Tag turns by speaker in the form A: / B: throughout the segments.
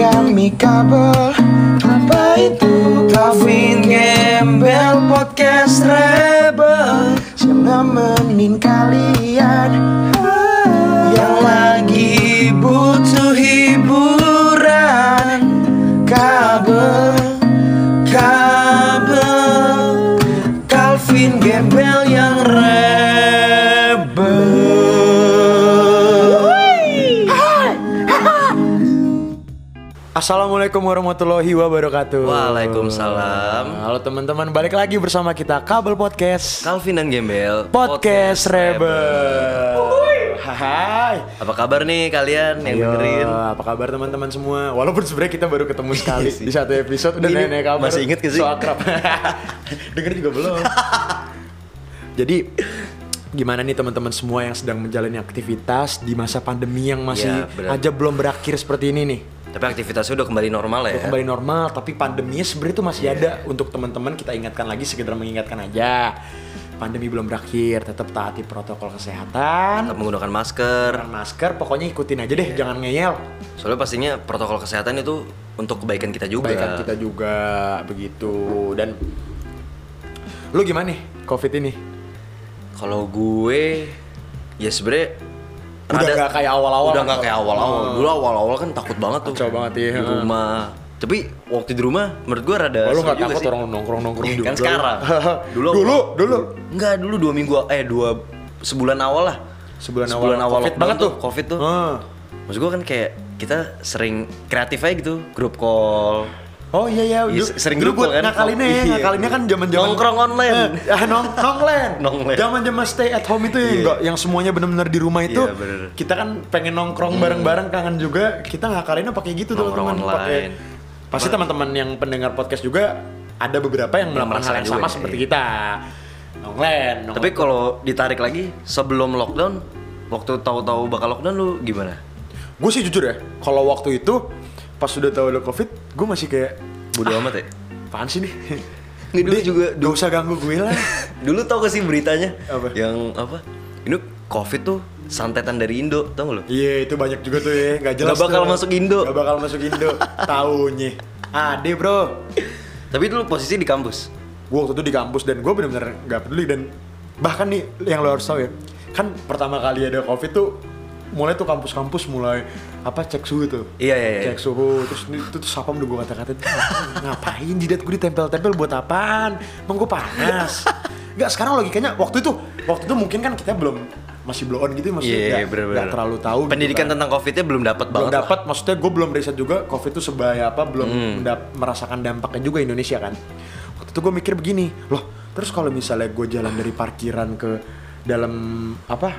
A: Amikable Apa itu?
B: Kavin Gembel Podcast Rebel
A: Siap nemenin kalian Ah,
B: Yang lagi butuh hiburan Kabel, kabel Calvin Gembel yang rebel
A: Assalamualaikum warahmatullahi wabarakatuh
C: Waalaikumsalam.
A: Halo teman-teman, balik lagi bersama kita Kabel Podcast
C: Calvin dan Gembel
A: Podcast, Rebel Hai
C: Apa kabar nih kalian yang
A: Yo,
C: dengerin?
A: apa kabar teman-teman semua? Walaupun sebenarnya kita baru ketemu sekali di satu episode udah
C: Iya Ini
A: nenek kabar.
C: masih inget gak sih?
A: So akrab. Dengar juga belum. Jadi gimana nih teman-teman semua yang sedang menjalani aktivitas di masa pandemi yang masih
C: Iya, benar.
A: aja belum berakhir seperti ini nih?
C: Tapi aktivitasnya udah kembali normal ya.
A: kembali normal tapi pandeminya sebenarnya itu masih
C: Iya.
A: ada untuk teman-teman kita ingatkan lagi sekedar mengingatkan aja pandemi belum berakhir tetap taati protokol kesehatan
C: Tetap menggunakan masker.
A: pakai masker pokoknya ikutin aja
C: Iya.
A: deh jangan ngeyel
C: Soalnya pastinya protokol kesehatan itu untuk kebaikan kita juga.
A: kebaikan kita juga begitu dan lu gimana nih covid ini
C: Kalau gue ya sebenarnya
A: Udah
C: rada-
A: nggak kayak awal-awal
C: Udah
A: kan,
C: nggak
A: Bang?
C: kayak awal-awal. Dulu awal-awal kan takut banget tuh.
A: Kacau banget, iya.
C: Di rumah. Tapi waktu di rumah menurut gue rada
A: Wah, Oh, lu
C: Eh, seru
A: nggak
C: juga
A: takut
C: sih.
A: orang nongkrong nongkrong
C: Iya,
A: juga
C: kan sekarang.
A: dulu
C: Dulu-
A: dulu dulu
C: Enggak, dulu dua minggu eh dua sebulan awal lah.
A: Sebulan awal. Covid
C: lockdown
A: banget tuh.
C: Covid tuh.
A: Heeh.
C: Maksud gue kan kayak kita sering kreatif aja gitu, grup call.
A: Oh iya iya,
C: Iya,
A: du-
C: sering
A: dulu buat
C: grup kan?
A: ngakalinnya ya,
C: Iya.
A: ngakalinnya kan zaman-zaman
C: Nongkrong online.
A: Eh, ah, nong nonglen.
C: Nonglen.
A: Zaman-zaman stay at home itu ya, enggak yang semuanya benar-benar di rumah itu.
C: Iya, bener.
A: Kita kan pengen nongkrong bareng-bareng kangen juga, kita ngakalinnya pakai gitu tuh
C: Nongkrong
A: teman-teman
C: online.
A: Pakai- Pasti teman-teman yang pendengar podcast juga ada beberapa yang melakukan hal
C: merasakan
A: yang sama
C: juga,
A: seperti
C: iya.
A: kita. Nonglen, nonglen.
C: Tapi kalau ditarik lagi sebelum lockdown, waktu tahu-tahu bakal lockdown lu gimana?
A: gue sih jujur ya, kalau waktu itu pas sudah tahu ada Covid, gue masih kayak
C: Bodo
A: Ah.
C: amat ya.
A: apaan sih nih?
C: Ini dulu
A: Dek,
C: juga-
A: gak usah ganggu gue lah.
C: Dulu tau gak sih beritanya?
A: Apa?
C: Yang apa? Ini covid tuh santetan dari Indo, tau gak lu?
A: Iya itu banyak juga tuh ya Gak jelas
C: Nggak bakal
A: tuh.
C: masuk Indo.
A: Gak bakal masuk Indo Taunya Ade bro
C: Tapi dulu posisi di kampus.
A: Gue waktu itu di kampus dan gue bener-bener gak peduli Dan bahkan nih yang lo harus tahu ya Kan pertama kali ada covid tuh Mulai tuh kampus-kampus mulai apa cek suhu tuh
C: Iya, iya, iya.
A: Cek suhu Terus ini- itu tuh siapa udah gue kata-kata Ngapain jidat gue ditempel-tempel buat apaan Emang gue panas Enggak sekarang logikanya waktu itu Waktu itu mungkin kan kita belum masih blow on gitu maksudnya nggak-
C: Iya, bener-bener.
A: nggak terlalu tahu gitu
C: Pendidikan
A: kan.
C: tentang covidnya belum dapat
A: belum
C: banget. lah. Hmm.
A: dapat maksudnya gue belum riset juga covid itu sebaya apa belum mendap- merasakan dampaknya juga Indonesia kan waktu itu gue mikir begini loh terus kalau misalnya gue jalan dari parkiran ke dalam apa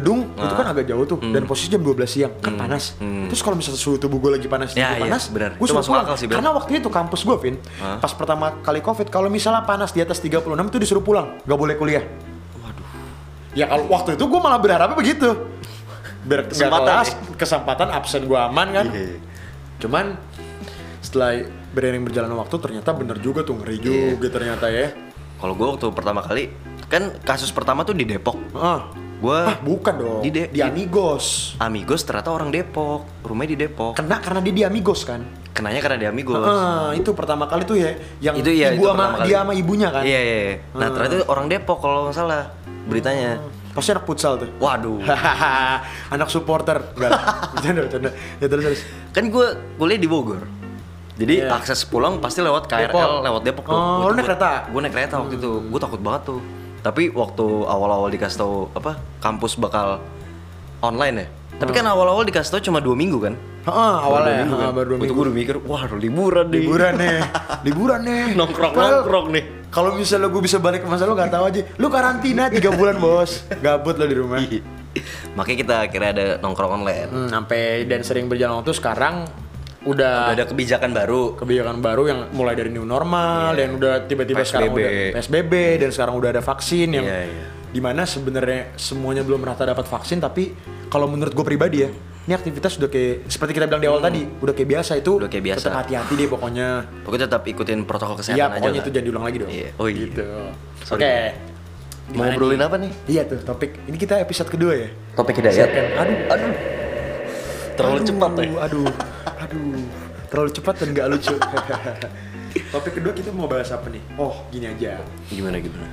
A: gedung
C: Ah.
A: itu kan agak jauh tuh
C: Hmm.
A: dan posisi jam 12 siang kan panas terus kalau misalnya suhu tubuh gue lagi panas lagi
C: Ya, iya,
A: panas
C: benar.
A: gue
C: Itu
A: suruh
C: masuk
A: pulang
C: akal sih, Ah. benar.
A: karena waktu itu kampus gue Vin pas pertama kali covid kalau misalnya panas di atas 36 itu disuruh pulang gak boleh kuliah Ya kalau waktu itu gue malah berharapnya begitu. Biar kesempatan,
C: Kesempatan,
A: kelas, kesempatan absen gue aman kan.
C: Iya.
A: Cuman setelah beriring berjalan waktu ternyata bener juga tuh
C: Iya.
A: ngeri juga ternyata ya.
C: Kalau gue waktu pertama kali kan kasus pertama tuh di Depok.
A: Ah,
C: Gue
A: ah, bukan dong.
C: Di de-
A: di Amigos.
C: Amigos ternyata orang Depok, rumahnya di Depok.
A: Kena karena dia di Amigos kan.
C: Kenanya karena di Amigos.
A: Ah, itu pertama kali tuh ya yang
C: itu ya
A: ibu
C: itu
A: sama
C: pertama kali.
A: dia sama ibunya kan.
C: Iya iya. iya. Nah ternyata orang Depok kalau nggak salah beritanya.
A: Pasti anak futsal tuh.
C: Waduh.
A: anak supporter. Enggak. lah. Bercanda, bercanda. Ya terus terus.
C: kan gue kuliah di Bogor. Jadi
A: Iya.
C: akses pulang pasti lewat KRL,
A: Depok.
C: lewat Depok
A: Oh, lu naik kereta? Hmm.
C: Gue naik kereta waktu itu. Gue takut banget tuh. Tapi waktu awal-awal dikasih tahu apa kampus bakal online ya. Tapi kan awal-awal dikasih tahu cuma dua minggu kan.
A: Heeh, awalnya
C: minggu
A: Hmm. ah,
C: kan.
A: baru dua
C: Waktu
A: minggu.
C: gua udah mikir, wah liburan nih.
A: liburan nih liburan nih
C: Nongkrong-
A: Padahal
C: nongkrong nih.
A: kalau misalnya gue bisa balik ke masa lu nggak tahu aja lu karantina tiga bulan bos gabut lo di rumah
C: Iya. Makanya kita akhirnya ada nongkrong online.
A: Hmm, sampai dan sering berjalan waktu sekarang udah,
C: Udah ada kebijakan baru.
A: kebijakan baru yang mulai dari new
C: Iya.
A: normal dan udah tiba-tiba sekarang
C: PSBB.
A: udah PSBB dan sekarang udah ada vaksin yang
C: Iya, iya.
A: dimana sebenarnya semuanya belum rata dapat vaksin tapi kalau menurut gue pribadi ya ini aktivitas udah kayak seperti kita bilang di awal tadi udah kayak biasa itu
C: Hmm. Udah kayak biasa.
A: tetap hati-hati deh pokoknya
C: Pokoknya tetap ikutin protokol
A: Iya,
C: kesehatan aja
A: pokoknya
C: lah.
A: itu jangan diulang lagi dong.
C: Iya. Oh iya.
A: Gitu.
C: Sorry.
A: Oke.
C: Mau ngobrolin apa nih?
A: Iya tuh topik. Ini kita episode kedua ya.
C: Topik hidayat.
A: Second. Aduh,
C: Aduh. Terlalu cepat ya.
A: aduh. Aduh, terlalu cepat dan nggak lucu. topik kedua kita mau bahas apa nih? Oh, gini aja.
C: ya. Gimana gimana?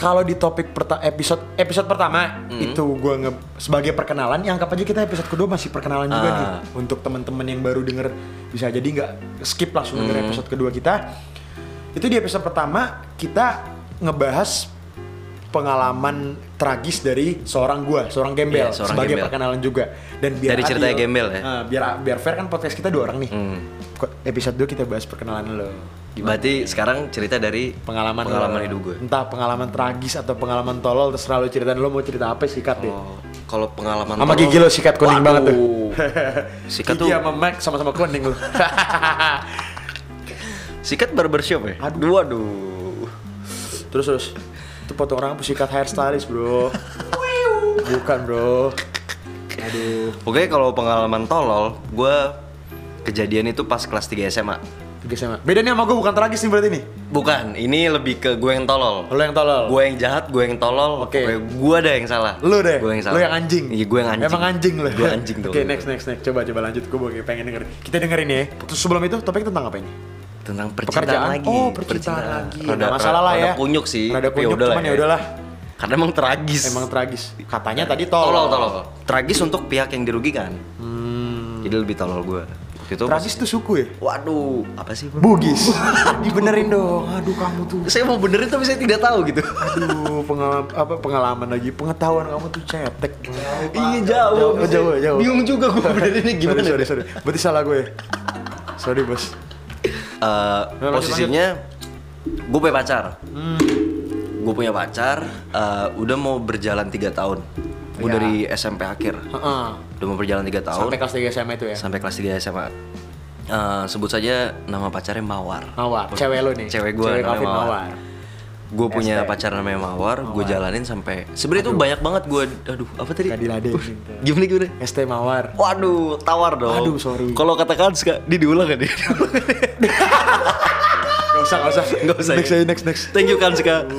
A: Kalau di topik perta- episode episode pertama
C: Hmm.
A: itu gua nge sebagai perkenalan, ya anggap aja kita episode kedua masih perkenalan juga
C: Ah.
A: nih. Untuk teman-teman yang baru denger bisa jadi nggak skip langsung
C: Hmm.
A: denger episode kedua kita. Itu di episode pertama kita ngebahas pengalaman tragis dari seorang gua, seorang gembel
C: Iya, seorang
A: sebagai
C: gembel.
A: perkenalan juga. Dan biar
C: Dari ceritanya
A: adil,
C: gembel ya? Hmm.
A: eh, biar biar fair kan podcast kita dua orang nih. Ko- Episode 2 kita bahas perkenalan lo.
C: Berarti sekarang cerita dari
A: Iya, Pengalaman lo.
C: pengalaman hidup gue.
A: Entah pengalaman tragis atau pengalaman tolol terserah lo ceritain lo mau cerita apa sikat deh.
C: Oh, kalau pengalaman
A: Sama
C: tolol-
A: gigi lo sikat kuning
C: Waduh.
A: banget tuh.
C: sikat
A: Gigi
C: tuh
A: sama Mac sama-sama kuning lo.
C: sikat barbershop ya?
A: Aduh.
C: Waduh.
A: terus terus itu foto orang sikat hairstylist bro. Bukan bro. Aduh.
C: Oke, kalau pengalaman tolol, gue kejadian itu pas kelas 3 SMA.
A: Tiga sama. Bedanya sama gue bukan tragis nih berarti nih.
C: Bukan, ini lebih ke gue yang tolol.
A: Lo yang tolol.
C: Gue yang jahat, gue yang tolol.
A: Oke.
C: Pokoknya Gue ada yang salah.
A: Lu deh.
C: Gue yang salah.
A: Lu yang anjing.
C: Iya, gue yang anjing.
A: Emang anjing lu.
C: Gue anjing tuh.
A: Oke, next next next. Coba coba lanjut. Gue pengen- pengen denger. Kita dengerin ya. Terus sebelum itu topik tentang apa ini?
C: Tentang percintaan
A: Pekerjaan.
C: lagi.
A: Oh, percintaan, lagi. Ada masalah lah
C: rada
A: ya.
C: kunyuk sih.
A: Ada
C: tapi
A: kunyuk cuman ya udahlah.
C: Karena emang tragis.
A: Emang tragis. Katanya tadi tolol. Hmm.
C: tolol, tolol. Tragis untuk pihak yang dirugikan. Jadi lebih tolol gue. Waktu Itu
A: Tragis tuh suku ya?
C: Waduh, apa sih? Bu?
A: Bugis. Dibenerin dong. Aduh kamu tuh.
C: Saya mau benerin tapi saya tidak tahu gitu.
A: Aduh, pengalaman apa pengalaman lagi pengetahuan kamu tuh cetek.
C: Iya jauh.
A: Jauh, jauh, jauh.
C: Bingung juga gue benerinnya gimana.
A: sorry, sorry, sorry. Berarti salah gue. Sorry, Bos.
C: Eh,
A: lanjut, Hmm.
C: posisinya gue punya pacar. Gue punya pacar eh, udah mau berjalan tiga tahun. Gue
A: Iya.
C: dari SMP akhir.
A: Heeh.
C: Udah mau berjalan tiga tahun
A: Sampai kelas 3 SMA itu ya.
C: sampai kelas 3 SMA. Eh, sebut saja nama pacarnya Mawar.
A: Mawar, cewek lo nih.
C: Cewek gue
A: Cewek
C: namanya
A: Calvin Mawar.
C: Mawar. Gue
A: ST.
C: punya pacar namanya Mawar, gue jalanin sampai sebenarnya tuh banyak banget gue aduh apa tadi?
A: Gak diladenin.
C: Uh, Gimana gimana?
A: ST Mawar.
C: Waduh, tawar dong.
A: Aduh, sorry.
C: Kalau katakan Kak, di diulang kan dia?
A: Gak usah, gak usah.
C: Enggak usah.
A: Next
C: ya.
A: aja, next, next.
C: Thank you Kanska.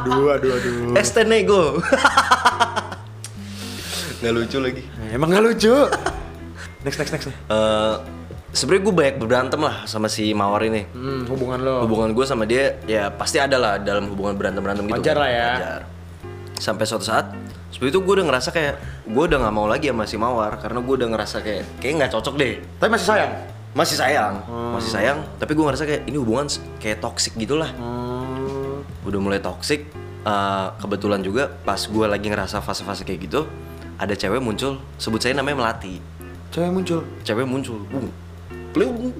A: Aduh, aduh, aduh.
C: ST nego. E, Nggak lucu lagi.
A: Eh, Emang gak lucu. Next, next, next.
C: Eh, sebenarnya gue banyak berantem lah sama si Mawar ini.
A: Hmm, hubungan lo.
C: hubungan gue sama dia ya pasti ada lah dalam hubungan berantem berantem gitu
A: Wajar lah ya.
C: Wajar. sampai suatu saat sebelum itu gue udah ngerasa kayak gue udah nggak mau lagi sama si mawar karena gue udah ngerasa kayak kayak nggak cocok deh
A: Tapi masih sayang.
C: masih sayang
A: Hmm.
C: masih sayang tapi gue ngerasa kayak ini hubungan s- kayak toksik gitulah
A: Hmm.
C: udah mulai toksik Eh, kebetulan juga pas gue lagi ngerasa fase-fase kayak gitu ada cewek muncul sebut saya namanya melati
A: Cewek muncul.
C: cewek muncul uh, Bung. Pleung.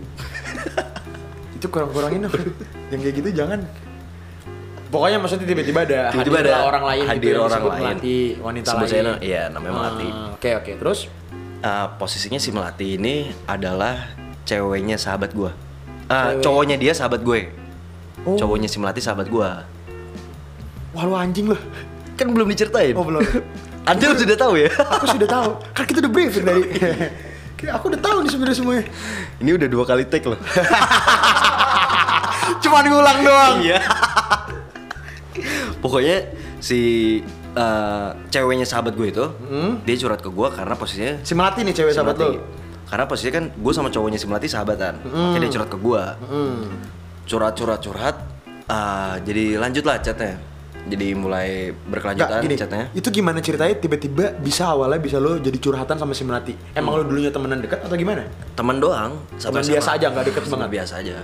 A: Itu kurang-kurangin dong. Yang kayak gitu jangan. Pokoknya maksudnya tiba-tiba ada
C: Tiba-tiba
A: hadirlah
C: ada
A: orang lain gitu
C: hadir
A: yang
C: orang
A: disebut
C: lain.
A: melati wanita
C: Sebut
A: lain.
C: saya na- iya, namanya melati.
A: Ah, Oke oke terus
C: Uh, posisinya si Melati ini adalah ceweknya sahabat gua. Uh, cowoknya dia sahabat gue.
A: Oh.
C: Cowoknya si Melati sahabat gua.
A: wah lu anjing lu.
C: Kan belum diceritain.
A: Oh, belum.
C: Anda sudah tahu ya.
A: Aku sudah tahu. Kan kita udah briefing dari. Kayak aku udah tahu nih sebenarnya semuanya.
C: ini udah dua kali take loh.
A: Cuman ngulang doang.
C: Iya. Pokoknya si uh, ceweknya sahabat gue itu dia curhat ke gua karena posisinya
A: Si melati nih cewek
C: si
A: sahabat
C: Melati-
A: lu.
C: Karena posisinya kan gue sama cowoknya si Melati sahabatan. Makanya dia curhat ke gua.
A: Hmm.
C: curhat curhat curhat ah, jadi lanjutlah chatnya jadi mulai
A: Nggak,
C: berkelanjutan
A: gini,
C: chatnya
A: itu gimana ceritanya tiba-tiba bisa awalnya bisa lo jadi curhatan sama si Melati? Emang lo dulunya temenan dekat atau gimana?
C: teman doang
A: Teman biasa aja, nggak deket
C: Teman
A: banget? Hmm.
C: biasa aja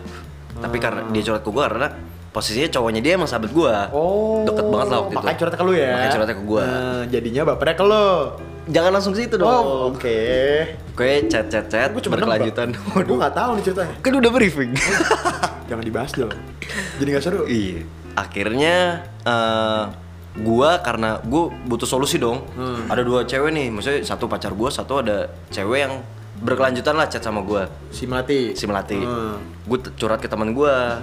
C: tapi karena dia curhat ke gue karena posisinya cowoknya dia emang sahabat gue
A: Oh,
C: deket banget lah waktu itu
A: makanya curhat ke lo ya?
C: makanya curhatnya ke gue
A: Eh, jadinya bapernya ke lo.
C: jangan langsung ke situ dong
A: Oh, oke.
C: gue chat chat chat
A: Gue cuma
C: berkelanjutan
A: Gue nggak tahu nih ceritanya.
C: kan udah briefing
A: Jangan dibahas dong. Jadi nggak seru.
C: Iya. Akhirnya eh, gua karena gua butuh solusi dong.
A: Hmm.
C: Ada dua cewek nih, maksudnya satu pacar gua, satu ada cewek yang berkelanjutan lah chat sama gua,
A: Si Melati.
C: si Melati.
A: Hmm.
C: Gua t- curhat ke teman gua.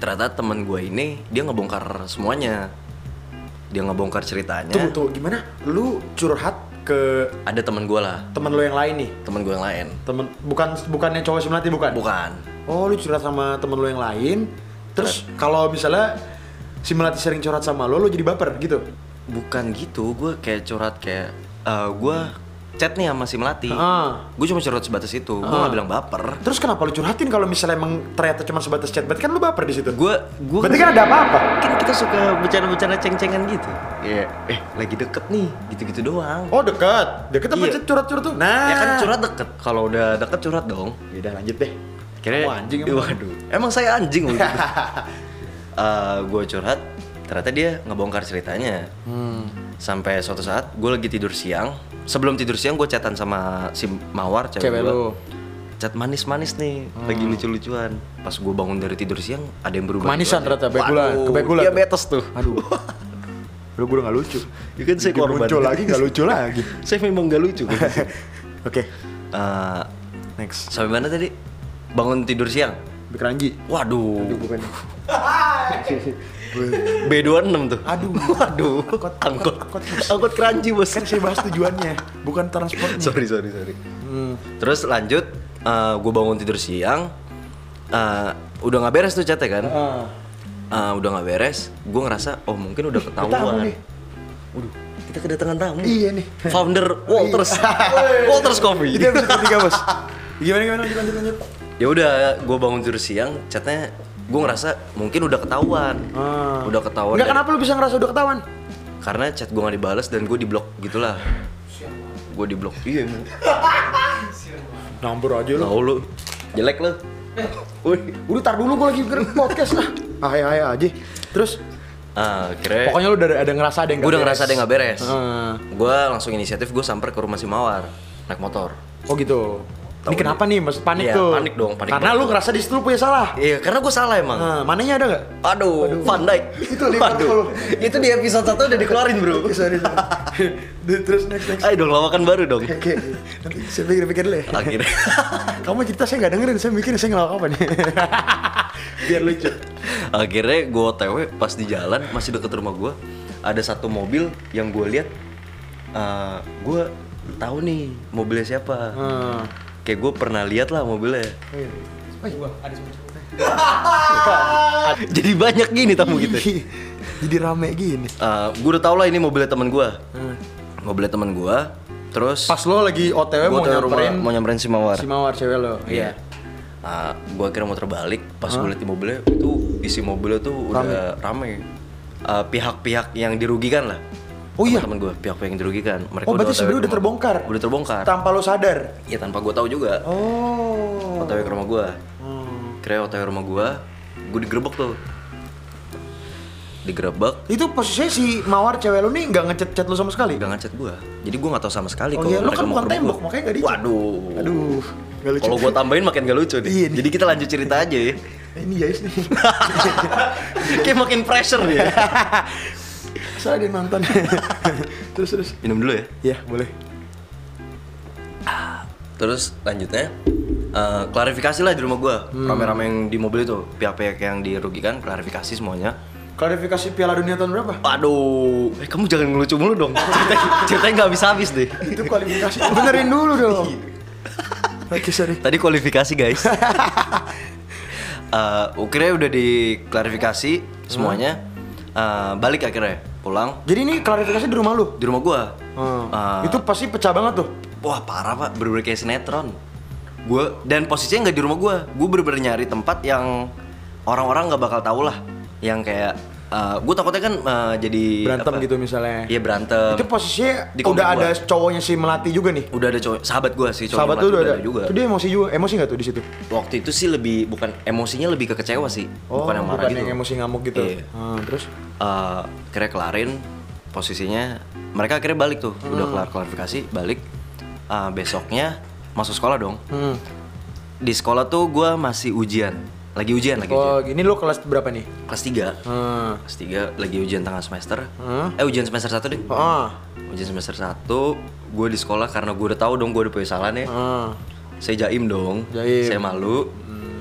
C: Ternyata teman gua ini dia ngebongkar semuanya. Dia ngebongkar ceritanya.
A: Tunggu, tunggu. Gimana? Lu curhat ke
C: Ada teman gua lah,
A: teman lo yang lain nih?
C: teman gua yang lain.
A: Temen, bukan bukannya cowok si Melati bukan?
C: Bukan.
A: Oh, lu curhat sama temen lo yang lain. Terus kalau misalnya si Melati sering curhat sama lo, lo jadi baper gitu.
C: Bukan gitu, gua kayak curhat kayak eh, gua chat nih sama si Melati.
A: Ah.
C: Gue cuma curhat sebatas itu. Gue nggak bilang baper.
A: Terus kenapa lu curhatin kalau misalnya emang ternyata cuma sebatas chat? Berarti kan lu baper di situ.
C: Gue gue
A: Berarti kan ada apa-apa.
C: kan kita suka bercanda-bercanda ceng-cengan gitu. Iya. Eh, lagi deket nih, gitu-gitu doang.
A: Oh dekat, dekat apa
C: Iya.
A: chat curhat-curhat tuh? Nah,
C: Ya kan curhat deket. Kalau udah deket curhat dong.
A: Ya udah lanjut deh.
C: Kira
A: Kamu anjing
C: Eh,
A: emang.
C: Waduh. Emang saya anjing loh. gue curhat, ternyata dia ngebongkar ceritanya.
A: Hmm.
C: Sampai suatu saat gue lagi tidur siang. Sebelum tidur siang gue chatan sama si Mawar cewek,
A: Cewek
C: gua.
A: lu. Hmm.
C: Chat manis-manis nih, lagi lucu-lucuan. Pas gue bangun dari tidur siang, ada yang berubah.
A: Kemanisan
C: gitu aja.
A: ternyata, begulan.
C: Waduh,
A: Kebegulan tuh.
C: Diabetes tuh.
A: Aduh. lu gue gak lucu.
C: Ya kan saya
A: Bikin
C: korban.
A: Lucu lagi, gak lucu lagi.
C: saya memang gak lucu.
A: Oke,
C: Eh,
A: next.
C: sampai mana tadi? Bangun tidur siang.
A: Bekeranji.
C: Waduh.
A: Bukan.
C: B26 tuh.
A: Aduh.
C: Waduh.
A: Angkot,
C: angkot.
A: angkot.
C: Angkot keranji, Bos.
A: Kan saya bahas tujuannya, bukan transportnya.
C: sorry, sorry, sorry.
A: Hmm.
C: Terus lanjut gue bangun tidur siang. eh, udah nggak beres tuh catnya kan?
A: Ah.
C: Eh, udah nggak beres, gue ngerasa oh mungkin udah
A: Tahu
C: ketahuan.
A: nih.
C: Kita kedatangan tamu.
A: Iya nih. Iya.
C: Founder Walters. Walters Coffee.
A: Itu episode ketiga, Bos. Gimana gimana lanjut lanjut lanjut.
C: ya udah gue bangun tidur siang catnya gue ngerasa mungkin udah ketahuan
A: Ah.
C: udah ketahuan
A: Enggak
C: dari-
A: kenapa lu bisa ngerasa udah ketahuan?
C: karena chat gue nggak dibales dan gue diblok gitulah gue diblok iya emang.
A: Nomor aja lu.
C: tahu lu jelek lu Wih.
A: Udah tar dulu gua lagi bikin podcast lah. Ah, ya, ya, aja. Terus
C: ah kira
A: pokoknya Ah. lu udah ada ngerasa ada yang
C: gue udah
A: beres.
C: ngerasa ada yang nggak beres
A: Heeh.
C: gue langsung inisiatif gue samper ke rumah si mawar naik motor
A: Oh gitu.
C: Tahu
A: ini kenapa nih? Mas panik
C: Iya,
A: tuh.
C: panik dong, panik
A: Karena
C: banget.
A: lu ngerasa di situ lu punya salah.
C: iya karena gue salah emang
A: Nah, mananya ada nggak?
C: Aduh, Van Dijk.
A: Itu Liverpool.
C: Aduh. Itu di episode 1 udah dikeluarin, Bro.
A: Oke, sorry. sorry. Duh, Terus next next.
C: Ayo dong lawakan baru dong.
A: Oke, nanti saya pikir-pikir dulu ya.
C: Akhirnya
A: Kamu cerita saya nggak dengerin, saya mikir saya ngelawak apa nih. Biar lucu.
C: akhirnya gue otw pas di jalan masih deket rumah gue ada satu mobil yang gue lihat eh gue tahu nih mobilnya siapa
A: Hmm. Oh iya.
C: kayak gue pernah lihat lah mobilnya jadi banyak gini tamu gitu
A: Jadi rame gini.
C: gue udah tau lah ini mobilnya teman gue mobilnya teman gue terus
A: Hmm. Pas lo lagi OTW
C: gue
A: mau
C: ke rumah
A: nyamperin
C: mau nyamperin si mawar
A: si Mawar cewek lo. Iya.
C: gue akhirnya motor balik pas gue liat di mobilnya itu isi mobilnya tuh udah rame Eh, pihak-pihak yang dirugikan lah
A: Oh iya?
C: teman gue pihak-pihak yang dirugikan mereka
A: Oh, berarti
C: OTW
A: sebenarnya udah
C: rumah.
A: terbongkar.
C: udah terbongkar
A: Tanpa lo sadar.
C: ya tanpa gue tahu juga
A: Oh.
C: otw ke rumah gue kira otw rumah gue gue digerebek tuh digerebek
A: Itu posisinya si Mawar cewek lo nih nggak ngechat-chat lo sama sekali?
C: gak ngechat gue jadi gue gak tahu sama sekali
A: Oh
C: kalau
A: iya, lu
C: mereka
A: kan
C: mau
A: bukan
C: ke rumah
A: tembok,
C: gua.
A: makanya nggak dicek.
C: waduh
A: Aduh, nggak lucu.
C: kalau gue tambahin makin gak lucu nih.
A: Iya nih.
C: jadi kita lanjut cerita aja ya
A: Eh, ini Jais nih.
C: kayak makin pressure ya. nih
A: Saya ada yang nonton. terus terus.
C: minum dulu ya
A: Ya, boleh.
C: terus lanjutnya eh, klarifikasi lah di rumah gue rame-rame yang di mobil itu pihak-pihak yang dirugikan klarifikasi semuanya
A: Klarifikasi Piala Dunia tahun berapa?
C: Waduh, eh, kamu jangan ngelucu mulu dong. Ceritanya, ceritanya nggak habis habis deh.
A: Itu kualifikasi. Benerin dulu dong.
C: Iya.
A: Oke, sorry.
C: Tadi kualifikasi guys. Eh, akhirnya udah diklarifikasi semuanya. Eh, balik akhirnya pulang
A: Jadi ini klarifikasi di rumah lu.
C: di rumah gua.
A: Hmm.
C: Eh,
A: Itu pasti pecah banget tuh.
C: wah parah pak, bener-bener kayak sinetron. Gua dan posisinya nggak di rumah gua. Gue bener-bener nyari tempat yang orang-orang nggak bakal tahu lah. Yang kayak eh, gua takutnya kan eh, jadi
A: Berantem
C: apa?
A: gitu misalnya.
C: Iya berantem.
A: Itu posisinya
C: Di komplek
A: udah ada
C: gua.
A: cowoknya si Melati juga nih.
C: udah ada cowok sahabat gua sih cowok
A: Sahabat
C: Melati
A: lu udah ada.
C: juga.
A: Itu dia emosi juga. Emosi nggak tuh di situ?
C: waktu itu sih lebih bukan emosinya lebih ke kecewa sih bukan yang marah
A: Oh, bukan
C: gitu
A: yang emosi ngamuk gitu.
C: Iya.
A: Hmm, terus
C: Eh, akhirnya kelarin posisinya mereka akhirnya balik tuh
A: Hmm.
C: udah kelar klarifikasi balik Eh, besoknya masuk sekolah dong
A: Hmm.
C: di sekolah tuh gua masih ujian lagi ujian lagi ujian
A: Oh, gini lo kelas berapa nih?
C: kelas 3
A: Hmm.
C: kelas 3 lagi ujian tengah semester
A: Hmm.
C: eh ujian semester 1 deh
A: Ah.
C: ujian semester 1 gue di sekolah karena gue udah tahu dong gue udah punya salah nih
A: Ah.
C: saya jaim dong
A: Jaim. Hmm.
C: saya malu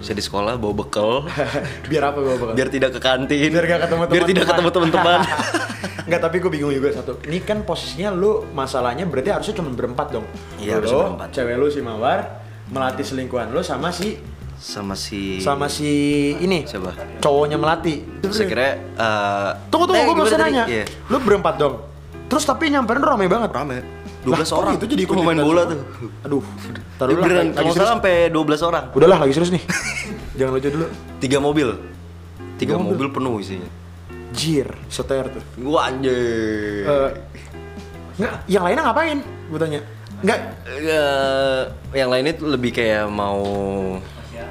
C: saya di sekolah bawa bekal
A: Biar apa gua bakal?
C: biar tidak ke kantin
A: Biar gak ketemu
C: biar tidak ketemu teman-teman
A: Enggak, tapi gue bingung juga satu. Ini kan posisinya lu masalahnya berarti harusnya cuma berempat dong.
C: Iya,
A: lu,
C: harusnya berempat.
A: cewek lu si Mawar, melati selingkuhan lu sama si
C: sama si
A: sama si ini
C: Iya. Siapa?
A: cowoknya melati.
C: saya kira eh,
A: Tunggu tunggu
C: eh,
A: gue
C: gimana
A: masih
C: tadi?
A: nanya.
C: Iya.
A: Lu berempat dong. Terus tapi nyamperin rame banget. Rame.
C: 12 orang.
A: Itu jadi
C: Itu pemain
A: ikutan
C: bola
A: semua?
C: tuh.
A: Aduh. Taruh
C: Dia
A: dulu lah, lagi
C: beneran, kalau nggak
A: serius.
C: salah sampai 12 orang.
A: Udahlah lagi serius nih. Jangan lucu dulu.
C: Tiga mobil. Tiga
A: Mobil.
C: mobil penuh isinya.
A: Jir, seter tuh.
C: Gua anjir.
A: Eh, nggak, yang lainnya ngapain? Gue tanya. Enggak,
C: Eh, yang lain itu lebih kayak mau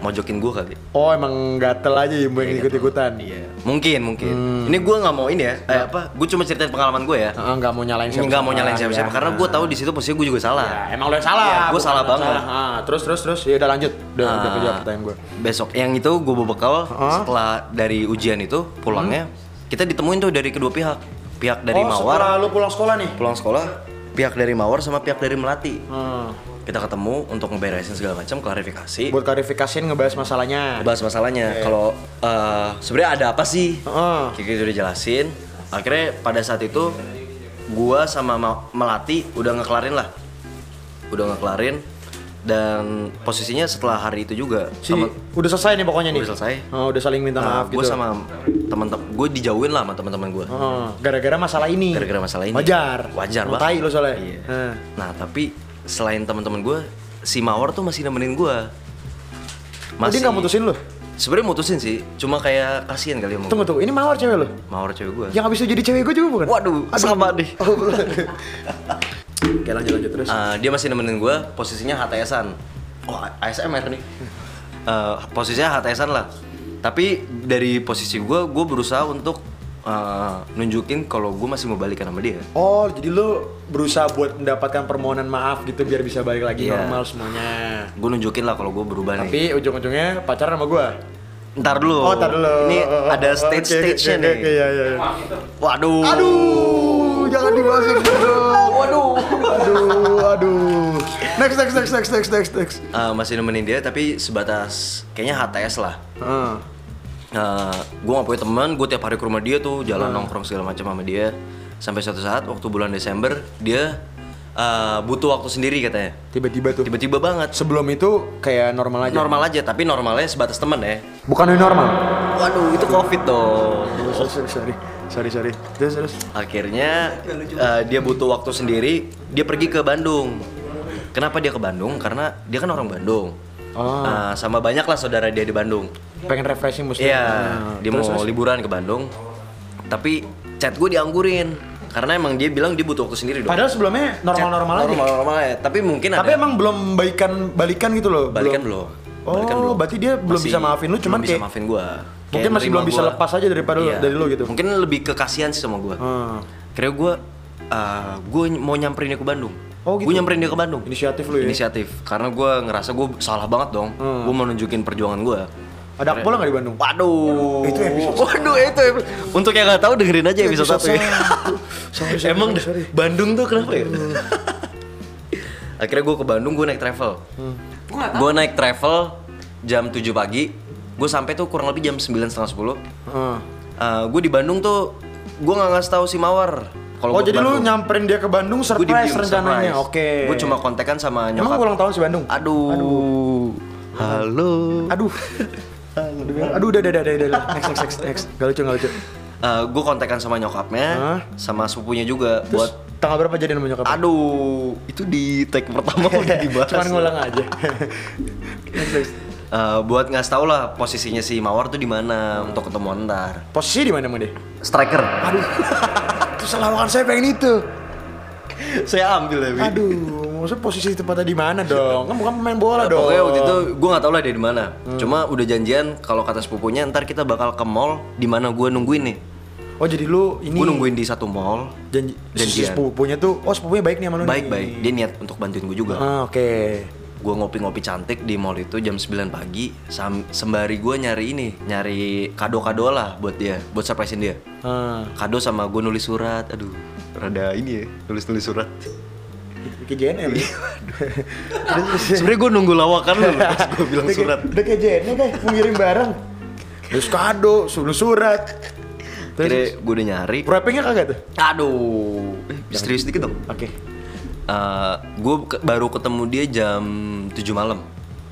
C: mojokin gua kali.
A: Oh emang gatel aja ya yang ikut-ikutan.
C: Iya. Mungkin, mungkin. Ini gua nggak mau ini ya. Eh, apa? Gua cuma ceritain pengalaman gua ya.
A: Hmm. Heeh, nggak mau nyalain siapa.
C: Nggak mau nyalain siapa-siapa karena gua tahu di situ posisi gua juga salah.
A: Ya, emang lo yang salah.
C: Iya, gua
A: bukan
C: salah
A: lo yang
C: banget.
A: Ah, terus terus terus. Ya udah lanjut. Udah udah
C: Nah,
A: kejawab pertanyaan gue.
C: Besok yang itu gue bawa bekal
A: Heeh. Hmm.
C: setelah dari ujian itu pulangnya kita ditemuin tuh dari kedua pihak. Pihak dari
A: oh,
C: Mawar,
A: setelah lu pulang sekolah nih.
C: pulang sekolah, pihak dari Mawar sama pihak dari Melati.
A: Hmm.
C: Kita ketemu untuk ngeberesin segala macam klarifikasi.
A: Buat klarifikasiin ngebahas masalahnya.
C: Bahas
A: Iya.
C: masalahnya kalau eh, sebenarnya ada apa sih?
A: Heeh.
C: Kayak gitu dijelasin. Akhirnya pada saat itu gua sama Ma- Melati udah ngekelarin lah. Udah ngekelarin dan posisinya setelah hari itu juga
A: Si,
C: temen-
A: udah selesai nih pokoknya nih.
C: Udah selesai. Ah,
A: Oh, udah saling minta maaf gitu.
C: gue sama teman-teman gue dijauhin lah sama teman-teman gue
A: Heeh, Oh, gara-gara masalah ini.
C: gara-gara masalah ini
A: Wajar.
C: wajar
A: Mau
C: banget
A: tai lu soalnya.
C: Iya.
A: Heeh.
C: nah tapi selain teman-teman gue si mawar tuh masih nemenin gue
A: Oh, dia nggak mutusin lu?
C: sebenarnya mutusin sih cuma kayak kasihan kali ya sama
A: Tunggu
C: gua.
A: tuh, ini mawar cewek lu?
C: mawar cewek gue
A: Yang habis itu jadi cewek gue juga bukan?
C: waduh sama deh
A: Oh, belum. Oke lanjut lanjut terus.
C: Eh, dia masih nemenin gue posisinya HTS-an oh A- ASMR nih Eh, posisinya HTS-an lah tapi dari posisi gue gue berusaha untuk eh, nunjukin kalau gue masih mau balikan sama dia
A: Oh, jadi lu berusaha buat mendapatkan permohonan maaf gitu biar bisa balik lagi
C: Iya.
A: normal semuanya.
C: gue nunjukin lah kalau gue berubah nih.
A: Tapi ujung-ujungnya pacaran sama gua.
C: Ntar dulu.
A: Oh, tar dulu.
C: Ini
A: Oh,
C: ada
A: oke,
C: stage stage nya
A: oke, oke,
C: nih.
A: oke, iya, iya, iya.
C: Waduh.
A: Aduh, jangan dibahas dulu.
C: Waduh.
A: Aduh, aduh. Next, next, next, next, next, next, next.
C: Eh, masih nemenin dia tapi sebatas kayaknya HTS lah.
A: Heeh.
C: gue Eh, gak punya teman, gue tiap hari ke rumah dia tuh jalan nongkrong segala macam sama dia. Sampai suatu saat waktu bulan Desember dia eh, butuh waktu sendiri katanya.
A: tiba-tiba tuh.
C: Tiba-tiba banget.
A: Sebelum itu kayak normal aja.
C: Normal aja tapi normalnya sebatas teman ya.
A: Bukan yang normal.
C: Waduh itu covid dong.
A: Sorry, sorry, sorry, sorry, sorry. Terus, terus.
C: Akhirnya eh, dia butuh waktu sendiri, dia pergi ke Bandung. Kenapa dia ke Bandung? Karena dia kan orang Bandung.
A: Ah.
C: Eh, sama banyak lah saudara dia di Bandung.
A: Pengen refreshing mesti.
C: Iya,
A: Nah,
C: dia mau liburan ke Bandung. Tapi chat gue dianggurin karena emang dia bilang dia butuh waktu sendiri dong.
A: Padahal sebelumnya normal-normal aja.
C: Normal normal aja. Tapi mungkin
A: Tapi
C: ada.
A: emang belum baikan balikan gitu loh.
C: balikan belum.
A: Oh,
C: Balikan belum.
A: berarti dia belum bisa maafin lu, cuman
C: belum bisa
A: kayak-
C: maafin gua.
A: Mungkin
C: Kayak
A: masih belum
C: nerima
A: bisa
C: gua. Iya.
A: lepas aja daripada lu- dari lu gitu.
C: Mungkin lebih ke kasihan sih sama gua.
A: Hmm.
C: Kira gue gue mau nyamperin dia ke Bandung.
A: Oh, gitu.
C: Gue nyamperin dia ke Bandung.
A: Inisiatif lu ya? Hmm.
C: Inisiatif. Karena gue ngerasa gue salah banget dong. Gue mau nunjukin perjuangan gue.
A: Ada akpol nggak di Bandung?
C: Waduh. Itu Waduh itu episode. Untuk yang nggak tahu dengerin aja episode satu. ya.
A: Sorry, sorry,
C: Emang
A: sorry, sorry.
C: Bandung tuh kenapa ya? Akhirnya gue ke Bandung gue naik travel.
A: Hmm.
C: Gue naik travel jam 7 pagi. Gue sampai tuh kurang lebih jam sembilan setengah sepuluh.
A: Heeh.
C: gue di Bandung tuh gue nggak ngasih tahu si Mawar. Kalau
A: Oh
C: gua ke
A: jadi lu
C: Bandung.
A: nyamperin dia ke Bandung
C: Gue
A: surprise rencananya. Oke.
C: Gue cuma kontekan sama nyokap.
A: Emang ulang tahun si Bandung?
C: Aduh. Halo.
A: Aduh. Aduh udah udah udah udah. udah. Next next next next. Gak lucu gak lucu.
C: gue Eh, kontekan sama nyokapnya,
A: Hah?
C: sama sepupunya juga
A: Terus
C: buat
A: tanggal berapa jadi namanya kapan?
C: Aduh, itu di tag pertama udah dibahas. ya?"
A: Cuman ngulang aja. next, next.
C: Eh, buat ngasih tau lah posisinya si Mawar tuh di mana untuk ketemuan ntar.
A: Posisi di mana emang dia?
C: Striker.
A: Aduh. Itu selawakan saya pengen itu. ya,
C: Saya ambil tapi.
A: Aduh, maksudnya posisi tempatnya di mana dong? Kan bukan pemain bola dong.
C: Iya. Pokoknya waktu itu gue nggak tau lah dia di mana.
A: Hmm.
C: Cuma udah janjian kalau kata sepupunya ntar kita bakal ke mall di mana gue nungguin nih.
A: Oh jadi lu ini
C: Gue nungguin di satu mall.
A: janji si
C: janjian.
A: sepupunya tuh oh sepupunya baik nih sama lu
C: Baik
A: nih.
C: baik. Dia niat untuk bantuin gue juga.
A: Ah, oke.
C: Gue ngopi-ngopi cantik di mall itu jam 9 pagi sam- sembari gue nyari ini, nyari kado-kado lah buat dia, buat surprisein dia.
A: Ah,
C: Kado sama gue nulis surat, aduh, rada ini ya, nulis-nulis surat.
A: kayak JNL ya.
C: Sebenernya gue nunggu lawakan lu, gue Iya,
A: Udah
C: bilang
A: kayak-
C: surat.
A: Udah kayak JNL kayak ya, mau ngirim barang. Terus kado, suruh surat.
C: Akhirnya
A: Terus
C: gue udah nyari,
A: wrappingnya kagak tuh?
C: aduh, eh, serius dikit dong.
A: Oke.
C: gue baru ketemu dia jam 7 malam.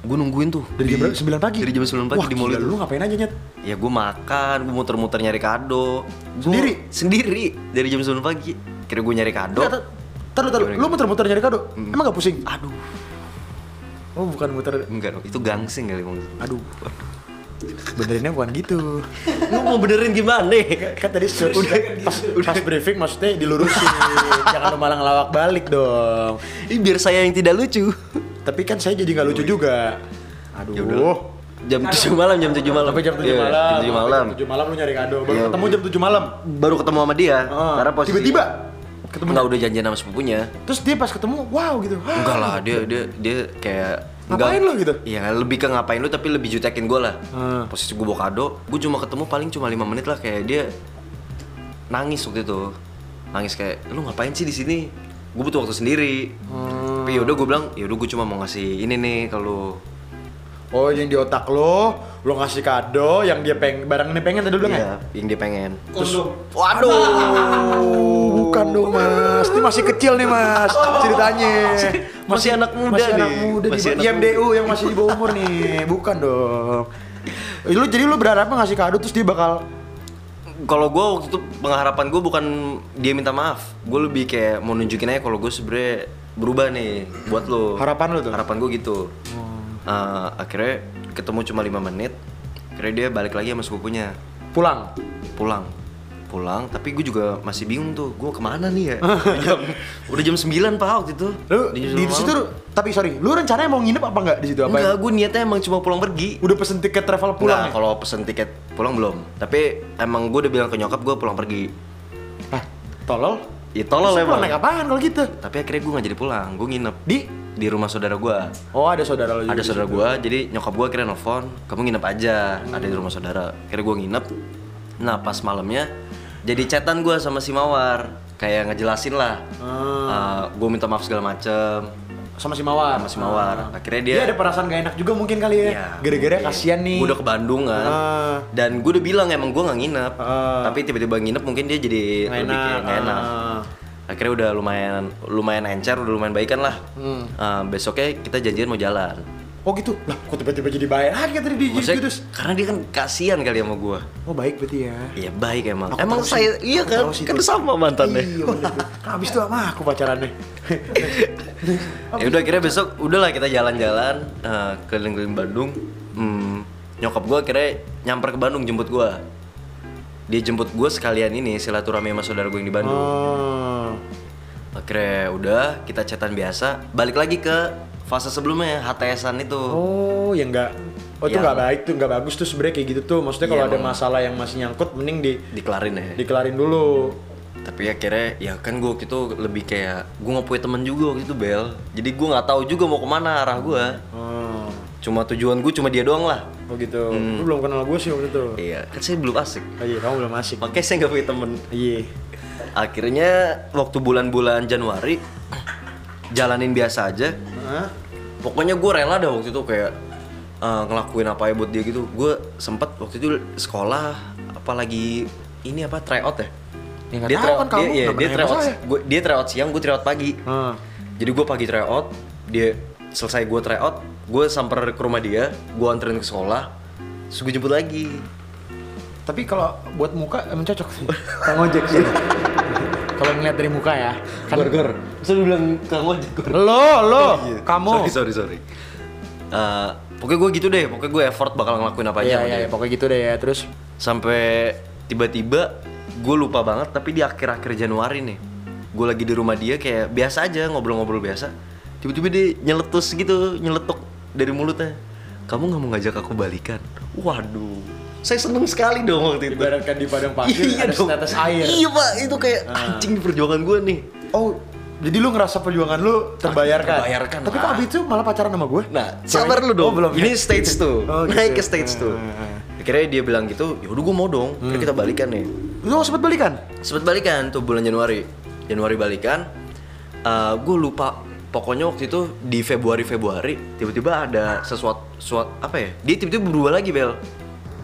C: Gue nungguin tuh.
A: Dari jam
C: di-
A: berapa? 9 pagi.
C: Dari jam 9 pagi
A: Wah,
C: di mall
A: gila,
C: itu.
A: Lu ngapain aja nyet?
C: Ya gue makan, gue muter-muter nyari kado. Gua-
A: Sendiri?
C: Sendiri dari jam 9 pagi. akhirnya gue nyari kado
A: Taruh, taruh.
C: Gimana,
A: Lu
C: gimana? Hmm.
A: muter-muter nyari kado? Emang gak pusing? Aduh. Oh, bukan muter.
C: enggak dong itu gangsing kali maksudnya
A: Aduh. Benerinnya bukan gitu.
C: lu mau benerin gimana
A: Kan tadi sudah pas, pas briefing maksudnya dilurusin. Jangan lu malah ngelawak balik dong.
C: Ih, biar saya yang tidak lucu
A: Tapi kan saya jadi nggak lucu juga. Aduh.
C: Iya. ya udah jam 7 malam jam 7 malam
A: Sampai jam 7
C: Iya,
A: malam.
C: jam 7 malam
A: Jam 7 malam lu nyari kado. Baru
C: Iya.
A: ketemu jam 7 malam.
C: baru ketemu sama dia
A: Ah,
C: karena posisi
A: tiba-tiba
C: ketemu nggak udah janjian sama sepupunya
A: Terus dia pas ketemu, wow gitu. Hah.
C: enggak lah dia dia dia kayak
A: Ngapain
C: enggak-
A: lu gitu?
C: Iya lebih ke ngapain lu tapi lebih jutekin gue lah
A: Ah.
C: Posisi gue bawa kado, gue cuma ketemu paling cuma lima menit lah kayak dia nangis waktu itu Nangis kayak, lu ngapain sih di sini? Gue butuh waktu sendiri
A: Hmm.
C: Tapi yaudah gue bilang, yaudah gue cuma mau ngasih ini nih kalau
A: Oh, yang di otak lo, lo ngasih kado yang dia pengen barang ini pengen tadi lu bilang ya?
C: Iya, yang dia pengen
A: Terus,
C: Waduh
A: Oh, bukan dong mas, ini masih kecil nih mas ceritanya.
C: Masih anak muda
A: masih anak
C: nih.
A: muda
C: Masih
A: di
C: anak
A: IMDU yang masih di bawah umur nih, bukan dong. Eh, Lu jadi lu berharap ngasih kado terus dia bakal
C: Kalau gue waktu itu pengharapan gue bukan dia minta maaf Gue lebih kayak mau nunjukin aja kalau gue sebenernya berubah nih buat lo
A: Harapan lo tuh? Oh.
C: Harapan gue gitu Eh, Akhirnya ketemu cuma lima menit Akhirnya dia balik lagi sama sepupunya
A: pulang.
C: pulang pulang tapi gue juga masih bingung tuh gue kemana nih ya udah jam udah jam 9 pak waktu itu
A: Lu
C: Udah jam
A: di
C: 9
A: situ,
C: malam.
A: tapi sorry, lu rencananya mau nginep apa enggak di situ apa?
C: enggak gue niatnya emang cuma pulang pergi
A: Udah pesen tiket travel pulang.
C: Nah,
A: ya?
C: kalau pesen tiket pulang belum tapi emang gue udah bilang ke nyokap gue pulang pergi
A: Hah, Eh, tolol.
C: ya tolol
A: Terus lu
C: emang
A: naik apaan kalau gitu?
C: tapi akhirnya gue nggak jadi pulang gue nginep
A: Di
C: di rumah saudara gue
A: Oh, ada saudara lu juga.
C: ada
A: di
C: saudara
A: situ.
C: gue jadi nyokap gue akhirnya nelfon kamu nginep aja ada di rumah saudara akhirnya gue nginep nah pas malamnya jadi chatan gue sama si mawar kayak ngejelasin lah
A: Ah.
C: gue minta maaf segala macem
A: sama si Mawar.
C: Sama si Mawar. Iya. Akhirnya dia-
A: Ah. Iya, ada perasaan gak enak juga mungkin kali ya. Gara-gara
C: mungkin.
A: kasihan nih.
C: Gua udah ke Bandung kan.
A: Ah.
C: Dan gue udah bilang emang gue nggak nginep.
A: Ah.
C: Tapi tiba-tiba nginep mungkin dia jadi
A: Nggak
C: lebih kayak
A: enak,
C: nggak enak.
A: ah.
C: Akhirnya udah lumayan lumayan encer, udah lumayan baikan lah. Ah, besoknya kita janjian mau jalan.
A: Oh gitu. Lah, kok tiba-tiba jadi baik? Ah, dia tadi di
C: Maksudnya
A: gitu. terus.
C: karena dia kan kasihan kali sama gue.
A: Oh, baik berarti ya.
C: Iya baik emang.
A: Aku
C: emang
A: tahu sih.
C: saya iya
A: Aku
C: kan
A: tahu sih
C: kan
A: itu.
C: sama mantannya.
A: Iya, bener tuh. Kan abis itu sama aku pacarannya.
C: ya udah akhirnya besok udahlah kita jalan-jalan eh, keliling-keliling Bandung Hmm, nyokap gue akhirnya nyamper ke Bandung jemput gue dia jemput gue sekalian ini silaturahmi sama saudara gue yang di Bandung
A: Oh.
C: akhirnya udah kita chatan biasa balik lagi ke fase sebelumnya HTSan itu
A: Oh, ya enggak Oh itu
C: Yang-
A: nggak baik tuh, nggak bagus tuh sebenernya kayak gitu tuh. Maksudnya kalau
C: Iya,
A: ada
C: emang.
A: masalah yang masih nyangkut, mending di
C: dikelarin ya
A: dikelarin dulu.
C: tapi akhirnya ya kan gue waktu itu lebih kayak gue nggak punya temen juga waktu itu Bel jadi gue nggak tahu juga mau kemana arah gue
A: Oh,
C: cuma tujuan gue cuma dia doang lah
A: oh gitu. Lu belum kenal gue sih waktu itu.
C: iya kan saya belum asik
A: Oh, iya, kamu belum asik.
C: makanya saya nggak punya temen
A: Iya.
C: Akhirnya waktu bulan-bulan Januari jalanin biasa aja.
A: Hah?
C: Pokoknya gue rela dah waktu itu kayak eh, ngelakuin apa ya buat dia gitu. Gue sempet waktu itu sekolah apalagi ini apa tryout ya?
A: Ya, nggak
C: dia
A: tahu
C: tryout,
A: kan kamu, nggak
C: dia, iya, dia
A: pernah
C: tryout,
A: nyoba saya.
C: gua- dia tryout siang, gue tryout pagi.
A: Ah.
C: Jadi gue pagi tryout, dia selesai gue tryout, gue samper ke rumah dia, gue anterin ke sekolah, terus gue jemput lagi.
A: Tapi kalau buat muka emang cocok sih. Kang ojek sih. kalau ngeliat dari muka ya. Kan
C: Terus lu bilang kang ojek gor.
A: Lo, lo,
C: Iya.
A: kamu.
C: Sorry, sorry, sorry. Eh, pokoknya gue gitu deh, pokoknya gue effort bakal ngelakuin apa aja
A: Iya,
C: sama
A: iya,
C: dia.
A: iya, pokoknya gitu deh ya. Terus
C: Sampai tiba-tiba gue lupa banget, tapi di akhir-akhir Januari nih, gue lagi di rumah dia kayak biasa aja ngobrol-ngobrol biasa. Tiba-tiba dia nyeletus gitu, nyeletuk dari mulutnya. Kamu nggak mau ngajak aku balikan? Waduh, saya seneng sekali dong waktu itu. Iya
A: ibaratkan di padang pasir ada
C: dong.
A: setetes air. Ah.
C: Iya pak, itu kayak anjing di perjuangan gue nih.
A: Oh, jadi lu ngerasa perjuangan lu terbayarkan.
C: Ah, Terbayarkan
A: Tapi
C: lah.
A: kok abis itu malah pacaran sama gue?
C: Nah, sabar lu dong.
A: Oh, belum.
C: Ini stage tuh.
A: Oh, gitu. ah.
C: Naik ke stage tuh. Akhirnya dia bilang gitu, "Ya udah gua mau dong. Akhirnya
A: Hmm.
C: kita balikan nih."
A: Lu mau sempet balikan?
C: Sempet balikan tuh bulan Januari. Januari balikan. Eh gue lupa pokoknya waktu itu di Februari Februari tiba-tiba ada sesuatu suat apa ya? Dia tiba-tiba berubah lagi, Bel.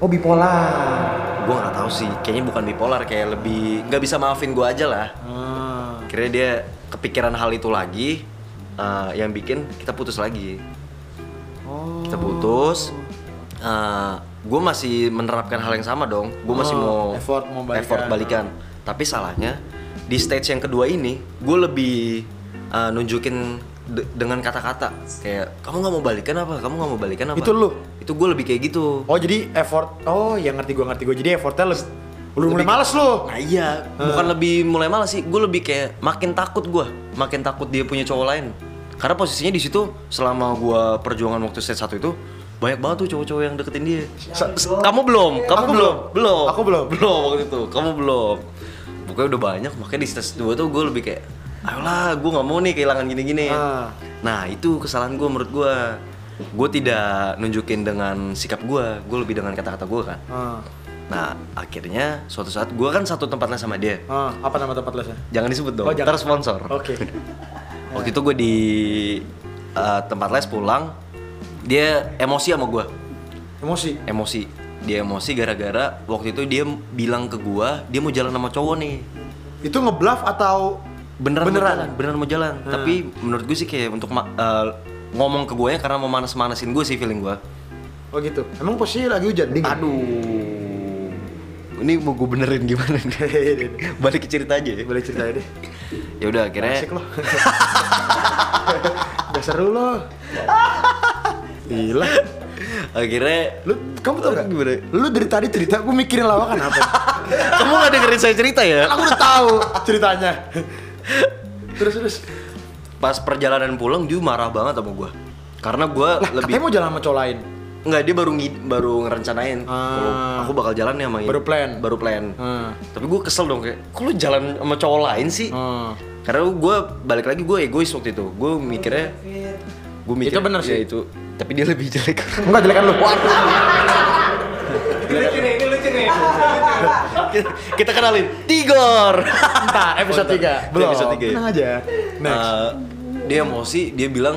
A: Oh, bipolar.
C: Gua nggak tahu sih, kayaknya bukan bipolar kayak lebih nggak bisa maafin gua aja lah.
A: Ah.
C: Akhirnya dia kepikiran hal itu lagi eh, yang bikin kita putus lagi.
A: Oh.
C: kita putus Eh, gue masih menerapkan hal yang sama dong gue
A: Oh,
C: masih mau
A: effort mau balikan.
C: effort balikan. tapi salahnya di stage yang kedua ini gue lebih uh, nunjukin de- dengan kata-kata kayak kamu nggak mau balikan apa kamu nggak mau balikan apa
A: Itu lu?
C: itu gue lebih kayak gitu
A: Oh jadi effort, oh yang ngerti gue ngerti gue jadi effortnya lebih, udah mulai males lo.
C: Nah, iya, bukan lebih mulai malas sih. Gue lebih kayak makin takut gua, makin takut dia punya cowok lain. Karena posisinya di situ selama gua perjuangan waktu set satu itu banyak banget tuh cowok-cowok yang deketin dia.
A: Sa-
C: S- kamu belum, kamu
A: Aku
C: belum,
A: belum. Aku belum.
C: belum waktu itu. Kamu belum. Pokoknya udah banyak, makanya di stage dua tuh gue lebih kayak, ayolah, gue nggak mau nih kehilangan gini-gini.
A: Ah.
C: Nah itu kesalahan gue menurut gue. Gue tidak nunjukin dengan sikap gue, gue lebih dengan kata-kata gue kan.
A: Ah,
C: Nah, akhirnya suatu saat gue kan satu tempatnya sama dia.
A: ah, apa nama tempat lesnya?
C: Jangan disebut dong,
A: Oh, jangan.
C: ntar sponsor.
A: Oke.
C: Waktu itu gue di eh, tempat les pulang, dia emosi sama gue.
A: Emosi.
C: Emosi. Dia emosi gara-gara waktu itu dia bilang ke gue, dia mau jalan sama cowok nih.
A: Itu ngebluff atau Beneran.
C: Beneran, Hmm. Mau jalan, beneran mau jalan. Tapi menurut gue sih kayak untuk ma- eh, ngomong ke gue karena mau manas-manasin gue sih feeling gue.
A: Oh gitu. Emang posisi lagi hujan. Dingin.
C: Aduh. Ini mau gue benerin gimana nih? Balik ke cerita aja ya.
A: Boleh ceritain deh.
C: Ya udah akhirnya
A: Asik lo. Gak seru lo. Gila.
C: akhirnya
A: Lu, kamu tau gak?
C: Gimana?
A: Lu dari tadi cerita, gue mikirin lawakan apa.
C: Kamu gak dengerin saya cerita ya?
A: Aku udah tahu ceritanya. terus terus.
C: Pas perjalanan pulang dia marah banget sama gua. Karena gua
A: Lah,
C: lebih
A: katanya mau jalan sama cowok lain.
C: nggak dia baru ngid- baru ngerencanain kalau
A: Ah.
C: aku bakal jalan nih sama ini.
A: Baru plan.
C: Baru plan.
A: Hmm.
C: Tapi gua kesel dong kayak, "Kok lu jalan sama cowok lain sih?"
A: Hmm.
C: Karena gua balik lagi gua egois waktu itu. Gua mikirnya gua mikir
A: Itu bener
C: ya
A: sih.
C: itu. Tapi dia lebih jelek. kan
A: Enggak jelekan lu.
C: Kita kenalin Tigor.
A: Entar episode 3. Belum.
C: Episode tiga ya.
A: Tenang aja. Next.
C: Eh, dia emosi, dia bilang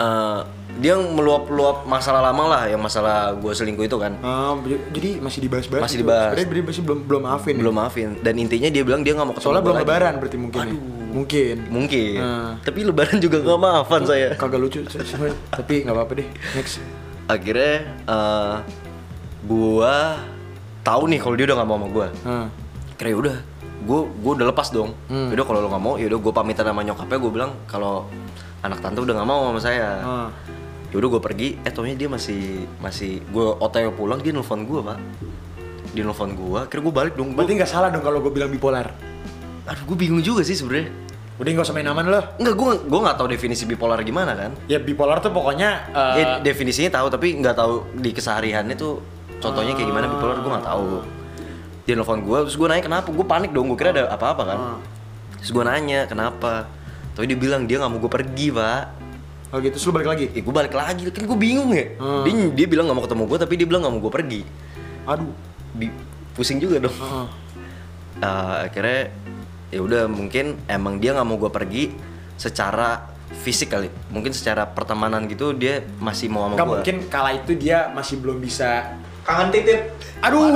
C: eh, dia meluap-luap masalah lama lah, yang masalah gue selingkuh itu kan.
A: Ah, j- jadi masih dibahas-bahas.
C: Masih
A: itu.
C: dibahas.
A: Sebenarnya dia masih belum belum maafin.
C: Belum maafin. Dan intinya dia bilang dia nggak mau
A: Hmm.
C: ketemu
A: Soalnya
C: gua
A: belum
C: lagi.
A: lebaran berarti mungkin. ya. Mungkin.
C: Mungkin.
A: Hmm.
C: Tapi lebaran juga nggak maafan saya.
A: Kagak lucu se- sebenarnya. Tapi nggak apa-apa deh. Next.
C: Akhirnya eh, gua tahu nih kalau dia udah nggak mau sama gua.
A: Ah.
C: Kira udah, gua gua udah lepas dong.
A: Hmm.
C: Yaudah kalau lo nggak mau, yaudah gua pamitan sama nyokapnya. Gua bilang kalau anak tante udah nggak mau sama saya.
A: Ah.
C: Yaudah gue pergi, eh taunya dia masih masih gue otw pulang dia nelfon gue pak, dia nelfon gue, akhirnya gue balik dong. Gua,
A: Berarti nggak salah dong kalau gue bilang bipolar.
C: aduh gue bingung juga sih sebenarnya.
A: Udah nggak usah main aman lo.
C: Enggak gue gue nggak tahu definisi bipolar gimana kan?
A: Ya bipolar tuh pokoknya eh,
C: Ya, definisinya tahu tapi nggak tahu di kesehariannya tuh contohnya kayak gimana bipolar gue nggak tahu. Dia nelfon gue, terus gue nanya kenapa, gue panik dong, gue kira ada apa-apa kan. Terus gue nanya kenapa, tapi dia bilang dia nggak mau gue pergi pak.
A: Oh gitu, terus lu balik lagi.
C: Ya gue balik lagi, kan gue bingung ya.
A: Hmm.
C: Dia, dia bilang nggak mau ketemu gue, tapi dia bilang nggak mau gue pergi.
A: Aduh.
C: Bi- pusing juga dong.
A: Heeh.
C: Eh, akhirnya ya udah mungkin emang dia nggak mau gue pergi secara fisik kali. Mungkin secara pertemanan gitu dia masih mau sama
A: Nggak
C: gue.
A: mungkin kala itu dia masih belum bisa.
B: Kangen titip
A: Aduh.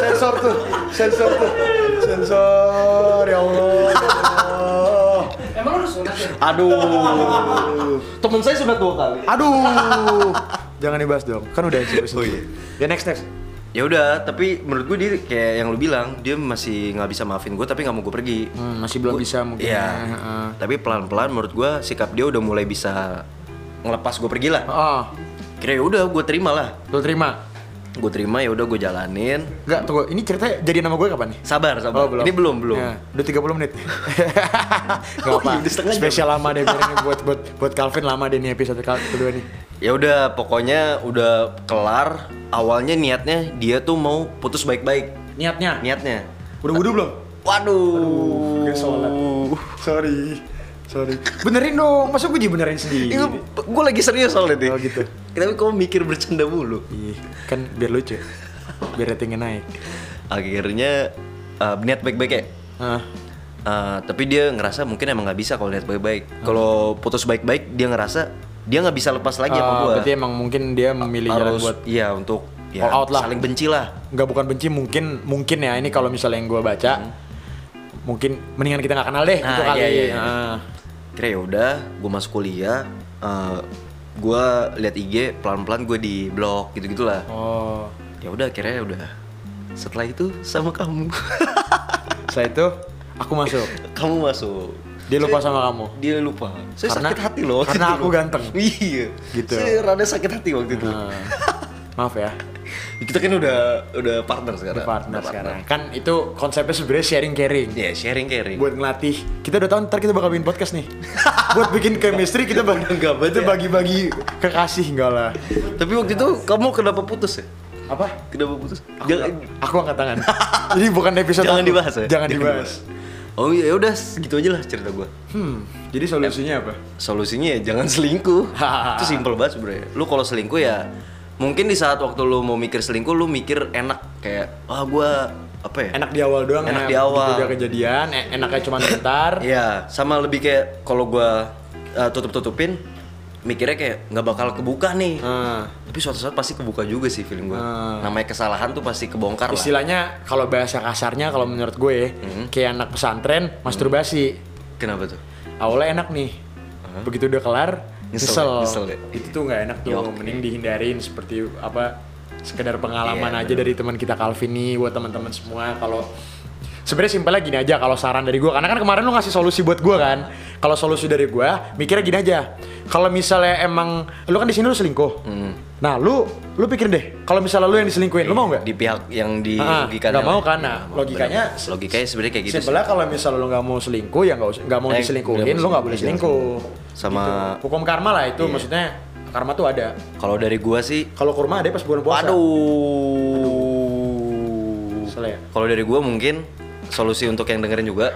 A: sensor tuh, sensor tuh, sensor ya Allah.
B: Emang lu udah sunat ya?
C: Aduh. Temen saya sudah dua kali.
A: Aduh. Jangan dibahas dong, kan udah episode. Oh iya. Ya next next.
C: Ya udah, tapi menurut gue dia kayak yang lu bilang dia masih nggak bisa maafin gue tapi nggak mau gue pergi.
A: Hmm, masih belum
C: Gua-
A: bisa mungkin.
C: Iya.
A: ya, heeh.
C: Tapi pelan-pelan menurut gue sikap dia udah mulai bisa ngelepas gue pergi lah.
A: Oh,
C: Kira ya udah gue terima lah.
A: lu terima.
C: Gue terima ya udah gue jalanin.
A: Enggak, tunggu. Ini ceritanya jadi nama gue kapan nih?
C: Sabar, sabar. Ini Oh, belum, belum.
A: Ya, udah 30 menit. Gak
C: Oh,
A: apa.
C: iya, udah setengah jam.
A: Spesial lama deh biar ini buat buat buat Calvin lama deh nih episode kal- kedua nih.
C: Ya udah, pokoknya udah kelar. Awalnya niatnya dia tuh mau putus baik-baik.
A: Niatnya.
C: Niatnya.
A: Udah wudhu belum?
C: Waduh.
A: Gak sholat.
C: Uh,
A: Sorry. Sorry. Benerin dong. Masa gue dibenerin sendiri?
C: Itu gue lagi serius soalnya deh.
A: Oh, gitu.
C: Tapi kok mikir bercanda mulu?
A: Iya, kan biar lucu. Biar ratingnya naik.
C: Akhirnya eh, niat baik-baik ya.
A: Ah.
C: Eh, tapi dia ngerasa mungkin emang nggak bisa kalau niat baik-baik.
A: Hmm.
C: Kalau putus baik-baik dia ngerasa dia nggak bisa lepas lagi Iya, sama
A: Ah,
C: gue.
A: berarti emang mungkin dia memilih jalan
C: Harus
A: buat
C: iya untuk ya,
A: all out lah.
C: saling benci lah.
A: nggak bukan benci mungkin mungkin ya ini kalau misalnya yang gue baca mungkin mendingan kita nggak kenal deh
C: Hmm. Nah,
A: gitu kali
C: iya, iya, iya.
A: Ah.
C: Kira ya udah, gue masuk kuliah, eh gue lihat IG pelan-pelan gue di blog gitu gitulah.
A: oh
C: Ya udah, akhirnya udah. Setelah itu sama kamu.
A: Setelah itu aku masuk.
C: Kamu masuk.
A: Dia lupa
C: Saya-
A: sama kamu?
C: Dia lupa. Saya
A: Karena-
C: sakit hati loh. waktu
A: karena
C: itu
A: aku
C: loh.
A: ganteng.
C: Iya.
A: Gitu.
C: Saya rada sakit hati waktu itu.
A: Nah, maaf ya,
C: Kita kan udah udah partner
A: udah
C: sekarang.
A: partner
C: Udah
A: sekarang. Kan itu konsepnya sebenarnya sharing caring.
C: Ya sharing caring.
A: buat ngelatih kita udah tahu ntar kita bakal bikin podcast nih buat bikin chemistry kita bagi
C: Enggak, bet
A: itu
C: ya.
A: bagi-bagi kekasih enggak lah
C: Tapi waktu itu kamu kenapa putus ya?
A: apa
C: Kenapa putus? Jangan,
A: aku angkat tangan jadi bukan episode
C: jangan
A: aku.
C: dibahas ya.
A: jangan, dibahas,
C: Oh ya udah segitu aja lah cerita gua.
A: hmm jadi solusinya apa
C: Solusinya ya jangan selingkuh. itu simpel banget sebenarnya. Lu kalau selingkuh ya mungkin di saat waktu lu mau mikir selingkuh lu mikir enak kayak ah gua apa ya?
A: enak di awal doang ya,
C: Enak di
A: begitu
C: awal.
A: udah kejadian e- enaknya cuma bentar
C: Iya, sama lebih kayak kalau gua uh, tutup-tutupin mikirnya kayak nggak bakal kebuka nih.
A: Nah,
C: Tapi suatu saat pasti kebuka juga sih feeling gua.
A: Hmm.
C: Namanya kesalahan tuh pasti kebongkar lah.
A: istilahnya kalau bahasa kasarnya kalau menurut gue ya, kayak anak pesantren masturbasi
C: Kenapa tuh?
A: awalnya enak nih begitu udah kelar
C: Nyesel
A: nyesel,
C: ya, nyesel ya.
A: itu tuh nggak enak tuh
C: Ya, oke.
A: mending dihindarin seperti apa sekedar pengalaman
C: Iya,
A: aja dari teman kita Calvin nih buat teman-teman semua kalau sebenarnya simpelnya gini aja kalau saran dari gua karena kan kemarin lu ngasih solusi buat gua kan kalau solusi dari gua mikirnya gini aja kalau misalnya emang lu kan di sini lu selingkuh
C: Hmm.
A: nah lu lu pikir deh kalau misalnya lu yang diselingkuhin lu mau nggak
C: Di pihak yang dirugikan.
A: nggak mau kan,
C: Nggak
A: nah,
C: mau,
A: logikanya
C: benar. logikanya sebenarnya kayak gitu. sih.
A: Sebelah kalau misalnya lo nggak mau selingkuh ya nggak usah- nggak mau
C: Eh, nggak
A: diselingkuhin,
C: mau
A: lo nggak boleh
C: selingkuh, Iya.
A: selingkuh.
C: Sama-
A: Gitu. hukum karma lah itu maksudnya karma tuh ada.
C: Kalau dari gua sih
A: Kalau kurma ada pas bulan puasa.
C: Waduh.
A: Salah ya?
C: Kalau dari gua mungkin solusi untuk yang dengerin juga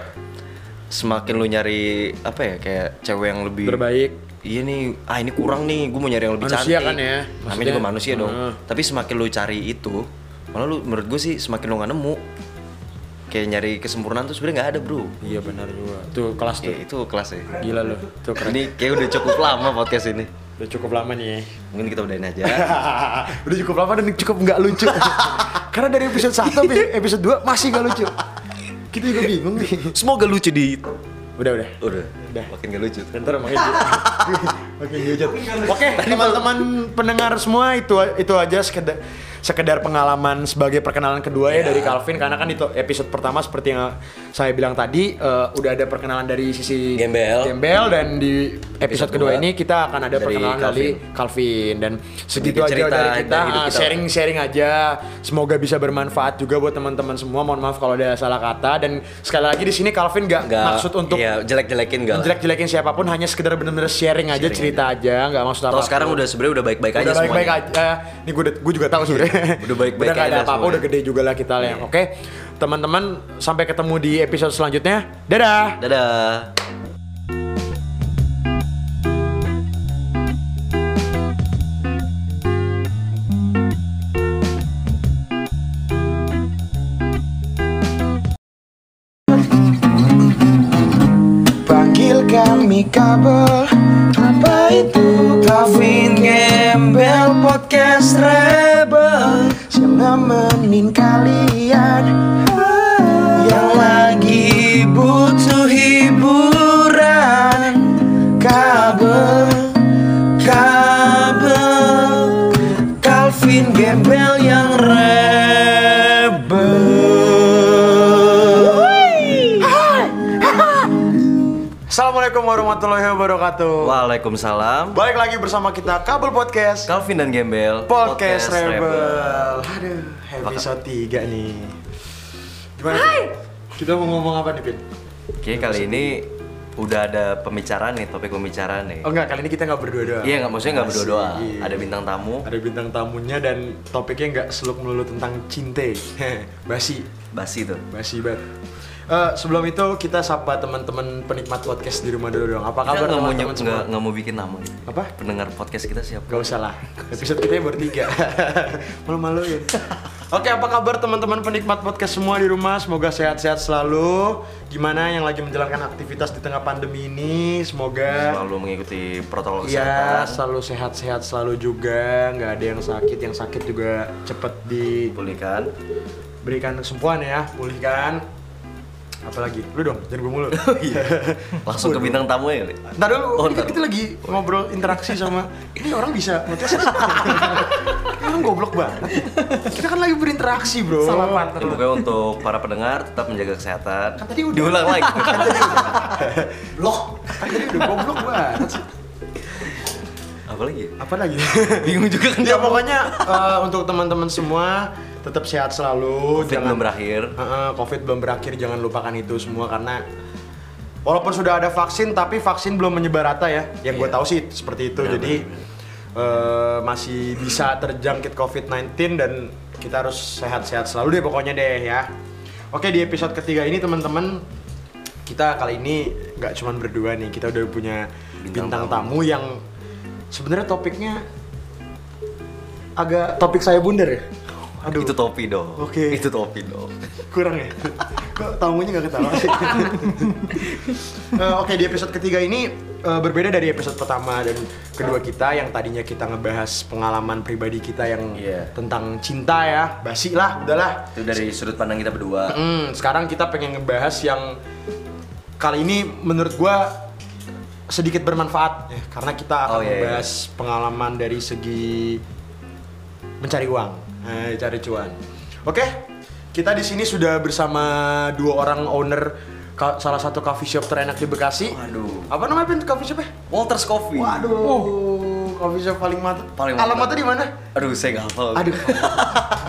C: semakin lu nyari apa ya kayak cewek yang lebih
A: Berbaik.
C: Iya nih, ah ini kurang nih, gue mau nyari yang lebih
A: Manusia
C: cantik.
A: kan ya,
C: Namanya
A: maksudnya.
C: juga manusia dong.
A: Heeh.
C: Tapi semakin lu cari itu, malah lu menurut gue sih semakin lu nggak nemu. Kayak nyari kesempurnaan tuh sebenarnya nggak ada bro.
A: Iya benar juga. Tuh kelas tuh.
C: Ya, itu kelas ya.
A: Gila lo. Tuh keren.
C: Ini kayak udah cukup lama podcast ini.
A: Udah cukup lama nih. ya.
C: Mungkin kita udahin aja.
A: Udah cukup lama dan cukup nggak lucu. Karena dari episode 1 sampai episode 2 masih nggak lucu. Kita juga bingung nih.
C: Semoga lucu di.
A: Udah udah.
C: Udah.
A: Udah.
C: Makin gak lucu.
A: Dan Ntar makin makin diujat. Oke, teman-teman pendengar semua itu itu aja sekedar sekedar pengalaman sebagai perkenalan kedua
C: Iya.
A: ya dari Calvin karena kan itu episode pertama seperti yang saya bilang tadi eh, udah ada perkenalan dari sisi
C: Gembel.
A: Gembel dan di episode,
C: Episode
A: kedua
C: dua
A: ini kita akan ada
C: dari
A: perkenalan dari Calvin dan segitu aja
C: Sedikit cerita
A: dari kita
C: dari hidup
A: ah,
C: kita.
A: sharing sharing aja. Semoga bisa bermanfaat juga buat teman-teman semua. Mohon maaf kalau ada salah kata dan sekali lagi di sini Calvin gak,
C: Nggak-
A: maksud untuk
C: Iya, jelek-jelekin gak lah.
A: jelek-jelekin siapapun hanya sekedar bener-bener sharing aja
C: Sharing
A: cerita aja nggak maksud apa
C: Toh sekarang udah sebenarnya udah baik-baik aja
A: udah
C: semuanya. Iya,
A: baik-baik aja Eh, ini gue gue juga tahu sebenarnya
C: Udah baik-baik
A: udah nggak ada
C: aja
A: apa-apa
C: semuanya. Iya.
A: udah gede juga lah kita yang oke teman-teman sampai ketemu di episode selanjutnya dadah
C: Dadah.
D: Panggil kami kabel Apa itu? Kavin Gembel Podcast Rebel Yang nemenin kalian Yang lagi butuh hiburan Kabel Kabel Calvin Gembel yang rebel
A: assalamualaikum warahmatullahi wabarakatuh
C: Waalaikumsalam.
A: balik lagi bersama kita kabel podcast
C: Calvin dan Gembel.
A: podcast, rebel.
C: Rebel.
A: aduh episode 3 nih gimana kita mau ngomong apa nih Pin?
C: Oke, kali ini udah ada pembicaraan nih, topik pembicaraan nih.
A: Oh enggak, kali ini kita nggak berdua doang.
C: Iya, nggak maksudnya nggak berdua doa.
A: Asik.
C: Ada bintang tamu,
A: iya. ada bintang tamunya dan topiknya nggak seluk melulu tentang cinte basi
C: basi tuh.
A: basi banget Eh, sebelum itu kita sapa teman-teman penikmat podcast di rumah dulu dong apa
C: Kita
A: kabar
C: nggak mau nyep,
A: teman-teman semua
C: nggak nggak mau bikin nama. Gitu.
A: Apa?
C: Pendengar podcast kita siapa?
A: Gak usah lah, episode kita yang bertiga Malu-maluin Oke, apa kabar teman-teman penikmat podcast semua di rumah? Semoga sehat-sehat selalu Gimana yang lagi menjalankan aktivitas di tengah pandemi ini? Semoga
C: Selalu mengikuti protokol
A: Iya,
C: kesehatan.
A: selalu sehat-sehat selalu juga, nggak ada yang sakit, yang sakit juga cepet
C: Pulihkan.
A: diberikan kesembuhan ya, pulihkan. Apa apalagi lu dong jangan gue mulu
C: Oh iya. Langsung ke bintang tamu ya. Li?
A: Ntar dulu,
C: Oh,
A: ini kan
C: ntar.
A: kita lagi ngobrol interaksi sama ini orang bisa ngetes. ini orang goblok banget. Kita kan lagi berinteraksi, Bro.
B: Sama partner
C: Ya,
B: lu.
C: pokoknya untuk para pendengar tetap menjaga kesehatan.
A: Kan tadi udah.
C: Diulang lagi.
A: Loh, kan tadi udah goblok banget.
C: Apa lagi?
A: Apa lagi?
C: Bingung juga kan
A: ya
C: dia.
A: pokoknya eh, untuk teman-teman semua tetap sehat selalu,
C: Covid belum berakhir.
A: Heeh, Covid belum berakhir, jangan lupakan itu semua karena walaupun sudah ada vaksin tapi vaksin belum menyebar rata ya. Yang gue
C: Iya.
A: tahu sih seperti itu.
C: Benar,
A: Jadi eh, masih bisa terjangkit Covid-19 dan kita harus sehat-sehat selalu deh pokoknya deh ya. Oke di episode ketiga ini teman-teman kita kali ini nggak cuman berdua nih, kita udah punya bintang,
C: Bintang
A: tamu. yang sebenarnya topiknya agak topik saya bundar ya. Aduh,
C: Itu topi dong.
A: Oke.
C: Itu topi dong.
A: kurang ya kok tamunya nggak ketawa sih Eh, oke di episode ketiga ini eh, berbeda dari episode pertama dan kedua kita yang tadinya kita ngebahas pengalaman pribadi kita yang
C: Iya.
A: tentang cinta ya basi lah udahlah
C: Itu dari sudut pandang kita berdua.
A: Hmm, sekarang kita pengen ngebahas yang kali ini menurut gua sedikit bermanfaat ya, karena kita akan
C: Oh, iya, iya.
A: membahas pengalaman dari segi mencari uang, eh, cari cuan. Oke, kita di sini sudah bersama dua orang owner ka- salah satu coffee shop terenak di Bekasi.
C: Waduh.
A: Apa namanya Pin, coffee shopnya?
C: Walters Coffee.
A: Waduh, coffee shop paling mantap.
C: Paling mantap.
A: Alamatnya di mana?
C: Aduh, saya nggak hafal.
A: Aduh.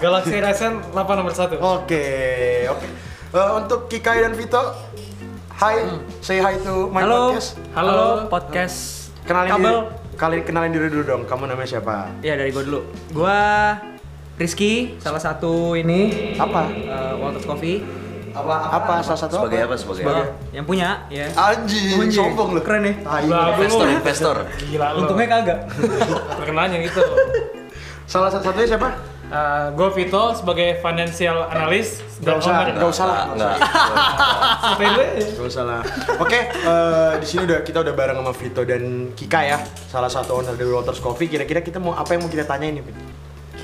B: Galaxy Resen 8 nomor 1.
A: Oke, oke. Eh, untuk Kikai dan Vito, hi, say hi to my
E: Halo,
A: podcast.
E: halo, podcast
A: Kenalin
E: kabel.
A: diri, kalian kenalin diri dulu dong. Kamu namanya siapa?
E: Ya dari gue dulu. Gua Rizky, salah satu ini
A: Apa?
E: eh, Walters Coffee.
A: Ya. Apa? Apa? salah satu?
C: Sebagai apa? Sebagai
E: Eh,
C: apa?
E: yang punya ya.
A: Anjing,
E: Anjing,
A: sombong lu. Ah, iya,
E: keren ya.
A: Tai.
B: Bagus.
C: Investor, investor.
B: Gila lu.
E: Untungnya kagak.
B: perkenalannya gitu.
A: Salah satu satunya siapa?
B: Eh, gue Vito sebagai financial analyst
A: Gak usah, gak usah lah.
C: Nggak,
B: Sampai gue.
A: Gak usah lah. Oke, eh, di sini udah kita udah bareng sama Vito dan Kika ya, salah satu owner dari Waters Coffee. Kira-kira kita mau apa yang mau kita tanyain nih? Vin?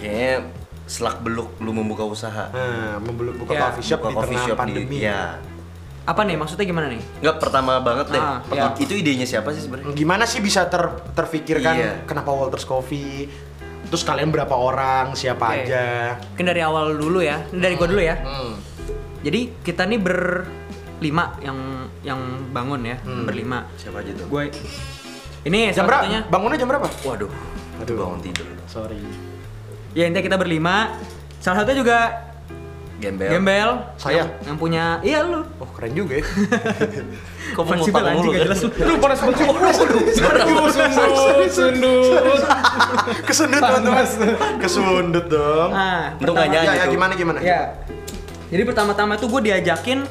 C: Kayaknya selak beluk lu membuka usaha.
A: Nah, membuka buka
E: Ya,
A: coffee shop
C: Buka
A: di tengah pandemi.
C: ya.
E: Apa nih maksudnya gimana nih?
C: Nggak pertama banget deh.
E: Ah,
C: Pe-
E: iya.
C: Itu idenya siapa sih sebenarnya?
A: gimana sih bisa ter terfikirkan
C: Iya.
A: kenapa Walters Coffee terus kalian berapa orang siapa
E: Oke.
A: aja
E: Mungkin dari awal dulu ya. Ini dari gue dulu ya. Jadi kita nih berlima yang yang bangun ya, berlima.
C: Siapa aja tuh?
E: Gue ini
A: jam
E: salah
A: berapa
E: satunya-
A: bangunnya jam berapa
C: Waduh,
A: Aduh.
C: aduh bangun tidur.
A: sorry
E: Ya intinya kita berlima. Salah satunya juga
C: Gembel.
E: Gembel.
A: Saya?
E: Yang, yang punya iya lu.
A: oh keren juga ya
C: Kok mau
E: Fleksibel
C: ngutang
E: anjing,
C: mulu
E: gak
C: kan?
E: jelas lu.
B: Lu panas banget. Sundut, sundut, sundut.
A: kesundut teman-teman kesundut dong
E: Ah,
C: Untung nggak
A: ya,
C: nyanyi
A: ya
C: tuh.
A: gimana gimana
E: Ya. Jadi pertama-tama tuh gue diajakin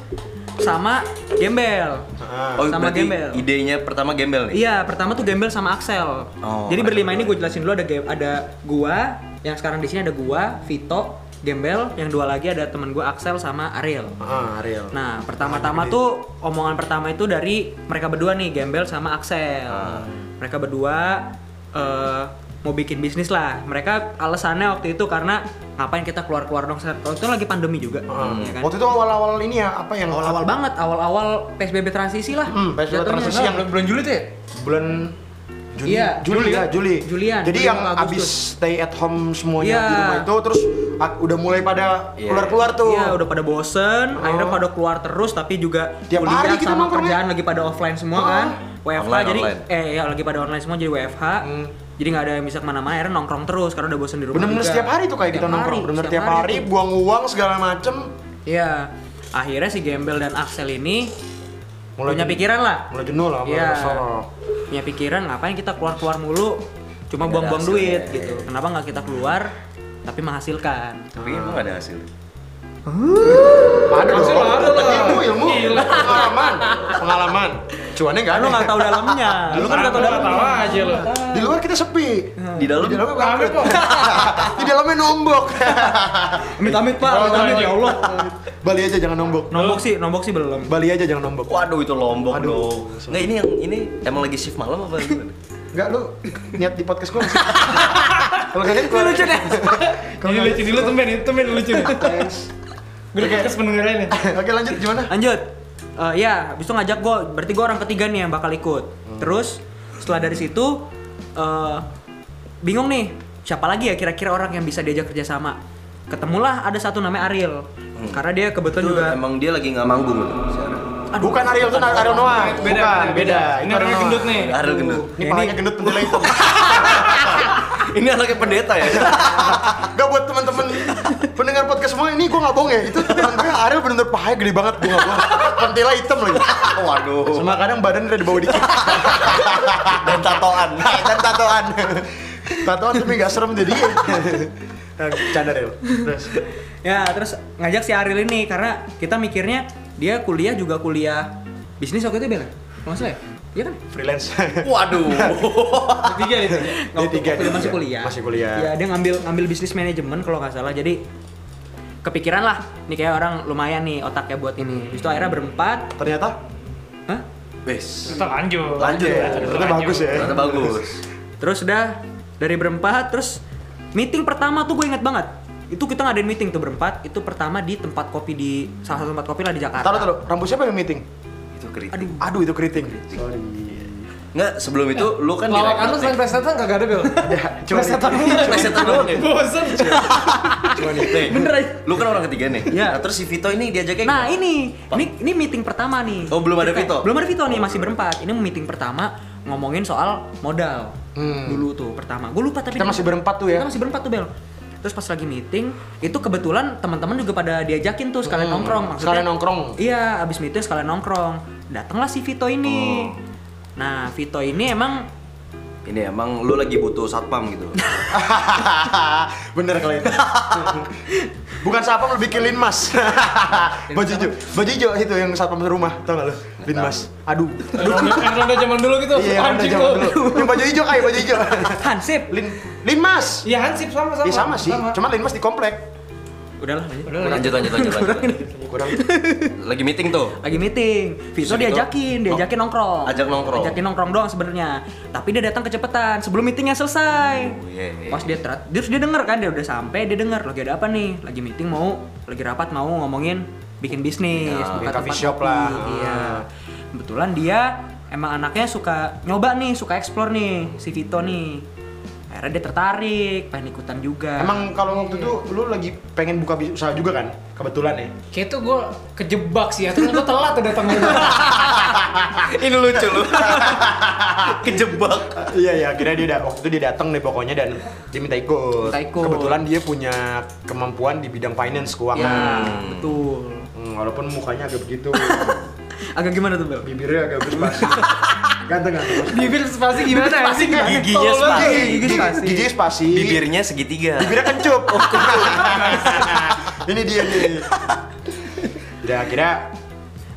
E: sama Gembel.
A: Ah.
C: Oh,
E: Sama
C: berarti
E: gembel.
C: idenya pertama gembel nih?
E: Iya, pertama tuh Gembel sama Axel.
C: Oh,
E: Jadi
C: ada
E: berlima ini
C: dua.
E: gue jelasin dulu ada Ge- ada gua yang sekarang di sini ada gua, Vito, Gembel, yang dua lagi ada teman gue Axel sama Ariel.
A: ah Ariel
E: Nah, pertama-tama tuh omongan pertama itu dari mereka berdua nih, Gembel sama Axel.
A: Ah.
E: Mereka berdua eh, mau bikin bisnis lah. Mereka alasannya waktu itu karena ngapain kita keluar-keluar dong? Seth? Waktu itu lagi pandemi juga,
A: Ah.
E: ya kan?
A: waktu itu awal-awal ini ya apa yang
E: Awal banget, awal-awal PSBB transisi lah.
A: Hmm, PSBB
E: jatuhnya.
A: transisi yang-
B: bulan Juli tuh ya?
A: bulan Juni,
E: Iya,
A: Juli
E: Juli.
A: ya, Juli.
E: Julian,
A: Jadi
E: Juli
A: yang
E: sama Agustus.
A: abis stay at home semuanya
E: Iya.
A: di rumah itu terus ah, udah mulai pada
C: Iya.
A: keluar-keluar tuh.
E: Iya, udah pada bosen,
A: Oh.
E: akhirnya pada keluar terus tapi juga
A: Tiap hari kita nongkrongnya. Oh.
E: sama kerjaan lagi pada offline semua kan. WFH
C: Online,
E: jadi
C: online.
E: eh ya lagi pada online semua jadi WFH.
A: Hmm.
E: Jadi nggak ada yang bisa kemana-mana, akhirnya nongkrong terus karena udah bosen di rumah.
A: Bener-bener
E: juga.
A: setiap hari tuh kayak kita
E: Setiap
A: nongkrong,
E: hari,
A: bener-bener tiap hari
E: tuh.
A: buang uang segala macem
E: Iya. Akhirnya si Gembel dan Axel ini
A: Mulai
E: punya
A: jenuh.
E: pikiran lah.
A: mulai jenuh lah, mulai
E: Iya.
A: kesel.
E: Punya pikiran ngapain kita keluar-keluar mulu cuma
C: Nggak ada
E: buang-buang
C: hasilnya,
E: duit
C: iya,
E: gitu.
C: iya.
E: Kenapa nggak kita keluar tapi menghasilkan?
C: Tapi emang ada hasil.
A: Ada
B: Hasil
A: dong.
B: ada lah.
A: Ilmu, ilmu,
B: Gila.
A: pengalaman, pengalaman. Cuannya nggak
E: Kan
A: ada.
E: lu nggak tahu dalamnya.
A: Lu kan nggak tahu dalam.
B: Tahu aja lu.
A: Di luar kita sepi.
C: Di dalam
A: Di dalamnya
B: Rame kok.
A: Di dalamnya nombok.
E: Amit-amit pak,
B: Tahu
E: amit-amit
B: dalamnya.
E: ya Allah.
A: Bali aja jangan nombok.
E: Nombok sih, nombok sih belum.
A: Bali aja jangan nombok.
C: Waduh itu lombok
A: Aduh.
C: dong. Nggak ini yang ini emang lagi shift malam apa? gimana?
A: Enggak lu niat di podcast gua nggak sih? Kalau kalian keluar.
E: lucu deh.
A: Kalau
B: Ini
A: nggak-
B: lucu dulu temen, itu temen lucu nih.
A: Thanks. ya.
B: Gue udah podcast pendengarannya.
A: Oke lanjut gimana?
E: Lanjut. eh, ya habis itu ngajak gue berarti gue orang ketiga nih yang bakal ikut terus setelah dari situ eh, bingung nih siapa lagi ya kira-kira orang yang bisa diajak kerjasama ketemulah ada satu namanya Ariel karena dia kebetulan juga
C: Emang dia lagi nggak manggung loh sekarang.
A: Bukan Ariel tuh Ariel Noah.
B: Beda,
A: Bukan,
B: beda, beda. Ini orangnya
A: Noah.
B: gendut nih.
C: Ariel gendut.
A: Ini palanya gendut pendela hitam.
C: Ini anaknya pendeta ya.
A: Gak buat teman-teman pendengar podcast semua ini gue nggak bohong ya itu teman gue Ariel bener-bener pahanya gede banget gue nggak bohong pentela hitam lagi waduh sama kadang badan udah dibawa dikit dan tatoan dan tatoan tatoan tapi nggak serem jadi Nah, canda Ariel terus
E: ya terus ngajak si Ariel ini karena kita mikirnya dia kuliah juga kuliah bisnis waktu itu bela nggak salah ya iya kan
A: freelance
C: Waduh.
B: Tiga itu.
E: Nggak, gitu.
A: D3,
E: waktu, waktu dia
A: D3.
E: masih kuliah
A: Masih kuliah.
E: ya dia ngambil ngambil bisnis manajemen kalau nggak salah jadi kepikiran lah nih kayak orang lumayan nih otaknya buat ini Habis itu akhirnya berempat
A: ternyata
E: Hah?
C: Bes.
B: Kita lanjut.
C: Lanjut.
A: ternyata bagus ya
C: Ternyata bagus.
E: terus udah dari berempat terus meeting pertama tuh gue inget banget itu kita ngadain meeting tuh berempat itu pertama di tempat kopi di salah satu tempat kopi lah di Jakarta
A: Nah, taruh taruh rambut siapa yang meeting
C: Itu kritik.
A: aduh itu keriting sorry
C: Nggak, sebelum itu lu kan
B: Lawakan lu selain presetan kagak ada bel.
A: cuma
B: Presetan lu.
C: Presetan doang ya?
B: Bosen.
A: cuma nih
E: bener aja.
C: Lu kan orang ketiga nih.
E: Iya.
C: Nah, terus si Vito ini diajaknya
E: Nah
C: gimana?
E: ini, ini, ini meeting pertama nih.
C: Oh, belum ada
E: Kita-
C: Vito?
E: Belum ada Vito nih, masih berempat. Ini meeting pertama ngomongin soal modal. Dulu tuh pertama. Gue lupa tapi
A: Kita masih berempat tuh ya?
E: Kita masih berempat tuh Bel. Terus pas lagi meeting, itu kebetulan teman-teman juga pada diajakin tuh sekalian nongkrong. Maksudnya,
A: Sekalian nongkrong.
E: Iya, abis meeting sekalian nongkrong. Datanglah si Vito ini. Nah Vito ini emang
C: Ini emang lu lagi butuh satpam gitu.
A: Bener kalau itu. Bukan satpam lebih ke linmas. baju hijau, baju hijau itu yang satpam rumah, tau gak lo? Linmas. Aduh.
B: Yang ronda zaman dulu gitu.
A: Iya, yang ada
B: Anjing
A: zaman
B: lu.
A: dulu. Yang baju hijau kayak baju hijau.
E: Hansip.
A: Lin linmas.
B: Iya Hansip sama sama.
A: Iya sama sih, cuma linmas di komplek.
E: Udahlah lanjut.
B: Udah lanjut.
C: lanjut, lanjut, lanjut, lanjut.
A: Kurang.
C: Lagi meeting tuh.
E: lagi meeting.
C: Terus Vito?
E: Vito diajakin, diajakin nongkrong.
C: Ajak nongkrong.
E: Ajakin nongkrong doang sebenarnya. Tapi dia datang kecepetan sebelum meetingnya selesai.
C: Oh, iya, iya.
E: Pas dia terat, dia- terus dia denger kan dia udah sampai, dia denger lagi ada apa nih? Lagi meeting mau lagi rapat mau ngomongin bikin bisnis, buka
A: Ah, bikin coffee
E: tempat
A: shop
E: kopi.
A: lah.
E: Iya. Kebetulan dia emang anaknya suka nyoba nih, suka explore nih si Vito nih. Akhirnya dia tertarik, pengen ikutan juga. Iya,
A: Emang kalau waktu itu lu lagi pengen buka bis- usaha juga kan? Kebetulan ya.
B: Kayak itu gue kejebak sih ya. Terus gue telat tuh datang dulu.
C: Ah, ini lucu lu. Kejebak.
A: Iya iya, akhirnya dia da- waktu itu dia datang nih pokoknya dan dia minta ikut.
E: Minta ikut.
A: Kebetulan dia punya kemampuan di bidang finance
E: ya,
A: keuangan.
E: betul.
A: Hmm, walaupun mukanya agak begitu,
E: Agak gimana tuh, Bel?
A: bibirnya agak besar. Ganteng ganteng.
B: Bibir spasi gimana? Spasi
C: Giginya
E: Iya,
A: Gigi,
C: spasi.
A: gigi, gigi spasi. Gigi spasi.
C: Bibirnya segitiga.
A: Bibirnya kencup.
E: Oh,
A: Ini dia nih. Udah akhirnya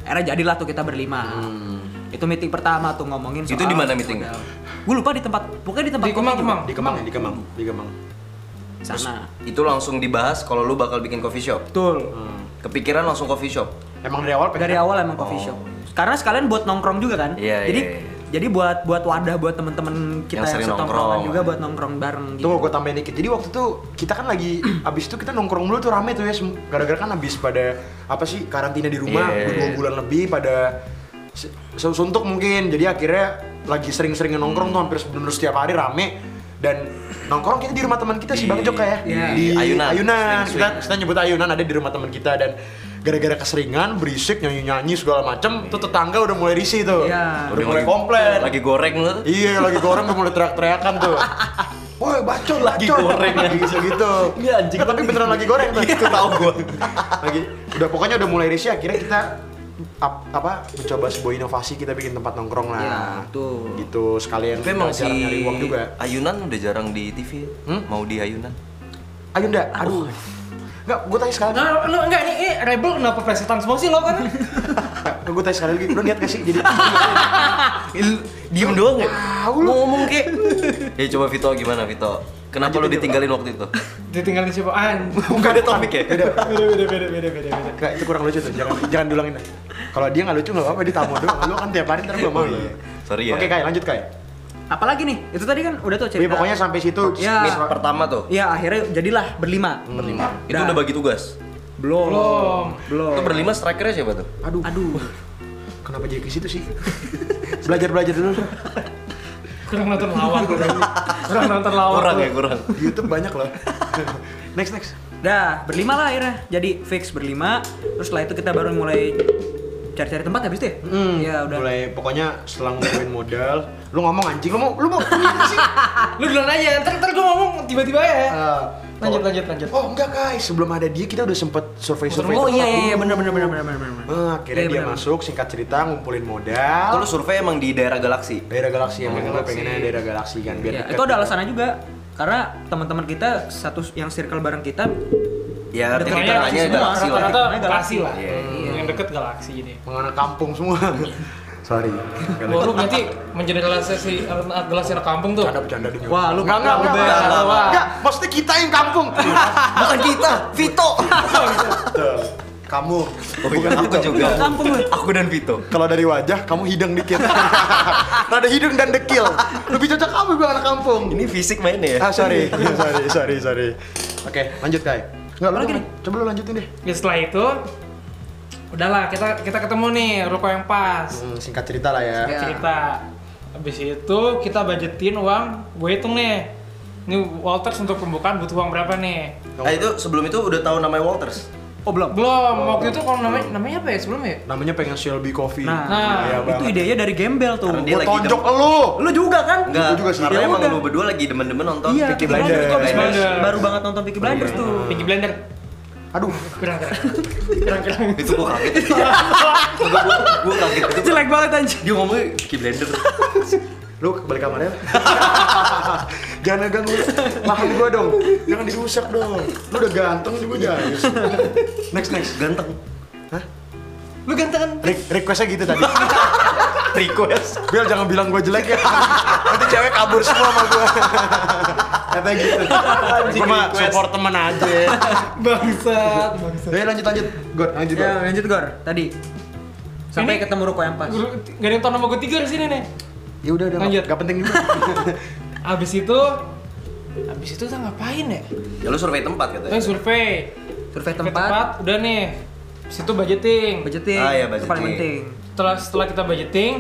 E: Akhirnya jadilah tuh kita berlima. Itu meeting pertama tuh ngomongin soal
C: Hmm. Itu di mana meetingnya?
E: Gue lupa di tempat, pokoknya di tempat
B: Di
E: kopi
B: Kemang,
E: juga.
B: Kemang.
A: di Kemang ya, di Kemang, di Kemang.
E: Sana.
C: Itu langsung dibahas kalau lu bakal bikin coffee shop.
E: Betul.
C: Kepikiran langsung coffee shop.
A: Emang dari awal pengen
E: Dari awal emang coffee shop. Karena sekalian buat nongkrong juga kan.
C: Oh. Iya,
E: jadi
C: iya, iya.
E: jadi buat buat wadah buat temen-temen kita
C: Yang
E: yang,
C: sering
E: setongkrongan
C: nongkrong.
E: juga buat nongkrong bareng gitu.
A: Tunggu gue tambahin dikit. Jadi waktu itu kita kan lagi abis itu kita nongkrong dulu tuh rame tuh ya. sem- Gara-gara kan abis pada apa sih karantina di rumah
C: Iya.
A: dua bulan lebih pada se- se- suntuk mungkin. Jadi akhirnya lagi sering-sering nongkrong tuh hampir bener setiap hari rame dan nongkrong kita di rumah teman kita sih
C: Di-
A: Bang Joka ya
E: iya.
A: di
C: Ayunan.
A: Ayunan.
C: Swing-swing.
A: Kita, kita nyebut Ayunan ada di rumah teman kita dan gara-gara keseringan berisik nyanyi-nyanyi segala macem tuh tetangga udah mulai risih tuh.
E: Iya.
A: Udah mulai komplain.
C: Lagi goreng lu. tuh.
A: Iya lagi goreng udah mulai teriak-teriakan tuh. Woi bacot lagi
C: goreng.
A: gitu gitu.
C: Iya, anjing.
A: Tapi beneran lagi goreng tuh.
C: Itu tahu gua.
A: lagi udah pokoknya udah mulai risih akhirnya kita ap- apa mencoba sebuah inovasi kita bikin tempat nongkrong lah.
E: Iya, betul.
A: Gitu sekalian
C: Nah, Tapi emang si
A: jarang nyari uang juga.
C: Ayunan udah jarang di TV.
A: Hmm?
C: Mau di Ayunan.
A: Ayo ndak, aduh. Enggak, gue tanya sekali lagi.
B: Nah, lu enggak ini, ini rebel kenapa presetan semua sih lo kan?
A: Gue tanya sekali lagi, lu niat gak sih jadi Ah,
C: Diem doang ya?
A: tahu lu ngomong kayak
C: Ya coba Vito gimana Vito? Kenapa lu ditinggalin waktu itu?
B: Ditinggalin siapa? An.
C: Bukan ada topik ya?
A: Beda,
B: Beda beda beda beda beda. beda.
A: Nggak, itu kurang lucu tuh, jangan jangan diulangin dah. Kalau dia nggak lucu nggak apa-apa, dia tamu doang. Lu kan tiap hari ntar gue mau.
C: Oh, iya. Sorry ya.
A: Oke, Kai, lanjut Kai.
E: Apalagi nih? Itu tadi kan udah tuh cerita.
A: Tapi Iya, pokoknya sampai situ
E: Iya.
C: Meet pertama tuh.
E: Iya, akhirnya jadilah berlima.
C: Hmm.
A: Ya,
C: Berlima. Itu
E: Dah.
C: udah bagi tugas.
E: Belum.
B: Belum.
E: Belum.
A: Oh, iya.
C: Itu berlima strikernya siapa tuh?
E: Aduh. Aduh.
A: Kenapa jadi ke situ sih? Belajar-belajar dulu.
B: kurang nonton lawan gue kurang nonton lawan
C: kurang
B: gua.
C: ya kurang
A: Di YouTube banyak loh. next next.
E: Dah, berlima lah akhirnya. Jadi fix berlima. Terus setelah itu kita baru mulai cari-cari tempat habis deh. ya udah.
A: Hmm, Mulai pokoknya setelah ngumpulin modal, lu ngomong anjing, lu mau lu mau sih.
B: lu duluan aja ntar ntar gue ngomong tiba-tiba ya
A: Eh,
B: lanjut
A: oh.
B: lanjut lanjut
A: Oh enggak guys, sebelum ada dia kita udah sempet survei-survei.
E: Oh
A: tempat
E: iya iya
A: dulu.
E: iya benar benar benar benar benar, benar.
A: Eh, akhirnya
E: Iya,
A: dia
E: benar, benar.
A: masuk, singkat cerita ngumpulin modal.
C: Terus survei emang di daerah galaksi
A: daerah Oh, galaksi yang gue pengennya daerah galaksi kan biar
E: Ya,
A: deket.
E: itu ada alasannya juga karena teman-teman kita satu yang circle bareng kita
C: ya
E: Udah
B: Pokoknya
E: Galaksi
C: titiknya
B: semua,
C: galaksi lah
B: rata-rata
E: Pokoknya
B: galaksi
E: Galaksi.
B: lah
C: Iya,
B: Hmm, yang deket galaksi ini
A: mengenai kampung semua.
E: Iya.
A: Sorry.
B: Wah, lu berarti menjadi galaksi anak galaksi anak kampung tuh.
A: Ada bercanda di
E: Wah, lu
A: enggak enggak enggak. enggak,
E: parah, lu,
C: Bel.
A: enggak, enggak. Enggak, maksudnya kita yang kampung.
C: bukan kita Vito
A: Betul. Kamu
C: oh iya aku juga
E: Kampung lu.
C: aku dan Vito
A: Kalau dari wajah, kamu hidung dikit. Rada hidung dan dekil. Lebih cocok kamu gue anak kampung.
C: ini fisik mainnya ya
A: Ah sorry, sorry, sorry, sorry. Oke, lanjut Kai. Enggak, lu
E: Lagi
A: lanjut. coba lu lanjutin deh.
B: Ya, setelah itu udahlah kita kita ketemu nih ruko yang pas.
A: Hmm, singkat cerita lah ya.
C: Iya.
E: Ya.
B: Cerita. Habis itu kita budgetin uang, gue hitung nih. Ini Walters untuk pembukaan butuh uang berapa nih?
C: nah itu sebelum itu udah tahu namanya Walters
E: Oh belum.
B: Belum, waktu itu kalau namanya namanya apa ya sebelumnya?
A: Namanya pengen Shelby Coffee.
E: Nah,
A: Iya
E: itu
A: banget.
E: idenya dari gembel tuh.
C: Karena dia
A: Gua
C: lagi
A: tonjok
C: dem-
A: lu.
E: Lu juga kan?
C: Enggak,
A: Gua juga sih.
C: karena
E: Ya
C: emang
E: udah.
C: lu berdua lagi demen-demen nonton
E: Iya,
C: Peaky
E: Peaky Blinders.
C: Blinders.
E: Gua habis
C: Blinders.
B: Blinders.
E: Baru banget nonton Peaky Blinders tuh.
C: Hmm.
B: Pinky Blender.
A: Aduh,
B: Kurang kurang. Kurang kurang.
C: Itu gua kaget. Gua- gua- Gua kaget. Itu
E: Jelek banget anjir.
C: dia ngomongnya Peaky Blinders.
A: lu balik kamarnya. Jangan ganggu makan gua dong. Jangan dirusak dong. Lu udah ganteng juga jangan.
C: Next next ganteng.
A: Hah?
C: Lu ganteng kan?
A: Re- requestnya gitu tadi.
C: Request.
A: Bel jangan bilang gua jelek ya. Nanti cewek kabur semua sama gua. Katanya gitu. Gua mah
C: request.
A: support temen aja.
B: Bangsat, bangsat.
A: Ayo lanjut lanjut. God, lanjut. God.
E: Ya, lanjut Gor. Tadi. Sampai
B: Ini-
E: ketemu ruko yang pas.
B: Guru- Gak ada yang tau nama gue tiga di sini nih.
A: Ya udah udah nggak
B: Lanjut.
A: nggak penting juga.
B: Abis itu Abis itu kita ngapain ya?
C: Ya lu survei tempat
B: Kita
C: katanya.
B: survei
E: Survei
B: Survei
E: tempat,
B: Udah nih Abis itu budgeting
E: budgeting.
C: Ah, iya,
E: Itu paling
C: budgeting.
E: penting.
B: Setelah, setelah kita budgeting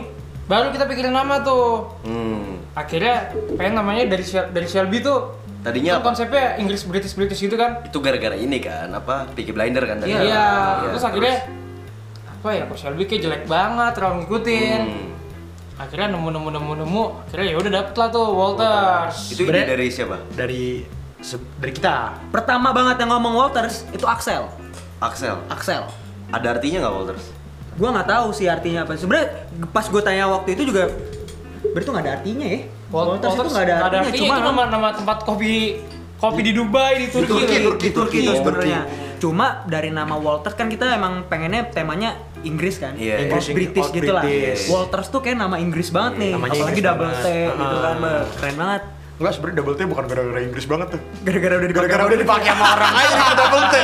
B: Baru kita pikirin nama tuh
C: Hmm.
B: Akhirnya pengen namanya dari Shel- dari Shelby tuh
C: Tadinya
B: Kan
C: apa?
B: konsepnya Inggris British British gitu kan
C: Itu gara-gara ini kan, apa Peaky Blinder kan tadi.
B: Iya Terus akhirnya Apa ya kok Shelby kayak jelek banget terlalu ngikutin
C: Hmm.
B: Akhirnya nemu nemu nemu nemu Akhirnya ya udah dapet lah tuh Walters
C: Itu ide dari siapa?
A: Dari se- dari kita.
E: Pertama banget yang ngomong Walters itu Axel.
C: Axel.
E: Axel.
C: Ada artinya nggak Walters?
E: Gua nggak tahu sih artinya apa. Sebenarnya pas gue tanya waktu itu juga berarti nggak ada artinya ya.
B: Wal-
E: Walters, itu nggak ada
B: nggak
E: artinya,
B: artinya, itu nama, nama tempat kopi kopi di Dubai di Turki.
A: Turki,
E: di Turki itu
A: Turki.
E: sebenarnya. Cuma dari nama Walters kan kita emang pengennya temanya Inggris kan,
C: Iya,
E: Inggris
A: iya.
E: British
A: Out
E: gitu lah.
A: British.
E: Walters tuh kayak nama Inggris banget nih,
A: namanya
E: apalagi
A: Inggris
E: double T
A: banget. Ah.
E: gitu kan, Mbak. keren banget.
A: Enggak sebenarnya double T bukan gara-gara Inggris banget tuh.
E: Gara-gara udah dipakai.
A: Gara-gara udah dipakai sama orang aja jadi double T.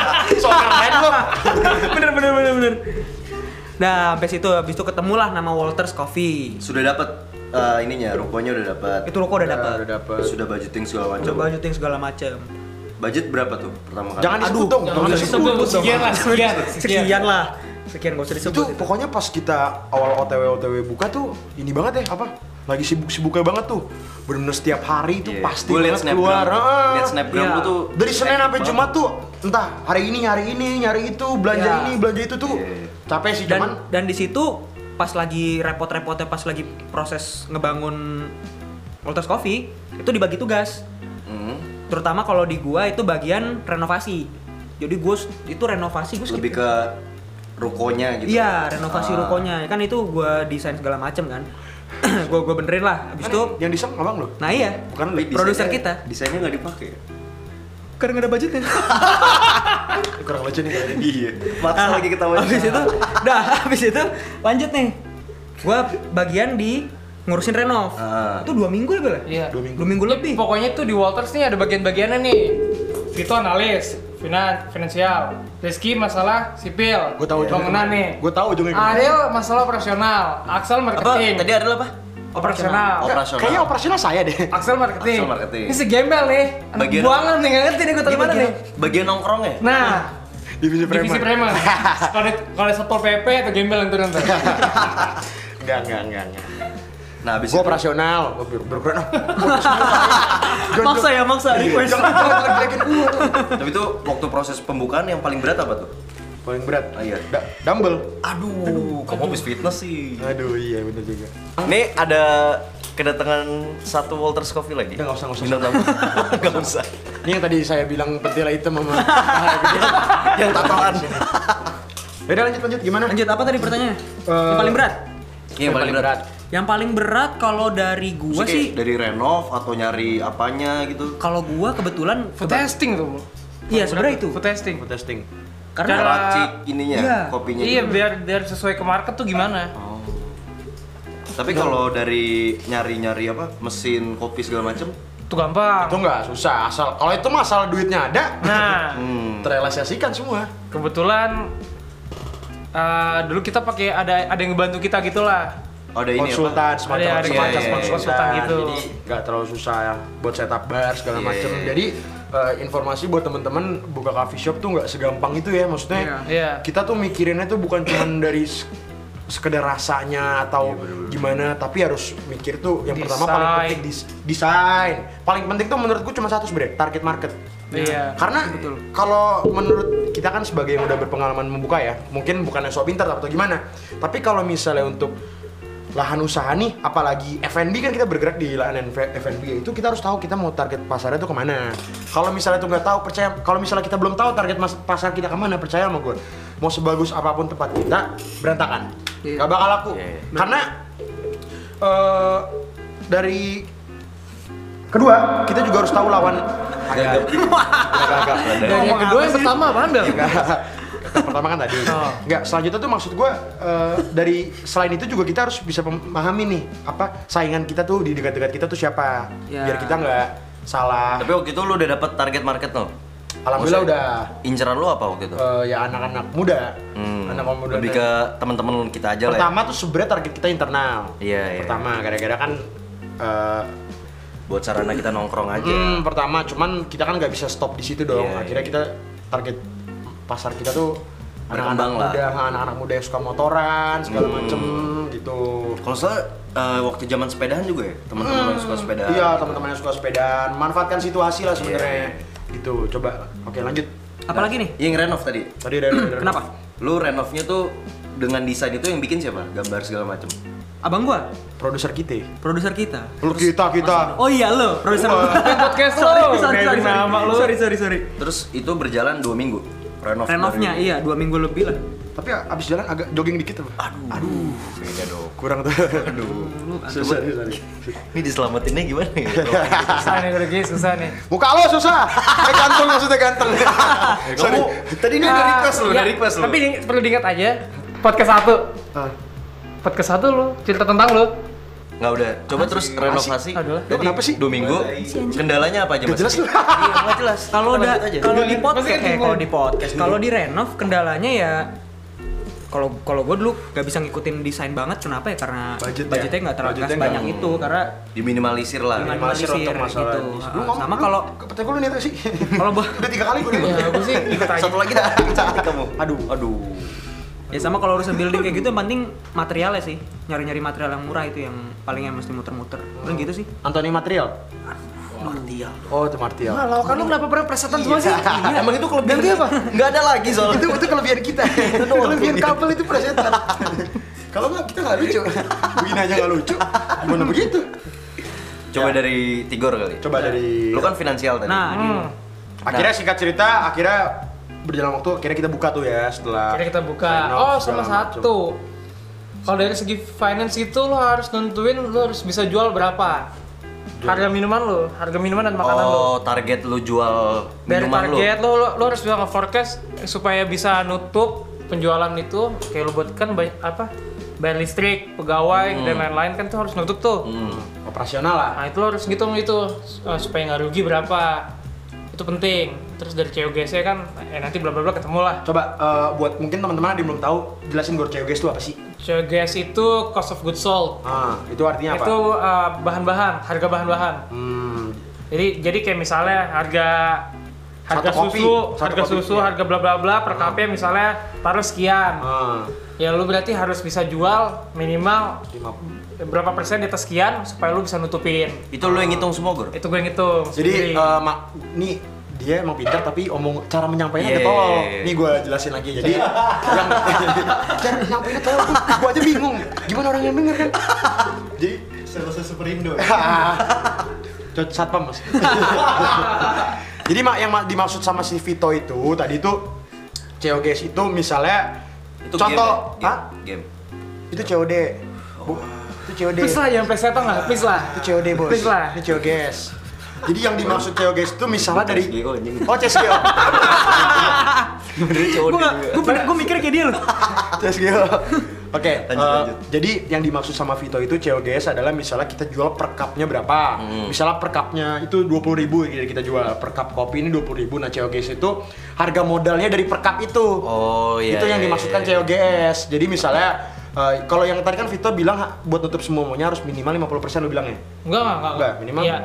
A: Soalnya keren lu.
E: bener bener bener bener. Nah, sampai situ habis itu ketemulah nama Walters Coffee.
C: Sudah dapat ininya, rukonya udah dapat.
E: Itu ruko udah dapat.
A: Udah dapet.
C: Sudah budgeting segala
E: Udah
C: macam.
E: budgeting segala macam.
C: Budget berapa tuh pertama kali?
A: Jangan disebut dong, jangan disebut.
B: disebut. Sekian lah, sekian, sekian.
E: Sekian lah. Sekian gak usah
A: Itu
E: disebut. itu.
A: pokoknya pas kita awal OTW OTW buka tuh ini banget ya apa? Lagi sibuk-sibuknya banget tuh. Bener-bener setiap hari itu
C: Iya.
A: pasti
C: Gua liat
A: banget keluar. Ah.
C: Liat snapgram
E: Iya.
C: lu tuh.
A: Dari Senin
C: active
A: sampai
C: banget.
A: Jumat tuh entah hari ini nyari ini, nyari itu, belanja
E: Iya.
A: ini, belanja itu tuh.
C: Iya.
A: Capek sih
E: dan
A: cuman
E: dan di situ pas lagi repot-repotnya pas lagi proses ngebangun Walters Coffee itu dibagi tugas
C: Hmm.
E: terutama kalau di gua itu bagian renovasi jadi gua s- itu renovasi gua skip.
C: Lebih ke rukonya gitu.
E: iya renovasi
C: Ah.
E: rukonya kan itu gua desain segala macem kan gua gua benerin lah habis itu
A: yang disem abang lu.
E: nah iya
A: Bukan lu.
C: Tapi Kan desainnya-
E: Produser kita.
C: Desainnya nggak dipakai.
E: karena nggak ada budgetnya
A: Kurang lucu nih kayaknya.
C: Iya. Maksa
E: Ah,
C: lagi ketawa.
E: Habis itu, dah, habis itu lanjut nih. Gua bagian di ngurusin renov.
C: Ah.
E: Itu dua minggu ya, Bel?
B: Iya.
E: Dua
A: Dua
E: minggu,
A: minggu.
E: lebih.
B: Pokoknya tuh di Walters nih ada bagian-bagiannya nih. Vito analis, finan, finansial. Rizky masalah sipil.
A: Gua tahu ujungnya
B: bangunan
A: kemana.
B: nih.
A: Gua tahu ujungnya kemana.
B: Ariel masalah operasional. Axel
C: Apa?
B: marketing.
C: Eh, Tadi adalah apa?
B: operasional.
C: Operasional.
A: Kayaknya operasional saya deh.
B: Axel marketing.
C: Axel marketing.
B: Ini segembel nih. Anak
C: Bagian-
B: buangan nih, nggak ngerti nih gue
C: Ini
B: tadi mana
C: bagian, ya?
B: nih.
C: bagian nongkrongnya?
B: Nah,
A: divisi preman.
B: Divisi preman. Kalau di- kalau di Satpol PP atau gembel yang turun tuh.
A: Enggak, enggak, enggak, enggak.
C: Nah, habis
A: Gue
C: itu-
A: operasional, gue berkurang. Ah, Iya,
E: maksa ya maksa request
A: Jangan jangan Uh, jelekin gue.
C: Tapi itu waktu proses pembukaan yang paling berat apa tuh?
A: Paling berat.
C: Ah, iya.
A: Da- dumbbell.
C: Aduh, kamu habis fitness sih.
A: Aduh, iya bener juga.
C: Nih ada kedatangan satu Walter Scofield lagi.
A: Udah, nggak usah, nggak usah.
C: Bintang tamu. Nggak usah.
A: Ini yang tadi saya bilang petila hitam sama.
C: Yang tatoan.
A: Beda lanjut lanjut gimana?
E: lanjut apa tadi pertanyaannya yang paling berat
C: Iya, yang paling berat.
E: Eh, yang paling berat kalau dari gua
C: Maksudnya
E: sih
C: kayak dari renov atau nyari apanya gitu.
E: kalau gua kebetulan
B: Food testing tuh.
E: Iya, sebenarnya itu.
B: Food testing.
A: Mau testing.
E: karena
B: Cara-
C: Racik ininya,
E: Iya.
C: kopinya.
B: Iya,
C: gitu.
B: biar biar sesuai ke market tuh gimana?
C: Oh. Tapi kalau dari nyari-nyari apa mesin kopi segala macem
B: Itu gampang.
A: Itu nggak susah asal. Kalau itu mah asal duitnya ada.
B: Nah,
C: Hmm.
A: Terrealisasikan semua.
B: kebetulan eh, dulu kita pakai ada ada yang ngebantu kita gitulah.
C: Ada ini
A: konsultan,
C: apa?
A: semacam
B: Ada- ada
A: konsultan,
C: semacam
A: konsultan,
B: konsultan gitu.
A: Jadi nggak terlalu susah yang buat setup bar segala
C: Iya,
A: macem.
C: iya, iya.
A: Jadi eh, informasi buat temen-temen buka coffee shop tuh nggak segampang itu ya. Maksudnya
E: Iya.
B: Iya.
A: kita tuh mikirinnya tuh bukan cuman dari s- sekedar rasanya atau
C: Iya,
A: gimana, tapi harus mikir tuh yang pertama paling
B: Desain.
A: penting dis- desain. Paling penting tuh menurut gue cuma satu sebenarnya target market.
B: Iya.
A: Karena kalau menurut kita kan sebagai yang udah berpengalaman membuka ya, mungkin bukan yang sok pintar atau gimana. Tapi kalau misalnya untuk lahan usaha nih, apalagi F&B kan kita bergerak di lahan F- F&B ya, itu kita harus tahu kita mau target pasarnya tuh kemana. Kalau misalnya tuh nggak tahu, percaya. Kalau misalnya kita belum tahu target mas- pasar kita kemana, percaya sama gue. Mau sebagus apapun tempat kita, berantakan.
E: Iya.
A: Gak bakal laku.
C: Iya, iya.
A: Karena eh, dari kedua kita juga harus tahu lawan agak agak
C: Ada-
B: Yang kedua yang pertama apaan Bel?
A: Kata pertama kan tadi.
B: Oh.
A: Enggak, selanjutnya tuh maksud gua eh, dari selain itu juga kita harus bisa memahami nih apa saingan kita tuh di dekat-dekat kita tuh siapa.
E: Ya.
A: Biar kita nggak salah.
C: Tapi waktu itu lu udah dapat target market no?
A: Alhamdulillah
C: Maksudnya,
A: udah
C: Inceran lu apa waktu itu?
A: eh, ya anak-anak muda.
C: Hmm,
A: Anak muda.
C: lebih ke teman-teman kita aja lah. ya.
A: Pertama tuh sebenarnya target kita internal.
C: Iya, iya.
A: Pertama gara-gara kan eh,
C: Buat sarana kita nongkrong aja.
A: Hmm, pertama cuman kita kan nggak bisa stop di situ dong.
C: Ya. Iya,
A: Akhirnya kita target pasar kita tuh anak-anak
C: Berkembang lah. Hmm.
A: muda, anak-anak muda yang suka motoran segala macem gitu.
C: Kalau salah eh, waktu zaman sepedaan juga ya, teman-teman yang suka sepedaan.
A: Iya, teman-teman yang suka sepedaan, manfaatkan situasi lah
C: Iya,
A: sebenarnya. Gitu, coba. Oke, lanjut.
E: apalagi nih
C: Yang renov tadi.
A: Tadi dari
C: Hmm,
A: dari-
E: kenapa
C: Lu renovnya tuh dengan desain itu yang bikin siapa? Gambar segala macem.
E: abang gua
A: Produser kita.
E: produser kita
A: Lu kita kita.
E: oh iya lo produser
A: Wah.
E: gua.
B: Podcast lo.
E: sorry sorry
B: Udah
E: sorry
B: bilang sama
E: sorry
B: lo.
E: sorry sorry, sorry.
C: Terus itu berjalan dua minggu. Renov.
E: renovnya
C: dari-
E: iya dua minggu lebih lah
A: Tapi abis jalan agak jogging dikit apa?
C: Aduh. Aduh. Beda dong.
A: Kurang tuh. Aduh. Susah, susah.
C: Ini diselamatinnya gimana ya?
B: Susah nih gue lagi, susah nih.
A: Muka lo susah. Eh ganteng maksudnya ganteng. Sorry.
C: tadi ini udah
B: Ah,
C: request lu,
B: iya,
C: udah request lu.
B: Tapi di- perlu diingat aja, podcast satu.
C: Ya,
A: Ah.
B: Podcast satu lo, cerita tentang lo.
C: Nggak udah. Coba terus renovasi.
B: Aduh.
C: Jadi,
A: Kenapa sih?
C: Dua minggu. Kendalanya apa aja
A: Gak
C: Mas?
A: jelas lu.
C: Iya, nggak jelas.
E: kalau
C: Lanjut
E: udah
C: aja.
E: kalau di
B: Lanjut.
E: podcast
B: Maksudnya
E: eh, kalau
B: gimana?
E: di podcast kalau di renov kendalanya ya kalau kalau gue dulu gak bisa ngikutin desain banget kenapa ya karena
A: Budget ya?
E: budgetnya nggak terlalu
A: Budgetnya
E: banyak
A: nggak-
E: itu karena
C: Diminimalisir lah.
A: Masih
E: minimalisir
A: rontok masalah.
E: gitu
A: Lu
E: Ah,
A: ngomong-
E: sama
A: lu-
E: kalau
A: Kepetnya gue lu niat gak sih?
E: kalau bah-
A: Udah tiga kali gue
B: Ya, gue sih ikut aja.
C: Satu lagi dah. Cantik kamu. Aduh. Aduh.
E: ya sama kalau urusan building kayak gitu yang penting materialnya sih nyari-nyari material yang murah itu yang paling yang mesti muter-muter kan gitu sih
A: Anthony Material?
E: material
A: Oh, itu Martial.
B: Nah, lawakan lu kenapa pernah presatan semua sih?
C: Emang itu kelebihan dia apa? Nggak ada lagi soalnya.
A: itu itu kelebihan kita. kelebihan couple itu presetan. Kalau nggak kita nggak lucu. gitu. Begini aja nggak lucu. Gimana begitu?
C: Coba dari Tigor kali.
A: Ya. Coba dari
C: Lu kan finansial tadi.
E: nah ini
B: Hmm.
A: akhirnya singkat cerita akhirnya berjalan waktu akhirnya kita buka tuh ya setelah
B: Akhirnya kita buka.
A: sign off,
B: Oh,
A: segala
B: sama
A: macem.
B: satu. Kalau dari segi finance itu lo harus nentuin lo harus bisa jual berapa. Harga minuman lo, harga minuman dan makanan lo.
C: Oh, target lu jual
B: Dari
C: minuman lu.
B: target lo, lo, lo harus bisa nge-forecast supaya bisa nutup penjualan itu. Kayak lo buat kan bay- apa? Bayar listrik, pegawai, dan lain-lain kan tuh harus nutup tuh.
C: Hmm.
A: operasional lah
B: Nah itu lo harus ngitung itu eh, supaya nggak rugi berapa itu penting. Terus dari COGS -nya kan eh, nanti bla bla bla ketemu lah.
A: coba eh, buat mungkin teman-teman ada yang belum tahu jelasin gue cewek guys itu apa sih
B: COGS E itu cost of goods sold.
A: ah itu artinya apa
B: Itu eh, bahan-bahan, harga bahan-bahan.
A: hmm,
B: Jadi jadi kayak misalnya harga harga
A: Satu kopi.
B: susu,
A: Satu
B: harga
A: kopi,
B: susu,
A: iya. Ah.
B: harga bla bla bla per KP misalnya taruh sekian. Ya lu berarti harus bisa jual minimal berapa persen di atas sekian supaya lu bisa nutupin.
C: Itu lu yang ngitung semua, Gor?
B: Itu gue ngitung.
A: Jadi
B: sendiri.
A: eh, mak nih dia emang pintar tapi omong cara menyampaikannya agak
C: Yeah.
A: tolol. Nih gue jelasin lagi. Jadi
C: Iya.
A: yang cara menyampaikannya tolol. Gue aja bingung. Gimana orang yang denger kan? Jadi
F: Serasa Superindo ya.
A: Cot- satpam mas. Jadi mak yang ma- dimaksud sama si Vito itu tadi itu COGS itu misalnya contoh,
C: game, ya?
A: Hah?
C: game.
A: itu COD, Bu- itu COD.
B: please lah jangan please setong lah, please lah.
A: Itu COD bos.
B: Please lah.
A: Itu COGS. Jadi yang dimaksud COGS itu misalnya dari
C: CSGO, anjing.
A: Oh CSGO.
C: Bener cowok
E: Gue
C: juga.
E: gue bener gue mikir kayak dia loh.
A: CSGO. Oke,
C: Lanjut,
A: eh,
C: lanjut.
A: jadi yang dimaksud sama Vito itu COGS adalah misalnya kita jual per cupnya berapa
C: Hmm.
A: Misalnya per cupnya itu 20.000 ribu gitu, kita jual Per cup kopi ini 20.000 ribu Nah COGS itu harga modalnya dari per cup itu
C: Oh, iya,
A: Itu yang
C: iya,
A: dimaksudkan
C: iya, iya.
A: COGS Jadi misalnya eh, kalau yang tadi kan Vito bilang ha- buat nutup semuanya harus minimal 50% lu bilangnya
B: Enggak, enggak, enggak.
A: Enggak, minimal.
B: Iya.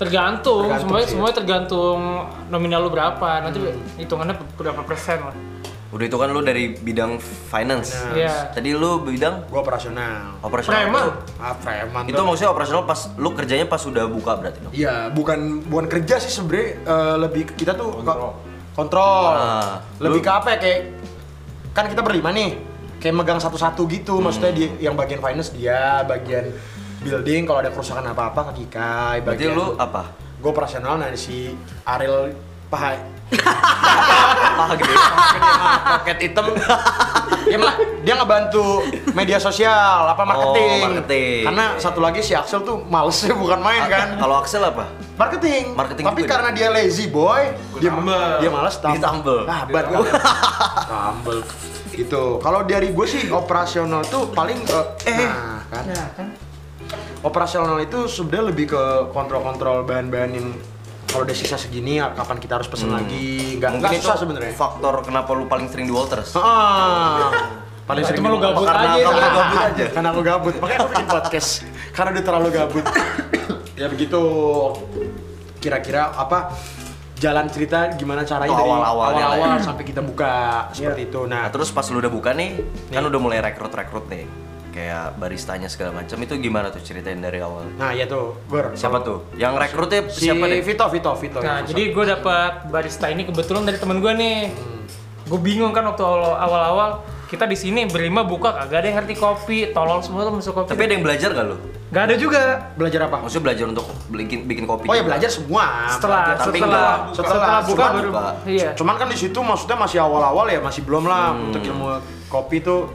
B: Tergantung,
A: Tergantung
B: semuanya
A: sih, ya. Hmm.
B: semuanya tergantung nominal lu berapa. Nanti hitungannya berapa persen lah.
C: Udah itu kan lu dari bidang finance.
B: Iya.
C: Tadi lu bidang
A: Gua operasional
C: operasional.
B: Preman.
A: Ah, preman
C: Itu maksudnya operasional pas lu kerjanya pas sudah buka berarti dong.
A: Iya, bukan bukan kerja sih sebenarnya eh, lebih ke- kita tuh kontrol. kontrol.
C: Ah,
A: lebih
C: lu-
A: ke apa ya kayak kan kita berlima nih. Kayak megang satu-satu gitu,
C: Hmm.
A: maksudnya di yang bagian finance dia, bagian building kalau ada kerusakan apa-apa ke Kikai,
C: Berarti
A: bagian
C: lu apa?
A: gue operasional nah si Ariel paha
C: Paha gede.
A: paket item dia mah dia ngebantu media sosial apa marketing.
C: Oh, marketing. Oh,
A: karena satu lagi si Axel tuh malesnya bukan main kan
C: Kalau Axel apa?
A: Marketing.
C: Marketing
A: Tapi
C: juga
A: karena dia lazy boy, dia dia malas tambel.
C: Ditambel.
A: Nah, bat tambel. Gitu. Kalau dari gue sih operasional tuh paling eh nah, kan. Operasional itu sebenarnya lebih ke kontrol-kontrol bahan-bahan yang kalau udah sisa segini ya kapan kita harus pesen lagi. Enggak enggak susah sebenarnya. Ah.
C: faktor kenapa lu paling sering di Walters.
A: Heeh. Paling
B: Cuma
A: sering
B: lu
A: dimakan.
B: gabut
A: karena
B: aja,
A: karena lu
B: kan?
A: gabut aja. Ah. Karena lu gabut. Makanya aku bikin podcast. Karena udah terlalu gabut. ya begitu. Kira-kira apa jalan cerita gimana caranya dari
C: Awal-awalnya lah ya.
A: awal-awal sampai kita buka seperti itu. Nah,
C: Nah, terus pas lu udah buka nih, kan udah mulai rekrut-rekrut nih. Kayak baristanya segala macam itu gimana tuh ceritain dari awal?
A: nah ya tuh, Gor.
C: Siapa tuh? Yang rekrutnya
A: Si
C: siapa deh?
A: Vito, Vito, Vito.
B: Nah, jadi gue dapat barista ini kebetulan dari temen gue nih.
C: Hmm.
B: Gue bingung kan waktu awal- awal-awal kita di sini berlima buka kagak ada yang ngerti kopi, tolol semua tuh masuk kopi.
C: Tapi ada yang belajar gak lu?
B: Gak ada juga.
A: belajar apa?
C: Maksudnya belajar untuk bikin bikin kopi.
A: Oh ya
C: juga?
A: belajar semua.
B: Setelah
C: tapi nggak
B: setelah
A: buka.
B: setelah, buka
A: Setelah
B: baru
C: buka.
B: iya.
A: Cuman kan di situ maksudnya masih awal-awal ya masih belum lah untuk ilmu kopi tuh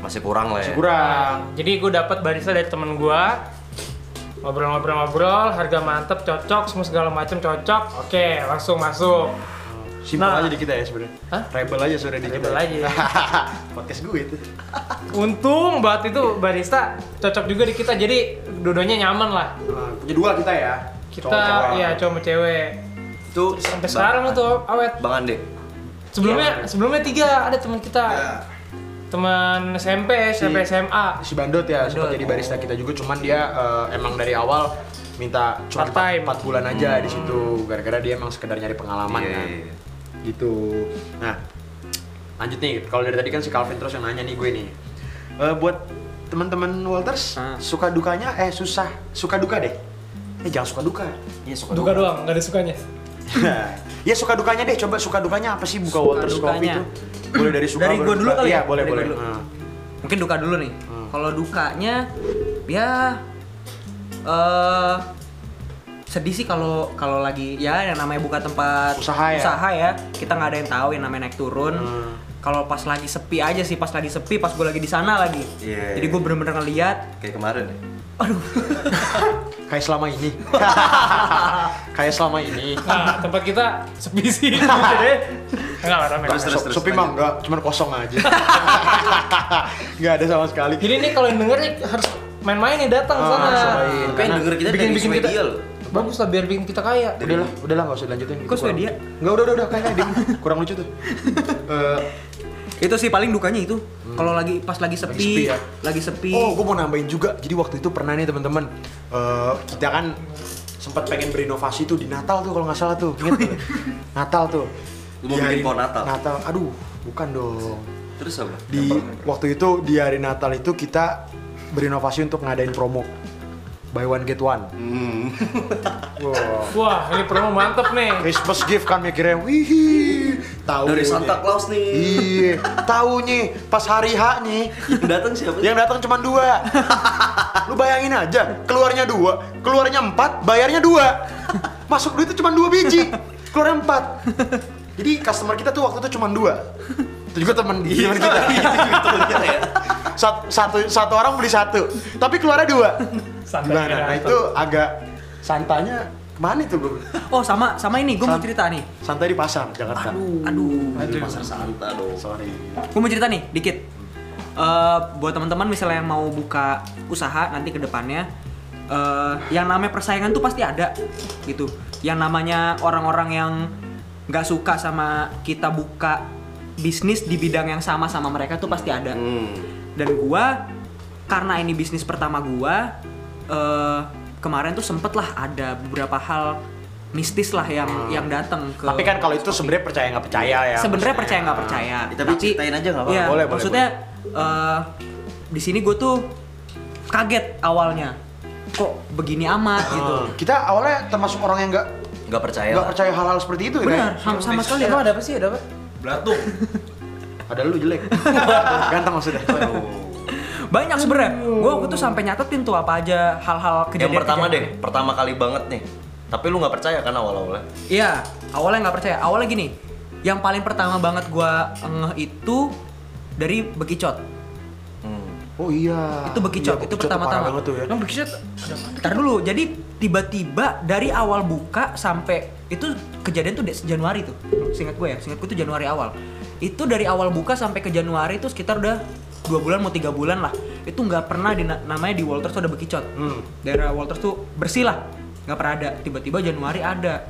C: Masih kurang lah ya.
A: masih kurang.
B: Jadi gue dapat barista dari temen gue ngobrol-ngobrol-ngobrol, harga mantep, cocok, semua segala macam cocok. Oke, langsung masuk.
A: Simpel
B: Nah.
A: aja di kita ya sebenarnya.
B: Hah?
A: Rebel aja sebenarnya di kita.
B: Rebel aja.
A: Podcast gue itu.
B: Untung banget itu barista cocok juga di kita, jadi dua-duanya nyaman lah.
A: Nah, punya dua kita ya.
B: Kita
A: Cowok-cowok.
B: ya cowok sama cewek.
C: Itu
B: Sampai
A: Nah.
C: Bang-
B: sekarang tuh awet.
C: Bang Ande.
A: Iya.
B: Sebelumnya sebelumnya tiga ada teman kita. Teman SMP,
A: Iya.
B: SMP SMA.
A: si Bandot ya sempat jadi barista kita juga cuman dia eh, emang dari awal minta cuma
B: Part time. Hmm.
A: 4 bulan aja di situ gara-gara dia emang sekedar nyari pengalaman
C: Iya,
A: kan.
C: iya, iya.
A: Gitu. Nah, lanjut nih kalau dari tadi kan si Calvin terus yang nanya nih gue nih. Eh, buat teman-teman Walters
E: Ah.
A: suka dukanya eh susah suka duka deh. Eh jangan suka duka.
C: Iya suka
B: Duka doang, nggak ada sukanya.
A: ya suka dukanya deh coba suka dukanya apa sih buka
E: Suka
A: Walters Coffee
E: dukanya.
A: itu boleh dari suka
E: Dari
A: baru
E: gua dulu
A: duka.
E: kali
A: iya
E: ya?
A: boleh
E: Dari
A: boleh
E: gua dulu.
A: Nah.
E: Mungkin duka dulu nih.
A: Hmm.
E: Kalau dukanya ya eh sedih sih kalau kalau lagi ya yang namanya buka tempat
A: Usaha ya. Hmm.
E: ya, kita nggak ada yang tahu yang namanya naik turun. Kalau pas lagi sepi aja sih, pas lagi sepi, pas gue lagi di sana lagi.
C: Iya.
E: Jadi gue bener-bener ngeliat
C: Kayak kemarin
A: Iya,
C: ya.
A: kayak selama ini kayak selama ini
B: Nah, tempat kita sepi sih. Jadi enggak lah rame.
C: Terus, terus, terus,
A: sepi mah
C: lanjut.
A: enggak cuman kosong aja nggak ada sama sekali
B: Jadi nih kalau yang denger nih harus main-main nih datang
A: Ah,
B: sana.
A: harus main.
C: Tapi yang denger kita dari
B: Bikin-bikin
C: Swedia
B: kita
C: loh.
B: bagus lah biar bikin kita kaya.
A: udahlah udahlah nggak usah dilanjutin
E: Kok
A: kurang-
E: Swedia?
A: nggak udah udah udah kayak kayak ding. kurang lucu tuh Eh,
E: itu sih paling dukanya itu. Kalau lagi pas lagi sepi,
A: Hmm. sepi ya.
E: lagi sepi.
A: oh gue mau nambahin juga jadi waktu itu pernah nih teman-teman eh, kita kan sempat pengen berinovasi tuh di Natal tuh kalau nggak salah tuh. Ingat tuh? Natal tuh.
C: Lu mau bikin
A: Diarin-
C: pohon Natal?
A: Natal. Aduh, bukan dong.
C: Terus apa?
A: Di waktu itu di hari Natal itu kita berinovasi untuk ngadain promo buy one get one.
C: Nah.
A: Hmm. Wow.
B: Wah, ini promo mantep nih.
A: Christmas gift kan mikirnya, wih, tahu
C: Dari Santa Claus nih.
A: Iya, taunya pas hari H nih,
C: Yang datang siapa? sih?
A: yang datang cuma dua. Lu bayangin aja, keluarnya dua, keluarnya empat, bayarnya dua. Masuk duit itu cuma dua biji, keluar empat. Jadi customer kita tuh waktu itu cuma dua. Itu juga teman teman kita.
C: Gitu ya.
A: Sat- Satu, satu orang beli satu, tapi keluarnya dua.
B: Santai
A: Gimana?
B: kira
A: Nah
B: apa?
A: itu agak santanya kemana itu gue?
E: Oh sama sama ini gue mau
A: Sam-
E: cerita nih.
A: Santai di pasar Jakarta.
E: Aduh,
C: Aduh, pasar Santa dong.
A: Sorry.
E: gue mau cerita nih dikit. Eh, buat teman-teman misalnya yang mau buka usaha nanti ke depannya eh, yang namanya persaingan tuh pasti ada gitu. Yang namanya orang-orang yang nggak suka sama kita buka bisnis di bidang yang sama sama mereka tuh pasti ada.
A: Hmm.
E: dan gua karena ini bisnis pertama gua eh, kemarin tuh sempet lah ada beberapa hal mistis lah yang yang datang ke
A: Hmm. Tapi kan kalau itu sebenarnya percaya nggak percaya ya.
E: sebenarnya percaya nggak percaya
C: Ya, tapi ceritain aja nggak apa-apa.
E: iya,
A: Boleh, boleh,
E: maksudnya eh, di sini gue tuh kaget awalnya kok begini amat gitu
A: Kita awalnya termasuk orang yang nggak
C: Nggak percaya.
A: nggak
C: lah.
A: percaya hal-hal seperti itu ya.
E: benar
A: Nay?
E: sama, sama sekali
B: Emang ada apa sih? Ada apa?
C: Belatung.
A: Ada lu jelek. Ganteng maksudnya.
E: banyak sebenarnya gue waktu tuh sampai nyatetin tuh apa aja hal-hal kejadian
C: Yang pertama deh, pertama kali banget nih. Tapi lu nggak percaya kan awal-awalnya?
E: Iya, awalnya nggak percaya. Awalnya gini, yang paling pertama banget gua ngeh itu dari bekicot. Hmm.
A: Oh iya.
E: Itu bekicot,
A: Iya,
E: itu
A: tuh parah
E: pertama-tama.
A: banget tuh ya.
B: Emang bikinnya t-
E: Ntar dulu, jadi tiba-tiba dari awal buka sampai itu kejadian tuh de- Januari tuh. Singkat gue ya, singkat gue tuh Januari awal. Itu dari awal buka sampai ke Januari itu sekitar udah dua bulan mau tiga bulan lah. Itu nggak pernah di, namanya di Walters tuh ada bekicot.
A: Hmm.
E: Daerah Walters tuh bersih lah, nggak pernah ada. Tiba-tiba Januari ada.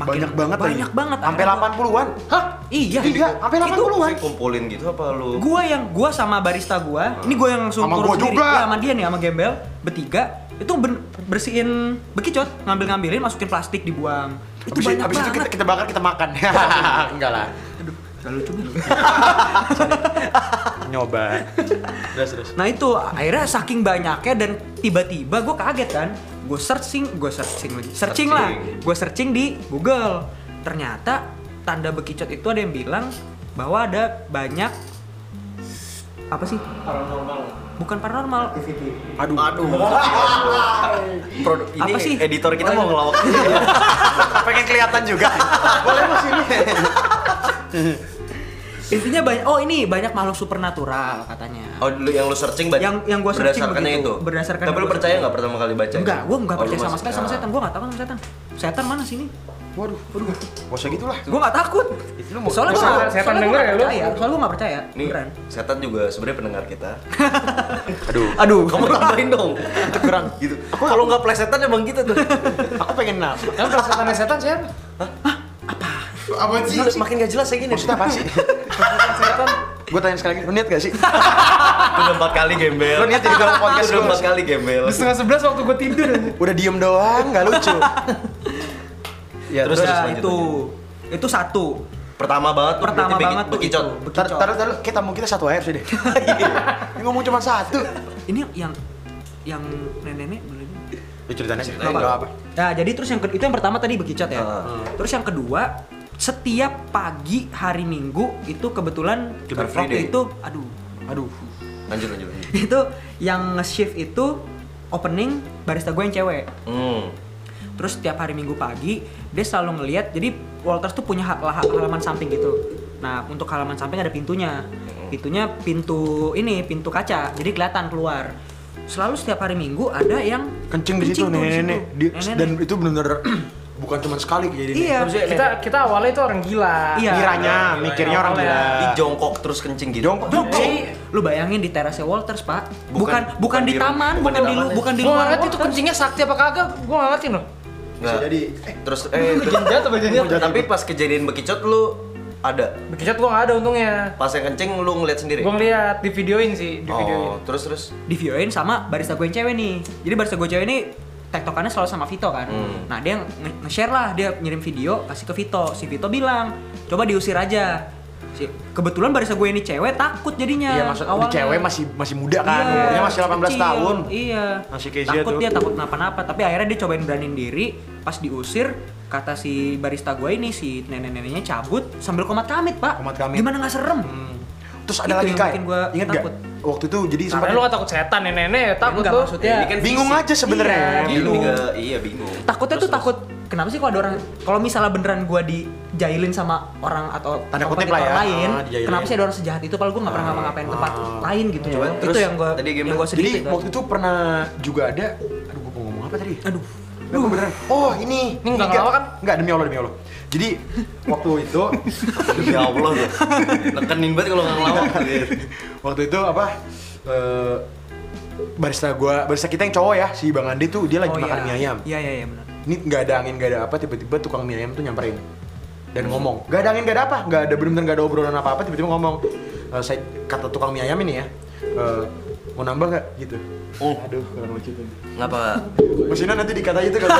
A: Banyak banget lagi.
E: banyak banget.
A: Sampai
E: Akhirnya gua-
A: 80-an. Hah?
E: Iya.
A: Iya, sampai
E: Itu-
A: 80-an.
C: Lu kumpulin gitu apa lu?
E: gua yang gua sama barista gua ini gua yang langsung
A: Sama
E: turun
A: gua
E: sendiri.
A: juga.
E: Iya, sama dia nih sama gembel bertiga itu ben- bersihin bekicot ngambil ngambilin masukin plastik dibuang itu
A: Abis,
E: banyak
A: abis itu
E: banget
A: kita, kita bakar, kita makan. Enggak lah.
E: aduh terlalu cumil
A: Nyoba. Terus, terus.
E: nah itu akhirnya saking banyaknya dan tiba-tiba gua kaget kan gua searching gua searching lagi searching,
C: Searching.
E: lah gua searching di Google ternyata tanda bekicot itu ada yang bilang bahwa ada banyak apa sih
B: paranormal.
E: bukan paranormal
C: Aduh. Aduh. Produ- ini
E: Apa sih?
C: editor kita mau ngelawak.
A: Pengen kelihatan juga. Boleh mas ini.
E: Intinya banyak oh ini banyak makhluk supernatural katanya.
C: Oh, lu yang lu searching baca.
E: Yang- yang gua searching
C: berdasarkan
E: begitu.
C: itu.
E: Berdasarkan
C: Tapi
E: yang
C: lu
E: gua
C: percaya
E: searching.
C: nggak pertama kali baca?
E: enggak, gua enggak
C: Oh, lu
E: percaya sama
C: masih-
E: sekali sama
C: ah.
E: setan. Gua enggak takut sama setan. Setan mana sini?
A: Waduh, waduh. Gak usah gitu lah.
E: Gua enggak takut. Soalnya gua
B: Setan-
E: nggak-
B: setan
E: soalnya gua
B: denger
E: nggak
B: ya lu?
E: percaya. Soalnya gua enggak percaya.
C: Nih,
E: Beneran.
C: setan juga sebenarnya pendengar kita.
A: Aduh.
E: Aduh.
C: Kamu tambahin dong. Itu kurang gitu. Kalau nggak plesetan emang gitu tuh.
A: Aku pengen naf.
B: Emang perasaannya setan siapa?
A: Apa sih?
C: Gila, makin gak jelas ya gini.
A: Maksudnya apa sih?
B: Setan
A: Gue tanya sekali lagi, lu niat gak sih?
C: Udah empat kali gembel.
A: Lu niat jadi dalam podcast
C: Udah
A: lu.
C: empat kali gembel.
B: di setengah sebelas waktu gue tidur.
A: Udah diem doang, gak lucu.
C: Ya, terus,
E: Terus
C: terus
E: ya,
C: lanjut,
E: itu
C: lanjut.
E: itu satu.
C: Pertama banget tuh
E: Pertama
C: berarti
E: banget tuh itu,
C: bekicot.
A: Tar,
E: bekicot.
A: taruh, taruh, kita mau kita satu air sih deh. Ini ngomong cuma satu.
E: Ini yang yang nenek-nenek boleh ini?
A: Lu ceritanya sih.
C: Ceritain
A: Enggak
C: dong.
A: apa.
E: Nah, jadi terus yang ke- itu yang pertama tadi bekicot ya.
C: Ah.
E: Terus yang kedua, setiap pagi hari Minggu itu kebetulan
C: Car Free Day.
E: waktu itu aduh, aduh.
C: Lanjut lanjut. lanjut.
E: Itu yang nge-shift itu opening barista gue yang cewek.
C: Hmm.
E: Terus setiap hari Minggu pagi dia selalu ngelihat. Jadi Walters tuh punya ha- lah- halaman samping gitu. Nah, untuk halaman samping ada pintunya.
A: Hmm.
E: Pintunya pintu ini, pintu kaca. Jadi kelihatan keluar. Selalu setiap hari Minggu ada yang
A: Kencing di situ
E: tuh, di
A: nenek-nenek.
E: situ.
A: Dia-
E: Nenek-nenek.
A: Dan itu benar-benar bukan cuma sekali kejadian.
E: Iya.
B: Maksudnya kita kita awalnya itu orang gila.
E: Iya.
A: Kiranya, mikirnya orang
B: Awalnya.
A: gila.
C: Di jongkok terus kencing gitu.
A: Jongkok.
E: Jongkok.
B: Jadi-
E: Lu bayangin di terasnya Walters, Pak. Bukan bukan,
C: Bukan- bukan
E: di
C: di ru-
E: taman,
C: bukan di
E: bukan, di, lu-
C: tamannya.
E: bukan di
B: Gue
E: luar
B: nggak ngerti itu
E: Walters.
B: kencingnya sakti apa kagak, gue nggak ngerti loh.
A: Bisa
C: Nggak.
A: jadi.
C: Terus eh terus-
B: Jangan apa jangan
C: tapi pas kejadian bekicot lu ada.
B: Bekicot gue nggak ada untungnya.
C: Pas yang kencing lu ngeliat sendiri.
B: Gue ngeliat di
A: Oh,
B: videoin sih, di videoin.
C: Oh, terus terus
E: Di videoin sama barista gue yang cewek nih. Jadi barista gue cewek ini tektokannya selalu sama Vito kan.
A: Hmm.
E: Nah, dia nge- nge-share lah, dia ngirim video kasih ke Vito. Si Vito bilang, "Coba diusir aja." Si- Kebetulan barista gue ini cewek takut jadinya.
A: Iya maksud
E: awalnya.
A: di cewek masih masih muda kan,
E: Iya,
A: umurnya masih 18
E: kecil.
A: tahun.
E: Iya.
A: Masih kayak gitu.
E: takut
A: dia tuh.
E: dia takut kenapa-napa, tapi akhirnya dia cobain beraniin diri, pas diusir kata si barista gue ini si nenek-neneknya cabut sambil komat kamit, Pak.
A: Komat kamit. Hmm.
E: Gimana nggak serem?
A: Terus ada
E: Itu
A: lagi
E: yang
A: kayak,
E: bikin gua
A: inget gak?
E: takut.
A: Waktu itu jadi sempat
B: Karena lu gak takut setan ya nenek, takut
E: Enggak,
B: tuh.
E: maksudnya
C: Ini kan
A: bingung
C: fisik.
A: aja sebenarnya.
E: Iya,
C: Iya,
E: bingung.
C: lebih ke- iya bingung.
E: takutnya tuh takut kenapa sih kalau ada orang kalau misalnya beneran gua dijailin sama orang atau
A: Tanda
E: kompetitor
A: kutip lah ya.
E: lain
A: Ah, dijailin. Ah, Iya,
E: kenapa sih ada orang sejahat itu padahal gua nggak pernah ngapa-ngapain tempat lain gitu
C: Coba,
E: loh.
C: terus
E: itu yang gua
C: tadi gimana?
E: yang gua sedih
A: Jadi
E: itu.
A: waktu itu pernah juga ada, aduh gue mau ngomong apa tadi?
E: aduh
A: Nggak, gua beneran. Oh ini.
B: Ini nggak ngelawa kan?
A: Enggak, demi Allah, demi Allah. Jadi waktu itu,
C: Ya Allah gue. Nekenin banget kalau nggak ngelawak.
A: waktu itu apa? eh, barista gua, barista kita yang cowok ya, si Bang Andi tuh dia lagi
E: Oh,
A: makan
E: iya.
A: mie ayam.
E: iya iya iya benar
A: Ini nggak ada angin, nggak ada apa, tiba-tiba tukang mie ayam tuh nyamperin dan ngomong. Nggak ada angin, nggak ada apa, nggak ada bener-bener nggak ada obrolan apa-apa, tiba-tiba ngomong. Eh, saya kata tukang mie ayam ini ya, eh, mau nambah nggak gitu.
C: Oh.
A: Aduh, kurang lucu tuh.
C: Ngapa?
A: Mesinnya nanti dikatain itu kalau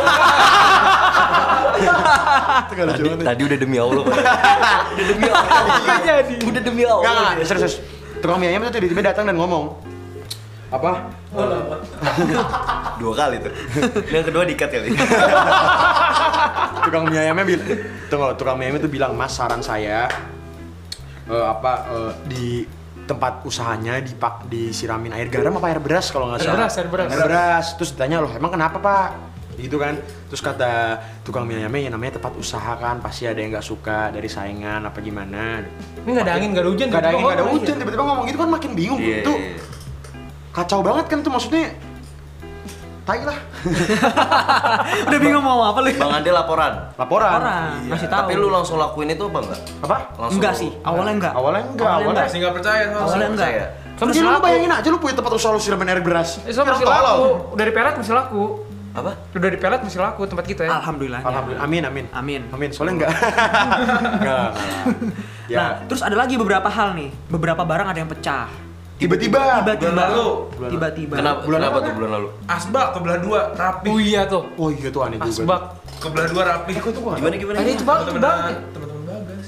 A: itu kalau
C: Tadi, tadi udah demi Allah. Pak. udah demi Allah.
A: Iya,
C: Udah demi Allah.
A: Enggak, enggak, enggak, serius, serius. Tukang mie ayam itu tiba-tiba datang dan ngomong apa?
C: Dua kali tuh. Iya, Yang kedua dikat kali.
A: Tukang mie ayamnya bilang, tunggu, tukang mie ayam itu bilang, Mas, saran saya eh, apa eh, di tempat usahanya dipak disiramin air garam apa air beras kalau nggak
B: Air
A: salah.
B: beras, air beras.
A: Air beras. Terus ditanya loh, emang kenapa pak? Gitu kan. Terus kata tukang mie ayamnya, ya namanya tempat usaha kan, pasti ada yang nggak suka dari saingan apa gimana.
B: Ini gak ada angin, gak ada hujan.
A: Gak ada angin, gak ada
B: tiba-tiba ngomong ya? aja.
A: hujan, tiba-tiba ngomong gitu kan makin bingung
C: Iya.
A: Itu kacau banget kan tuh maksudnya Tai lah
E: udah bingung mau ngomong apa lu
C: Bang Ade laporan.
A: Laporan
E: orang
A: Iya.
E: masih tahu
C: Tapi lu langsung lakuin itu apa enggak?
A: Apa?
C: Langsung
E: enggak sih awalnya enggak
A: Awalnya enggak, awalnya
B: Masih gak percaya sama
E: awalnya enggak
C: percaya.
B: Sama
A: Jadi lu
B: selaku.
A: bayangin aja lu punya tempat usaha lu siramin air beras
B: Eh, so,
A: Kan
B: masih
A: tolol.
B: laku. Dari pelet masih laku.
C: Apa?
B: Lu dari pelet masih laku tempat
A: Eh,
B: kita ya.
E: alhamdulillah
A: Alhamdulillah, amin, amin
E: Amin.
A: Amin, soalnya enggak Enggak Ya,
E: nah terus ada lagi beberapa hal nih beberapa barang ada yang pecah
A: tiba-tiba
E: tiba-tiba
F: lalu.
E: tiba-tiba
C: Kenapa?
A: Bulan
C: kenapa
A: apa?
C: tuh bulan lalu?
F: Asbak kebelah dua rapi.
B: Oh iya tuh.
A: Oh iya tuh aneh juga
B: Asbak.
F: Kebelah dua rapi.
C: Gimana gimana?
A: ya?
B: Ini itu banget, itu banget.
F: Temen-temen temen-temen bagas.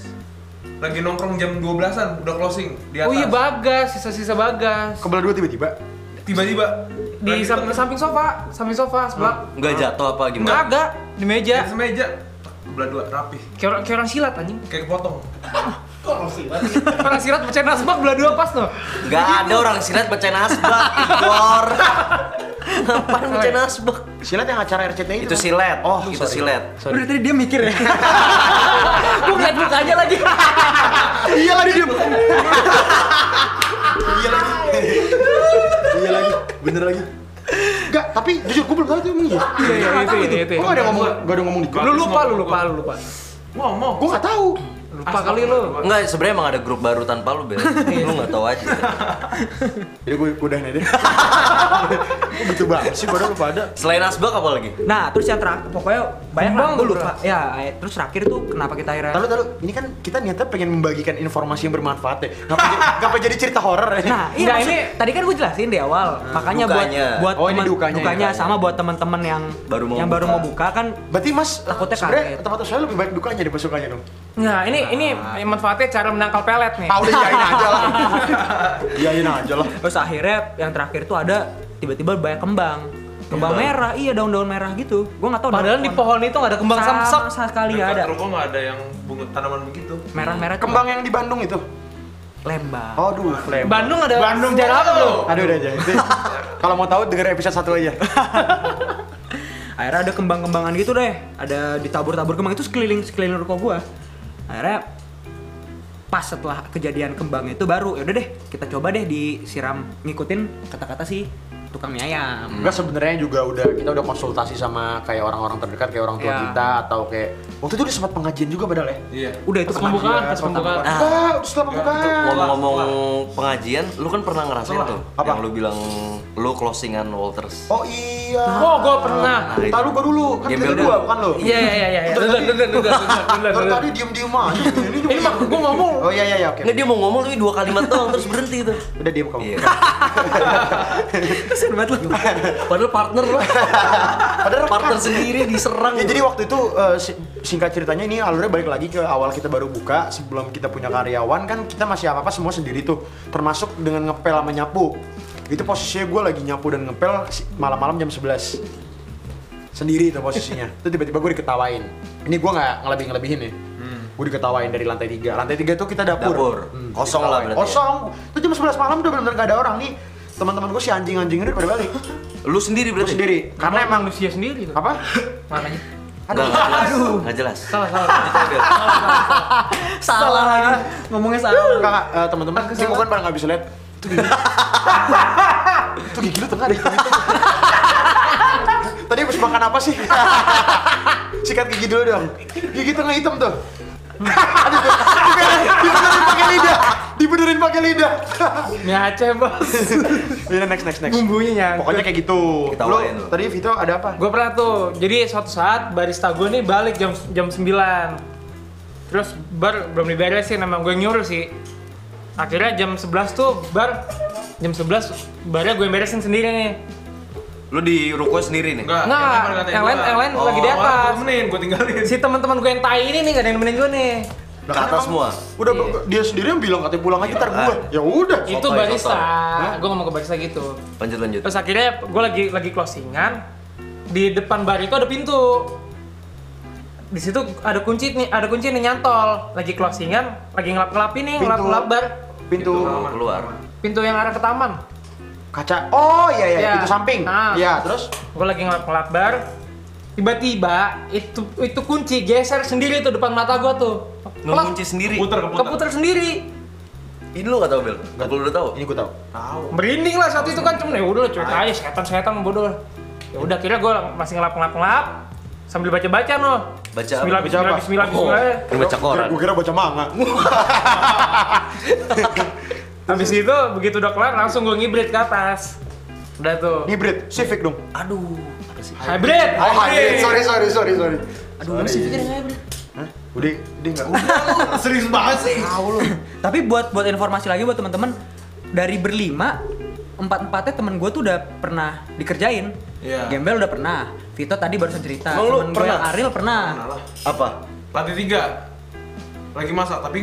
F: Lagi nongkrong jam 12-an udah closing di atas.
B: Oh iya bagas, sisa-sisa bagas.
A: Kebelah dua tiba-tiba
F: Tiba-tiba
B: Di
F: lagi
B: samping, samping sofa, samping sofa sebelah.
C: Enggak jatuh apa gimana?
B: Enggak ada di
F: di atas
B: meja.
F: meja kebelah dua rapi.
B: Kayak orang, kayak orang silat anjing.
F: Kayak kepotong.
B: Orang silat pecahin asbak belah dua pas tuh.
C: Nggak ada orang silat bacain asbak, Igor. Apaan bacain asbak?
A: Silat yang acara RCTI
C: Itu
A: kan?
C: silet.
A: Oh,
C: itu
A: sorry.
C: silet.
E: Udah tadi dia mikir ya gue ngeliat mukanya lagi
A: Iya lagi diem Iya lagi Iya lagi, bener lagi Enggak, tapi jujur gue belum tahu itu emang iya
B: Iya, iya, itu, itu, itu.
A: Gue gak ada ngomong, gak ada ngomong di grup
B: Lu lupa, lu lupa, lu lupa.
F: Ngomong.
A: Gue gak tahu
B: Lupa kali lu.
C: Enggak, sebenarnya emang ada grup baru tanpa lu, Bel. lu nggak tahu aja.
A: Jadi gue udah nih deh Kok Gitu banget sih, padahal lupa ada
C: Selain asbak apa lagi?
E: Nah, terus yang terakhir, pokoknya banyak lah,
B: Bang,
E: gue
B: bro.
E: lupa. Ya, eh, terus terakhir tuh kenapa kita akhirnya
A: Tahu tahu, ini kan kita niatnya pengen membagikan informasi yang bermanfaat ya. Ngapa jadi, ngapa jadi cerita horor ya?
E: Nah, iya
B: Nggak,
E: maksud-
B: ini-
E: tadi kan gue jelasin di awal, makanya buat
C: dukanya.
E: buat
A: Oh, ini
E: teman-
A: dukanya, ya. dukanya.
E: sama buat teman-teman yang
C: Baru mau
E: yang baru
C: buka.
E: mau buka kan
A: Berarti mas,
E: Takutnya
A: sebenarnya
E: kaget.
A: tempat usaha lebih baik dukanya daripada sukanya dong.
B: Nah, ini ini manfaatnya cara menangkal pelet nih.
A: Ah udah iyain aja lah. Iyain aja lah.
E: terus akhirnya yang terakhir tuh ada tiba-tiba banyak kembang. Kembang merah, iya daun-daun merah gitu. Gue nggak tahu.
B: Padahal di pohon itu nggak ada kembang samsak.
E: sama sekali nggak ada.
F: Dekat rumah nggak ada yang bunga tanaman begitu.
E: Merah-merah tuh
A: Kembang yang di Bandung itu.
E: lembah.
A: Aduh, flame.
B: Bandung ada
A: Bandung
B: sejarah apa lu?
A: Aduh udah aja. Itu- Kalau mau tahu denger episode satu aja.
E: akhirnya ada kembang-kembangan gitu deh ada ditabur-tabur kembang itu sekeliling sekeliling ruko gua akhirnya pas setelah kejadian kembang itu baru ya udah deh kita coba deh disiram ngikutin kata-kata si tukang mie ayam
A: Enggak sebenarnya juga udah kita udah konsultasi sama kayak orang-orang terdekat kayak orang tua
E: Iya.
A: kita atau kayak waktu itu udah sempat pengajian juga padahal ya.
F: Iya.
E: udah itu
B: Pas
E: kemarin
B: pembukaan, pas pembukaan.
A: Ah, udah setelah pembukaan.
C: Ngomong-ngomong pengajian, lu kan pernah ngerasain tuh
A: Apa?
C: yang lu bilang lu closingan Walters.
A: Oh iya.
B: Oh, gua pernah.
A: Entar lu gua dulu, kan kita
C: Gembel
A: berdua
C: dulu.
A: bukan lu.
B: Iya, iya, iya, iya. iya.
A: Bentar, bentar,
B: Bentar,
A: Ntar
B: bentar.
A: tadi diem-diem aja. Ini juga.
B: Ini mah gua ngomong.
A: Oh iya iya iya oke.
C: Iya. Nggak, dia mau ngomong tapi dua kalimat doang terus berhenti tuh.
A: Udah diem kamu.
C: Iya.
E: kasihan banget lu.
G: Padahal partner lah. partner sendiri diserang.
A: Ya, jadi waktu itu eh, si- singkat ceritanya ini alurnya balik lagi ke awal kita baru buka sebelum kita punya karyawan kan kita masih apa apa semua sendiri tuh termasuk dengan ngepel sama nyapu itu posisinya gue lagi nyapu dan ngepel si- malam-malam jam 11 sendiri itu posisinya itu tiba-tiba gue diketawain ini gue nggak ngelebih ngelebihin ya gue diketawain dari lantai tiga lantai tiga itu kita dapur,
C: Hmm.
A: Hmm,
C: Dapur. Kosong lah
A: diketawain.
C: berarti ya?
A: kosong itu jam 11 malam udah benar-benar nggak ada orang nih teman-teman gue si anjing-anjing ini udah pada balik
C: Lu sendiri
A: gue
C: berarti?
A: sendiri karena emang
B: manusia sendiri tuh.
A: apa
B: Mana aja?
C: Aduh, nggak jelas. Nggak jelas.
B: Salah, salah.
E: salah lagi. Ngomongnya salah.
A: Enggak, enggak, eh, teman-teman, sih bukan pada nggak bisa lihat. Itu gigi. Itu gigi lu tengah deh. Tadi habis makan apa sih? Sikat gigi dulu dong. Gigi tengah hitam tuh. Aduh, tuh. Dibenerin- dibenerin pakai lidah. Dibenerin pakai lidah.
B: Mie Aceh, Bos.
A: Udah next next next.
B: Bumbunya nyangkut.
A: Pokoknya kayak gitu. Lu
C: Ketawain lu.
A: tadi Vito ada apa?
B: Gue pernah tuh, jadi suatu saat barista gue nih balik jam jam 9 Terus bar belum diberesin, emang gue nyuruh sih Akhirnya jam 11 tuh bar, jam 11 barnya gue beresin sendiri nih
C: Lu di ruko sendiri nih?
F: Enggak,
B: Nggak, yang lain- yang lain lagi di atas.
F: Oh, Temenin, gue tinggalin.
B: Si teman-teman gue yang tai ini nih gak ada yang nemenin gue nih
C: Ke atas semua. Iya.
A: Udah dia sendiri yang bilang katanya pulang aja ntar gua. Ya udah.
B: Itu
C: Sotoy,
B: barista,
C: sotoy.
B: gue ngomong ke barista gitu
C: Lanjut lanjut.
B: Terus akhirnya gue lagi lagi closingan di depan bar itu ada pintu. Di situ ada kunci nih, ada kunci nih nyantol. Lagi closingan, lagi ngelap-ngelapin nih, ngelap-ngelap bar.
A: Pintu
C: Lu keluar.
B: Pintu yang arah ke taman.
A: kaca. Oh iya iya,
B: Iya.
A: pintu samping.
B: Ah.
A: Iya, terus
B: Gue lagi ngelap-ngelap bar. Tiba-tiba itu itu kunci geser sendiri tuh depan mata gue tuh. Kelak,
C: Ngunci sendiri.
F: Keputer, keputer.
B: Keputer sendiri.
C: Ini lu nggak tahu Bel? Nggak perlu udah tahu.
A: ini gua tahu.
B: merinding lah saat itu kan cuman ya udah lah, cuek aja setan setan bodoh lah ya udah kira gue masih ngelap ngelap ngelap sambil baca baca no
C: Baca apa? Oh.
B: Bismillah
C: Baca
B: Bismillah
A: apa?
B: Bismillah Bismillah
C: Ini baca koran.
A: Gue kira baca manga.
B: habis itu begitu udah kelar langsung gue ngibrit ke atas udah tuh
A: Hybrid, Civic dong.
C: Aduh, apa sih?
B: hybrid
A: Oh, hybrid. Sorry, sorry, sorry, sorry.
E: Aduh, lu sih pikirin aja, Bro.
A: Hah? Udah, udah enggak.
F: Serius banget sih.
E: Tapi buat buat informasi lagi buat teman-teman dari berlima empat empatnya temen gue tuh udah pernah dikerjain.
F: Iya.
E: Gembel udah pernah. Vito tadi barusan cerita.
C: Emang lu
E: Temen gua
C: pernah?
E: yang Ariel pernah.
F: Nah lah.
C: Apa?
F: Lantai tiga. Lagi masak, tapi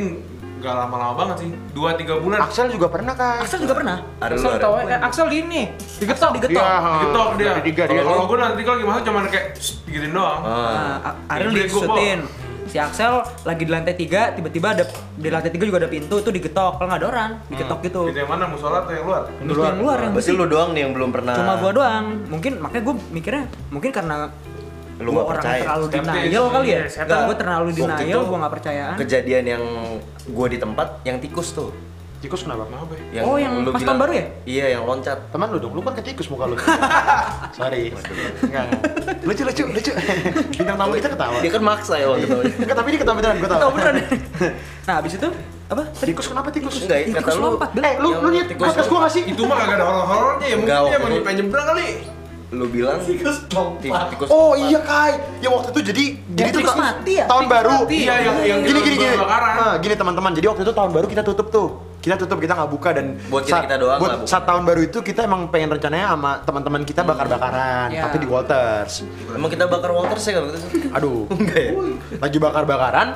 F: nggak lama-lama banget sih. Dua tiga bulan.
A: Axel juga pernah kan?
E: Axel juga pernah.
C: Ada lu
B: Axel
C: ada.
B: tawain eh, Axel di ini digetok digetok
F: Getok dia.
A: Iya. Ah, Dari tiga dia.
F: Kalau gue nanti kalau lagi masak cuman kayak "Shh," digituin doang.
E: Nah, A- Ariel
F: Jadi gua
E: diikutin. Si Axel lagi di lantai tiga, tiba-tiba ada di lantai tiga juga ada pintu itu digetok. Kalau nggak ada orang, digetok gitu.
F: Gitu yang mana musola atau yang luar?
E: Pintu yang luar yang
C: Berarti lu doang nih yang belum pernah.
E: cuma gua doang. Mungkin makanya gue mikirnya mungkin karena
C: Lu
E: gua
C: nggak
E: orang
C: percaya.
E: terlalu
F: Skeptis.
E: denial kali ya.
B: Iya, setan.
E: Enggak, gue terlalu
C: Waktu
E: denial,
C: itu
E: gue nggak percayaan.
C: Kejadian yang gua di tempat yang tikus tuh.
A: Tikus kenapa?
F: Kenapa ya?
E: Oh, yang
C: lu
E: pas
C: bilang-
E: tahun baru ya?
C: Iya, yang loncat.
A: Teman lu dong, lu kan kayak tikus muka lu. Sorry. Enggak. enggak. Lucu, lucu, lucu. Bintang tamu Oh, kita ketawa.
C: Dia kan maksa ya waktu itu.
A: Enggak, tapi dia ketawa beneran, gua tahu.
E: Tahu beneran. nah, abis itu apa? Tadi
A: Tikus kenapa tikus?
C: Enggak, ya, kata
E: tikus
C: lu.
E: lompat. Bel.
A: Eh, lu lu lihat podcast gua nggak sih?
F: Itu mah kagak ada horor-horornya ya. Mungkin
C: Nggak,
F: dia
C: waktu
F: mau
C: itu-
F: pengen nyebrang kali.
C: Lu bilang tikus lompat. Tikus.
A: Oh iya Kai, ya waktu itu jadi jadi
E: tikus
A: ta-
E: mati ya?
A: Tahun
E: Tikus
A: baru.
E: mati.
F: Iya, yang- yang
A: gini gini gini.
F: kebakaran.
A: Nah, gini teman-teman. Jadi waktu itu tahun baru kita tutup tuh. Kita tutup, kita nggak buka dan
C: Buat kita-
A: saat-
C: kita doang
A: buat
C: lah, bukan.
A: saat tahun baru itu kita emang pengen rencananya sama teman-teman kita
C: Hmm.
A: bakar-bakaran,
F: Ya.
E: Iya.
A: tapi di Walters.
C: Emang kita bakar Walter sih kalau gitu.
A: Aduh. Lagi bakar-bakaran.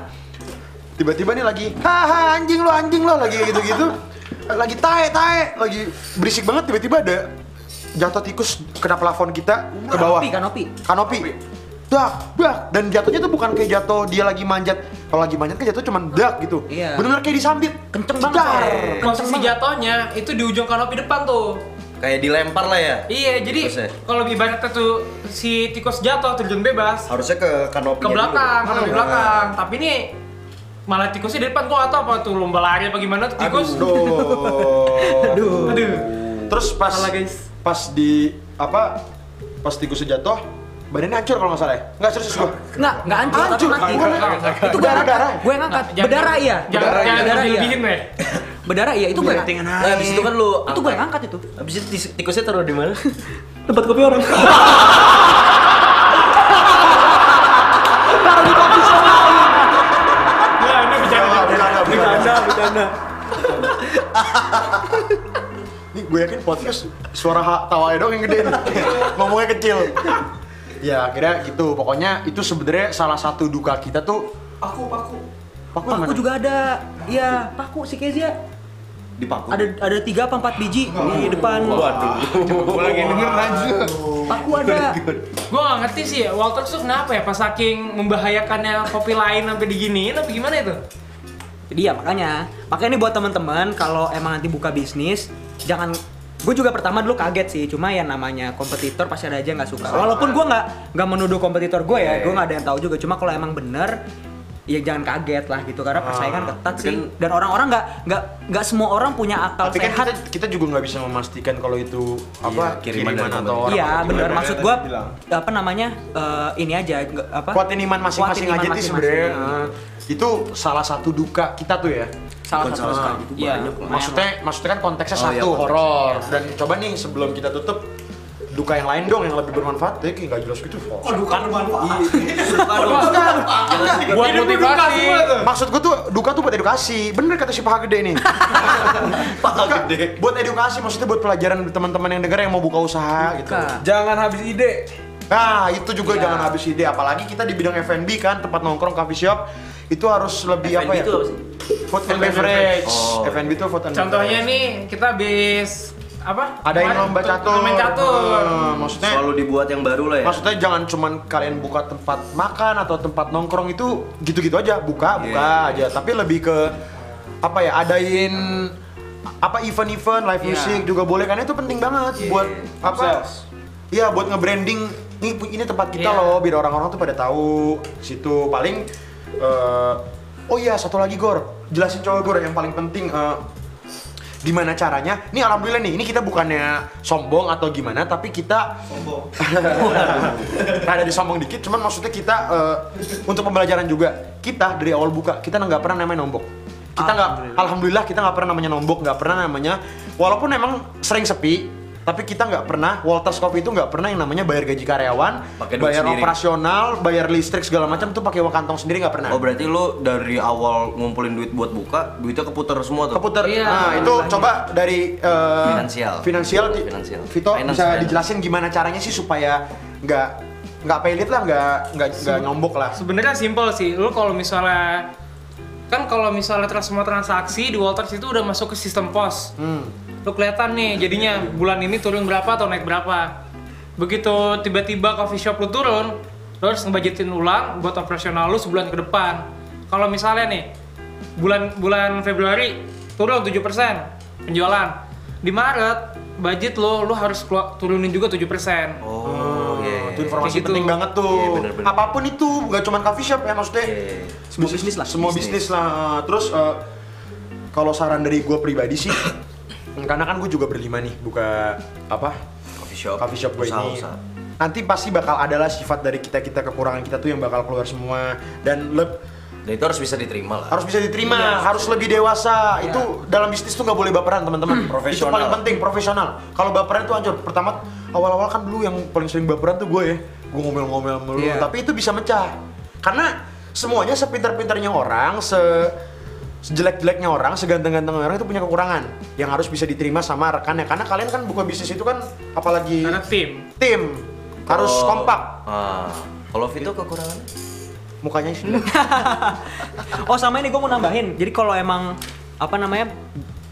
A: Tiba-tiba nih lagi, haha anjing lo anjing lo lagi kayak gitu-gitu. lagi tae tae, lagi berisik banget tiba-tiba ada jatuh tikus kena plafon kita ke bawah.
F: kan,
E: Kanopi, kanopi.
A: Kanopi. Dak, dak dan jatuhnya tuh bukan kayak jatuh dia lagi manjat. Kalau lagi manjat kan jatuh cuman dak gitu.
E: Iya.
A: Benar-benar kayak disambit.
E: Kenceng banget,
A: Jedar.
E: soalnya.
B: posisi jatuhnya itu di ujung kanopi depan tuh
C: Kayak dilempar lah ya.
B: iya jadi
C: Terus ya?
B: kalau ibaratnya tuh si tikus jatuh terjun bebas
C: Harusnya ke kanopi.
B: ke belakang kalau di belakang tapi ini malah tikusnya di depan gua atau apa tuh lomba lari apa gimana tuh tikus
A: Aduh.
B: aduh,
A: Terus pas
B: Salah, guys.
A: pas di apa pas tikusnya jatuh badannya hancur kalau nggak salah ya? Nggak serius gua.
E: Nggak, nggak hancur, tapi
A: Hancur,
E: mati.
A: bukan,
E: Itu gue
A: Darah, darah.
E: Gue yang angkat. Berdarah iya.
B: jangan
A: Berdarah,
B: jangan
E: berdarah, iya.
B: dilebihin deh
E: Berdarah iya, itu gue. yang angkat.
C: Nah, habis itu kan lu
E: Itu gue yang angkat itu.
C: Habis itu tis- tikusnya taruh di mana?
E: Tempat kopi orang.
B: Nah, ini bicara
A: Bercanda, bercanda, bercanda.
E: Bercanda, bercanda.
A: Ini gue yakin podcast suara ha- tawanya doang yang gede nih. ngomongnya kecil ya akhirnya gitu pokoknya itu sebenarnya salah satu duka kita tuh
F: Aku, aku.
A: paku
E: Paku
A: gimana?
E: juga ada. Iya, paku si Kezia.
G: Dipaku.
E: Ada ada tiga apa empat biji di depan.
F: Gue lagi denger aja.
E: Paku ada.
B: Gue gak ngerti sih ya, Walter tuh kenapa ya pas saking membahayakannya kopi lain sampai diginiin apa gimana itu?
E: Jadi ya makanya, makanya ini buat teman-teman kalau emang nanti buka bisnis jangan gue juga pertama dulu kaget sih, cuma ya namanya kompetitor pasti ada aja yang nggak suka. Walaupun gue nggak nggak menuduh kompetitor gue ya, gue nggak ada yang tahu juga. Cuma kalau emang bener, ya jangan kaget lah gitu karena persaingan
A: Ah,
E: ketat sih. Dan orang-orang nggak nggak nggak semua orang punya akal
A: kan- tapi kan
E: sehat.
A: kita, kita juga nggak bisa memastikan kalau itu
G: Iya,
A: apa
G: kiriman
A: kiriman,
G: dari
A: atau
G: pemerintah.
A: orang
E: Iya
A: atau
E: bener
A: gimana.
E: maksud gue apa namanya eh, ini aja nggak- apa
A: kuatin iman masing-masing
E: kuatin iman
A: aja sih
E: masing-masing.
A: sebenarnya Eh, itu salah satu duka kita tuh ya
E: salah satu
G: salah
E: salah
G: satu, itu
E: Iya,
G: banyak
E: lumayan
A: maksudnya maksudnya kan konteksnya
G: Oh, iya,
A: satu
G: konteksnya.
A: horor dan coba nih sebelum kita tutup duka yang lain dong yang lebih bermanfaat ya kayak nggak jelas gitu
B: Buat motivasi.
A: maksud gue tuh duka tuh buat edukasi bener kata si paha gede nih paha gede buat edukasi maksudnya buat pelajaran teman-teman yang dengar yang mau buka usaha gitu
E: Buka.
F: Iya. Jangan habis ide.
A: nah itu juga
G: Iya.
A: jangan habis ide apalagi kita di bidang F&B kan tempat nongkrong coffee shop itu harus lebih apa
G: F&B
A: ya
G: itu apa sih?
A: food and beverage
G: Oh.
A: F&B itu food and
B: Contohnya
A: beverage.
B: nih kita habis apa?
A: ada yang
B: Kemarin,
A: lomba
B: tur-
A: catur
B: Turnamen catur.
A: Eh, maksudnya
G: Selalu dibuat yang baru lah ya.
A: Maksudnya jangan cuman kalian buka tempat makan atau tempat nongkrong itu gitu-gitu aja, buka, buka aja. Tapi lebih ke apa ya, adain apa event-event live music juga boleh karena itu penting banget buat apa? Iya, buat nge-branding ini ini tempat kita
B: Iya.
A: loh, biar orang-orang tuh pada tahu situ paling eh, oh iya satu lagi Gor, jelasin coba Gor yang paling penting eh, gimana caranya nih alhamdulillah nih ini kita bukannya sombong atau gimana tapi kita sombong ada disombong dikit cuman maksudnya kita eh, untuk pembelajaran juga kita dari awal buka kita nggak pernah namanya nombok kita nggak alhamdulillah kita nggak pernah namanya nombok nggak pernah namanya walaupun emang sering sepi tapi kita nggak pernah Walters Coffee itu nggak pernah yang namanya bayar gaji karyawan,
G: Pakai duit
A: bayar
G: sendiri.
A: operasional, bayar listrik segala macam tuh pakai uang kantong sendiri nggak pernah.
G: Oh berarti lu dari awal ngumpulin duit buat buka, duitnya keputer semua tuh.
A: Keputar.
B: Iya,
A: nah, itu coba dari eh,
G: Finansial.
A: Finansial. di-
G: Finansial.
A: Vito
G: Finance,
A: bisa
G: finance.
A: dijelasin gimana caranya sih supaya nggak nggak pelit lah, nggak nggak nggak nyombok lah.
G: Oh,
B: Sebenarnya simpel sih. Lu kalau misalnya kan kalau misalnya trans- semua transaksi di Walters itu udah masuk ke sistem pos. Lu kelihatan nih jadinya bulan ini turun berapa atau naik berapa. Begitu tiba-tiba coffee shop lu turun, lu harus ngebajetin ulang buat operasional lu sebulan ke depan. Kalau misalnya nih bulan bulan Februari turun 7% penjualan. Di Maret budget lu lu harus kelu- turunin juga 7%.
G: Oh, iya.
A: Ah, Itu informasi
B: Kayak gitu.
A: penting banget tuh.
G: Iya, bener-bener.
A: Apapun itu, nggak cuma coffee shop ya maksudnya.
G: Iya.
A: Semua bisnis lah. Semua bisnis, lah. Terus eh, kalau saran dari gue pribadi sih, karena kan gue juga berlima nih buka apa
G: Coffee shop.
A: coffee shop gue ini
G: Usaha-usaha.
A: nanti pasti bakal adalah sifat dari kita kita kekurangan kita tuh yang bakal keluar semua dan leb-
G: Dan itu harus bisa diterima lah.
A: harus bisa diterima harus lebih dewasa itu dalam bisnis tuh nggak boleh baperan teman-teman
G: Profesional.
A: itu paling penting profesional kalau baperan itu hancur pertama awal-awal kan dulu yang paling sering baperan tuh gue ya gue ngomel-ngomel mulu
E: Iya.
A: tapi itu bisa mecah karena semuanya sepintar-pintarnya orang se sejelek-jeleknya orang, seganteng-gantengnya orang itu punya kekurangan yang harus bisa diterima sama rekannya karena kalian kan buka bisnis itu kan apalagi
B: Karena tim.
A: tim harus
G: Kalau-
A: kompak
G: Oh. Ah. Kalau Vito kekurangan?
A: mukanya sih
E: Oh sama ini gue mau nambahin. Jadi kalau emang apa namanya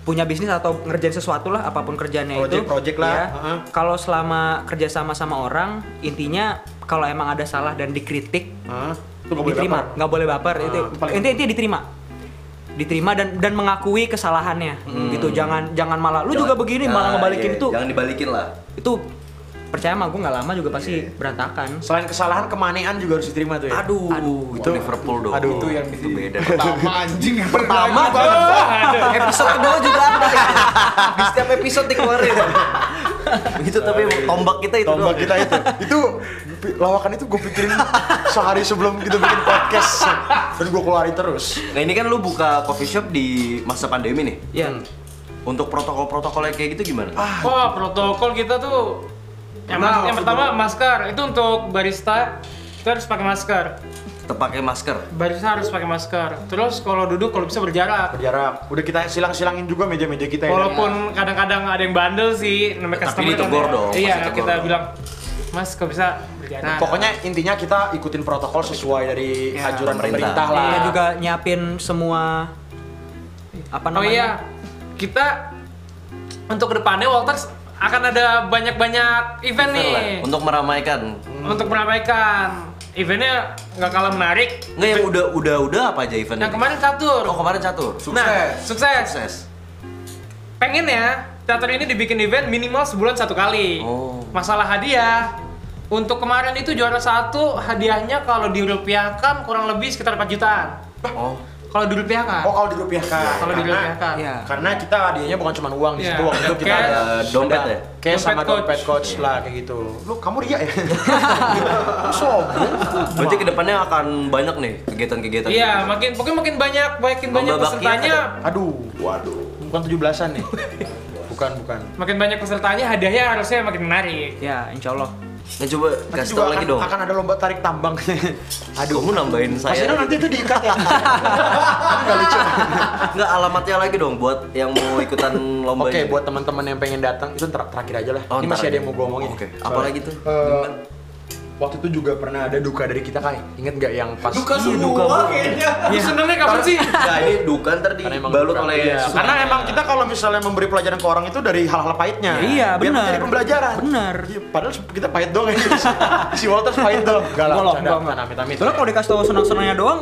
E: punya bisnis atau ngerjain sesuatu lah apapun kerjaannya itu.
A: Project-project lah,
E: ya.
A: heeh.
E: Kalau selama kerja sama sama orang, intinya kalau emang ada salah dan dikritik,
A: Hah? itu nggak boleh
E: diterima.
A: baper.
E: Nggak boleh baper. itu
A: itu paling-
E: intinya intinya diterima diterima dan dan mengakui kesalahannya
A: Hmm.
E: gitu jangan jangan malah lu juga
C: ah,
E: begini malah
G: itu
C: iya,
E: ngebalikin itu
G: Ah, iya, Jangan dibalikin lah.
E: itu percaya sama gue nggak lama juga pasti berantakan
A: selain kesalahan kemanian juga harus diterima tuh ya
G: Aduh, itu Liverpool dong.
A: Aduh.
G: itu yang itu beda.
F: Pertama anjing yang
A: pertama
G: episode kedua juga ada. Di setiap episode dikeluarin. itu tapi emang tombak kita itu
A: tombak
G: doang.
A: kita itu itu pi- lawakan itu gue pikirin sehari sebelum kita bikin podcast dan gue keluarin terus
G: Nah ini kan lu buka coffee shop di masa pandemi nih.
E: ya
G: Untuk protokol-protokolnya kayak gitu gimana?
B: Oh, protokol kita tuh yang, mas- yang pertama masker itu untuk barista kita harus pakai masker.
C: tetap pakai masker.
B: Barista harus pakai masker. Terus kalau duduk kalau bisa berjarak.
A: Berjarak. Udah kita silang-silangin juga meja-meja kita ya.
B: Walaupun kadang-kadang ada yang bandel sih,
C: Tapi
B: namanya customer kan
C: ditegur
B: ya.
C: dong, pasti
B: Iya,
C: ditegur dong.
B: kita
C: Nah,
B: bilang, Mas kalau bisa berjarak.
A: Pokoknya intinya kita ikutin protokol sesuai dari
E: Ya,
A: anjuran
C: pemerintah.
A: pemerintah lah.
E: Iya juga nyiapin semua apa
B: Oh
E: namanya?
B: iya, kita untuk kedepannya Walters akan ada banyak-banyak event nih
C: Fair lah, Untuk meramaikan.
B: untuk meramaikan. Eventnya nggak kalah menarik.
C: Nggak yang udah udah udah apa aja eventnya?
B: Yang kemarin catur.
C: Oh kemarin catur.
B: Nah, sukses.
C: Sukses.
B: Pengen ya, teater ini dibikin event minimal sebulan satu kali.
C: Oh.
B: Masalah hadiah. Untuk kemarin itu juara satu hadiahnya kalau dirupiahkan kurang lebih sekitar 4 jutaan.
C: Oh.
B: Kalau dirupiahkan.
A: Oh kalau dirupiahkan.
B: Kalau kan?
A: Karena-
B: dirupiahkan.
E: Iya.
A: Karena kita hadiahnya bukan cuma uang di
B: Iya.
A: situ waktu itu kita
B: Kayak-
A: ada
C: dompet ya?
A: Kayak
B: Dompet
A: sama
B: coach.
A: dompet coach lah kayak gitu. Lu kamu ria ya? Lu Sombong.
C: Berarti kedepannya akan banyak nih kegiatan-kegiatan.
B: Iya, makin pokoknya makin banyak, makin
C: Lomba
B: banyak
C: bakyak
B: pesertanya,
A: Aduh, waduh. Bukan 17-an nih. Bukan, bukan.
B: makin banyak pesertanya hadiahnya harusnya makin menarik.
E: Ya, insya Allah.
C: Ya, coba
A: Nanti
C: kasih
A: juga
C: tau
A: akan,
C: lagi dong.
A: akan ada lomba tarik tambang.
C: Aduh, kamu nambahin
A: Mas
C: saya.
A: Ino nanti itu diikat ya. Enggak lucu.
C: Nggak alamatnya lagi dong buat yang mau ikutan lomba.
A: Oke,
C: ini.
A: buat teman-teman yang pengen datang itu ter- terakhir aja lah.
C: Oh,
A: Ini
C: ntar
A: masih ada
C: aja.
A: yang mau gue omongin.
C: Oke, apa lagi tuh?
A: Eh, waktu itu juga pernah ada duka dari kita kai. Ingat nggak yang pas?
C: Duka semua kayaknya.
B: Lu senengnya kapan sih?
C: Nah, ini duka ntar dibalut oleh
A: Iya,
C: susah.
A: karena emang kita kalau misalnya memberi pelajaran ke orang itu dari hal-hal pahitnya
E: Ya iya,
A: Biar
E: benar.
A: menjadi pembelajaran
E: Benar.
A: Iya, padahal kita pahit doang ya si Walter pahit doang enggak lah bercanda ya.
E: Enggak lah, enggak,
A: bercanda,
E: enggak.
A: amit amit
E: Soalnya kalau dikasih tahu senang-senangnya doang,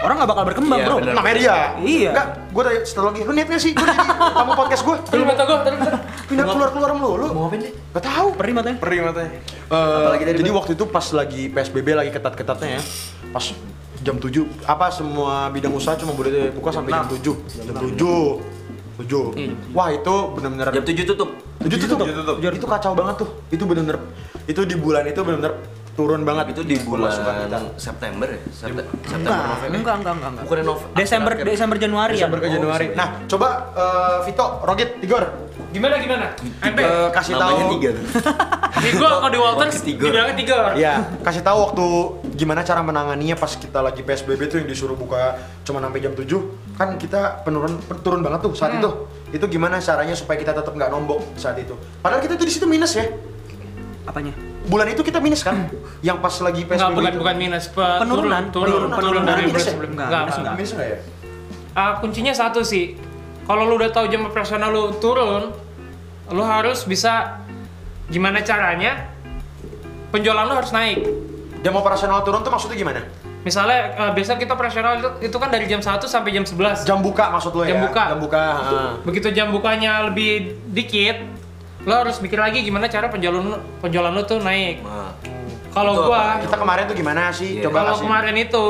E: orang nggak bakal berkembang,
C: Iya,
E: Bro.
C: bener.
A: nah media
E: Iya.
A: enggak gue tanya setelah lagi lu niat nggak sih gue jadi tamu podcast gue
B: Lu mata gua, tadi bentar.
A: pindah keluar keluar mulu mau ngapain gak tahu
E: Perih ya. matanya.
F: Perih matanya.
A: Eh, jadi waktu itu pas lagi PSBB lagi ketat-ketatnya ya. Pas jam 7 apa semua bidang usaha cuma boleh buka sampai jam 7. Jam 7. 7. Wah, itu benar-benar
C: Jam 7 tutup.
A: tujuh tutup. Itu kacau banget tuh. Itu benar-benar itu di bulan itu benar-benar turun banget
C: Itu di bulan
A: pemasukan kita.
C: September ya? Septe- September
E: Enggak,
C: November.
E: enggak, enggak, enggak. enggak.
C: Bukan November.
E: Desember Desember Januari ya.
C: Oh,
A: Desember ke Januari. Nah, coba eh, Vito, Rogit, Tigor,
B: Gimana gimana? MP.
A: eh, kasih
C: Namanya
A: tahu
C: tiga. tuh.
B: Di gua kalau di Walters
C: Tiga.
B: dibilangnya tiga.
A: Iya, kasih tahu waktu gimana cara menanganinya pas kita lagi PSBB tuh yang disuruh buka cuma sampai jam 7 kan kita penurun pen- turun banget tuh
B: Hmm.
A: saat itu. Itu gimana caranya supaya kita tetap nggak nombok saat itu. Padahal kita tuh di situ minus ya.
E: Apanya?
A: Bulan itu kita minus kan? yang pas lagi
B: Enggak,
A: PSBB
B: bukan
A: itu.
B: bukan minus, pe-
E: Penurunan,
B: turun, turun, turun
E: penurunan
B: dari
A: minus
B: bulan
A: ya?
B: sebelum.
E: Enggak,
B: Enggak,
E: minus
B: enggak.
A: Minus nggak ya?
B: Ah, kuncinya satu sih. Kalau lu udah tahu jam operasional lu turun, lu harus bisa gimana caranya penjualan lu harus naik.
A: Jam operasional turun tuh maksudnya gimana?
B: Misalnya eh, biasa kita operasional itu, itu kan dari jam 1 sampai jam 11.
A: Jam buka maksud lo ya?
B: Jam buka.
A: Jam buka. ha.
B: Begitu jam bukanya lebih dikit, lu harus mikir lagi gimana cara penjualan lu, penjualan lu tuh naik.
C: Nah, Itu
B: Kalau gua
A: Kita kemarin tuh gimana sih?
C: Iya.
A: Coba
B: kalau
A: kasih.
B: kemarin itu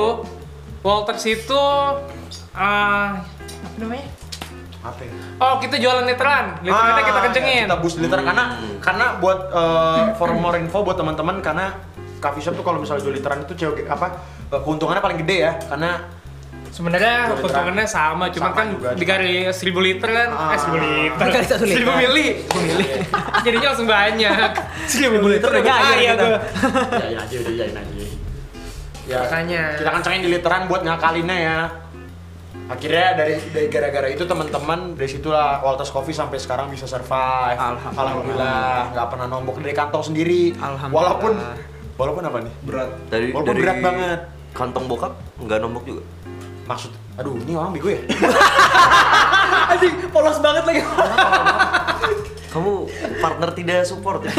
B: Walters itu ah, apa namanya?
A: Apa ya?
B: Oh, kita jualan literan. Literannya
A: Ah,
B: kita kencengin. Hmm.
A: Kita boost liter karena karena buat eh, for more info buat teman-teman karena coffee shop tuh kalau misalnya jual literan itu cewek apa eh, keuntungannya paling gede ya karena
B: Sebenarnya
A: Jual
B: keuntungannya sama,
A: Sama
B: cuman kan
A: juga, cuman-
B: dikali 1000 liter kan,
A: Ah.
B: eh 1000 liter.
E: Dikali satu liter.
B: 1000 mili. Jadinya langsung banyak. 1000
E: liter udah nyair
B: Iya
E: kita.
B: gua.
A: ya aja udah yain aja. Ya,
B: Makanya.
A: kita kencengin di literan buat ngakalinnya ya. Akhirnya dari, dari gara-gara itu teman-teman dari situlah Walters Coffee sampai sekarang bisa survive.
E: Alhamdulillah.
A: Alhamdulillah, nggak pernah nombok dari kantong sendiri.
E: Alhamdulillah.
A: Walaupun walaupun apa nih?
F: Berat.
C: dari
A: Walaupun
C: dari
A: berat banget.
C: Kantong bokap nggak nombok juga.
A: Maksud, aduh ini orang bego ya.
E: Anjing, polos banget lagi.
C: Kamu partner tidak support ya?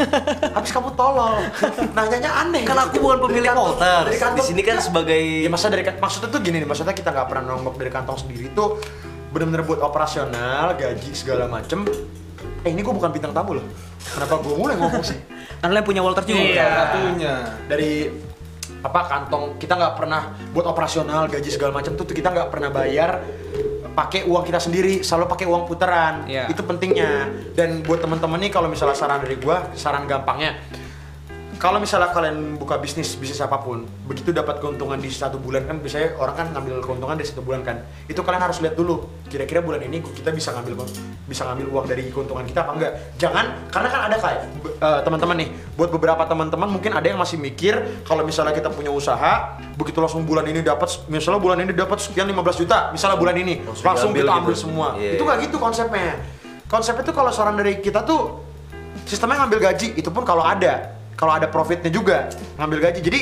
A: Habis kamu tolol. Nanyanya aneh.
C: kan aku bukan pemilik Walters.
A: dari kantong-
C: Di sini kan sebagai
A: Ya masa dari kan- maksudnya tuh gini nih, maksudnya kita nggak pernah nonggok dari kantong sendiri tuh bener-bener buat operasional, gaji segala macem. Eh ini gue bukan bintang tamu loh. Kenapa gue mulai ngomong sih?
E: Karena lo yang punya Walter juga.
B: Iya.
F: Satunya.
A: Dari apa kantong kita nggak pernah buat operasional gaji segala macam tuh tuh kita nggak pernah bayar pakai uang kita sendiri selalu pakai uang putaran
E: Iya.
A: itu pentingnya dan buat teman-teman nih kalau misalnya saran dari gua saran gampangnya kalau misalnya kalian buka bisnis bisnis apapun, begitu dapat keuntungan di satu bulan kan biasanya orang kan ngambil keuntungan dari satu bulan kan. Itu kalian harus lihat dulu kira-kira bulan ini kita bisa ngambil bisa ngambil uang dari keuntungan kita apa enggak. Jangan karena kan ada kayak be- eh, teman-teman nih, buat beberapa teman-teman mungkin ada yang masih mikir kalau misalnya kita punya usaha, begitu langsung bulan ini dapat misalnya bulan ini dapat sekian 15 juta, misalnya bulan ini
C: Langsung
A: langsung
C: diambil
A: kita ambil
C: gitu.
A: semua.
C: Iya.
A: Itu nggak gitu konsepnya. Konsepnya tuh kalau saran dari kita tuh sistemnya ngambil gaji itu pun kalau ada kalau ada profitnya juga ngambil gaji jadi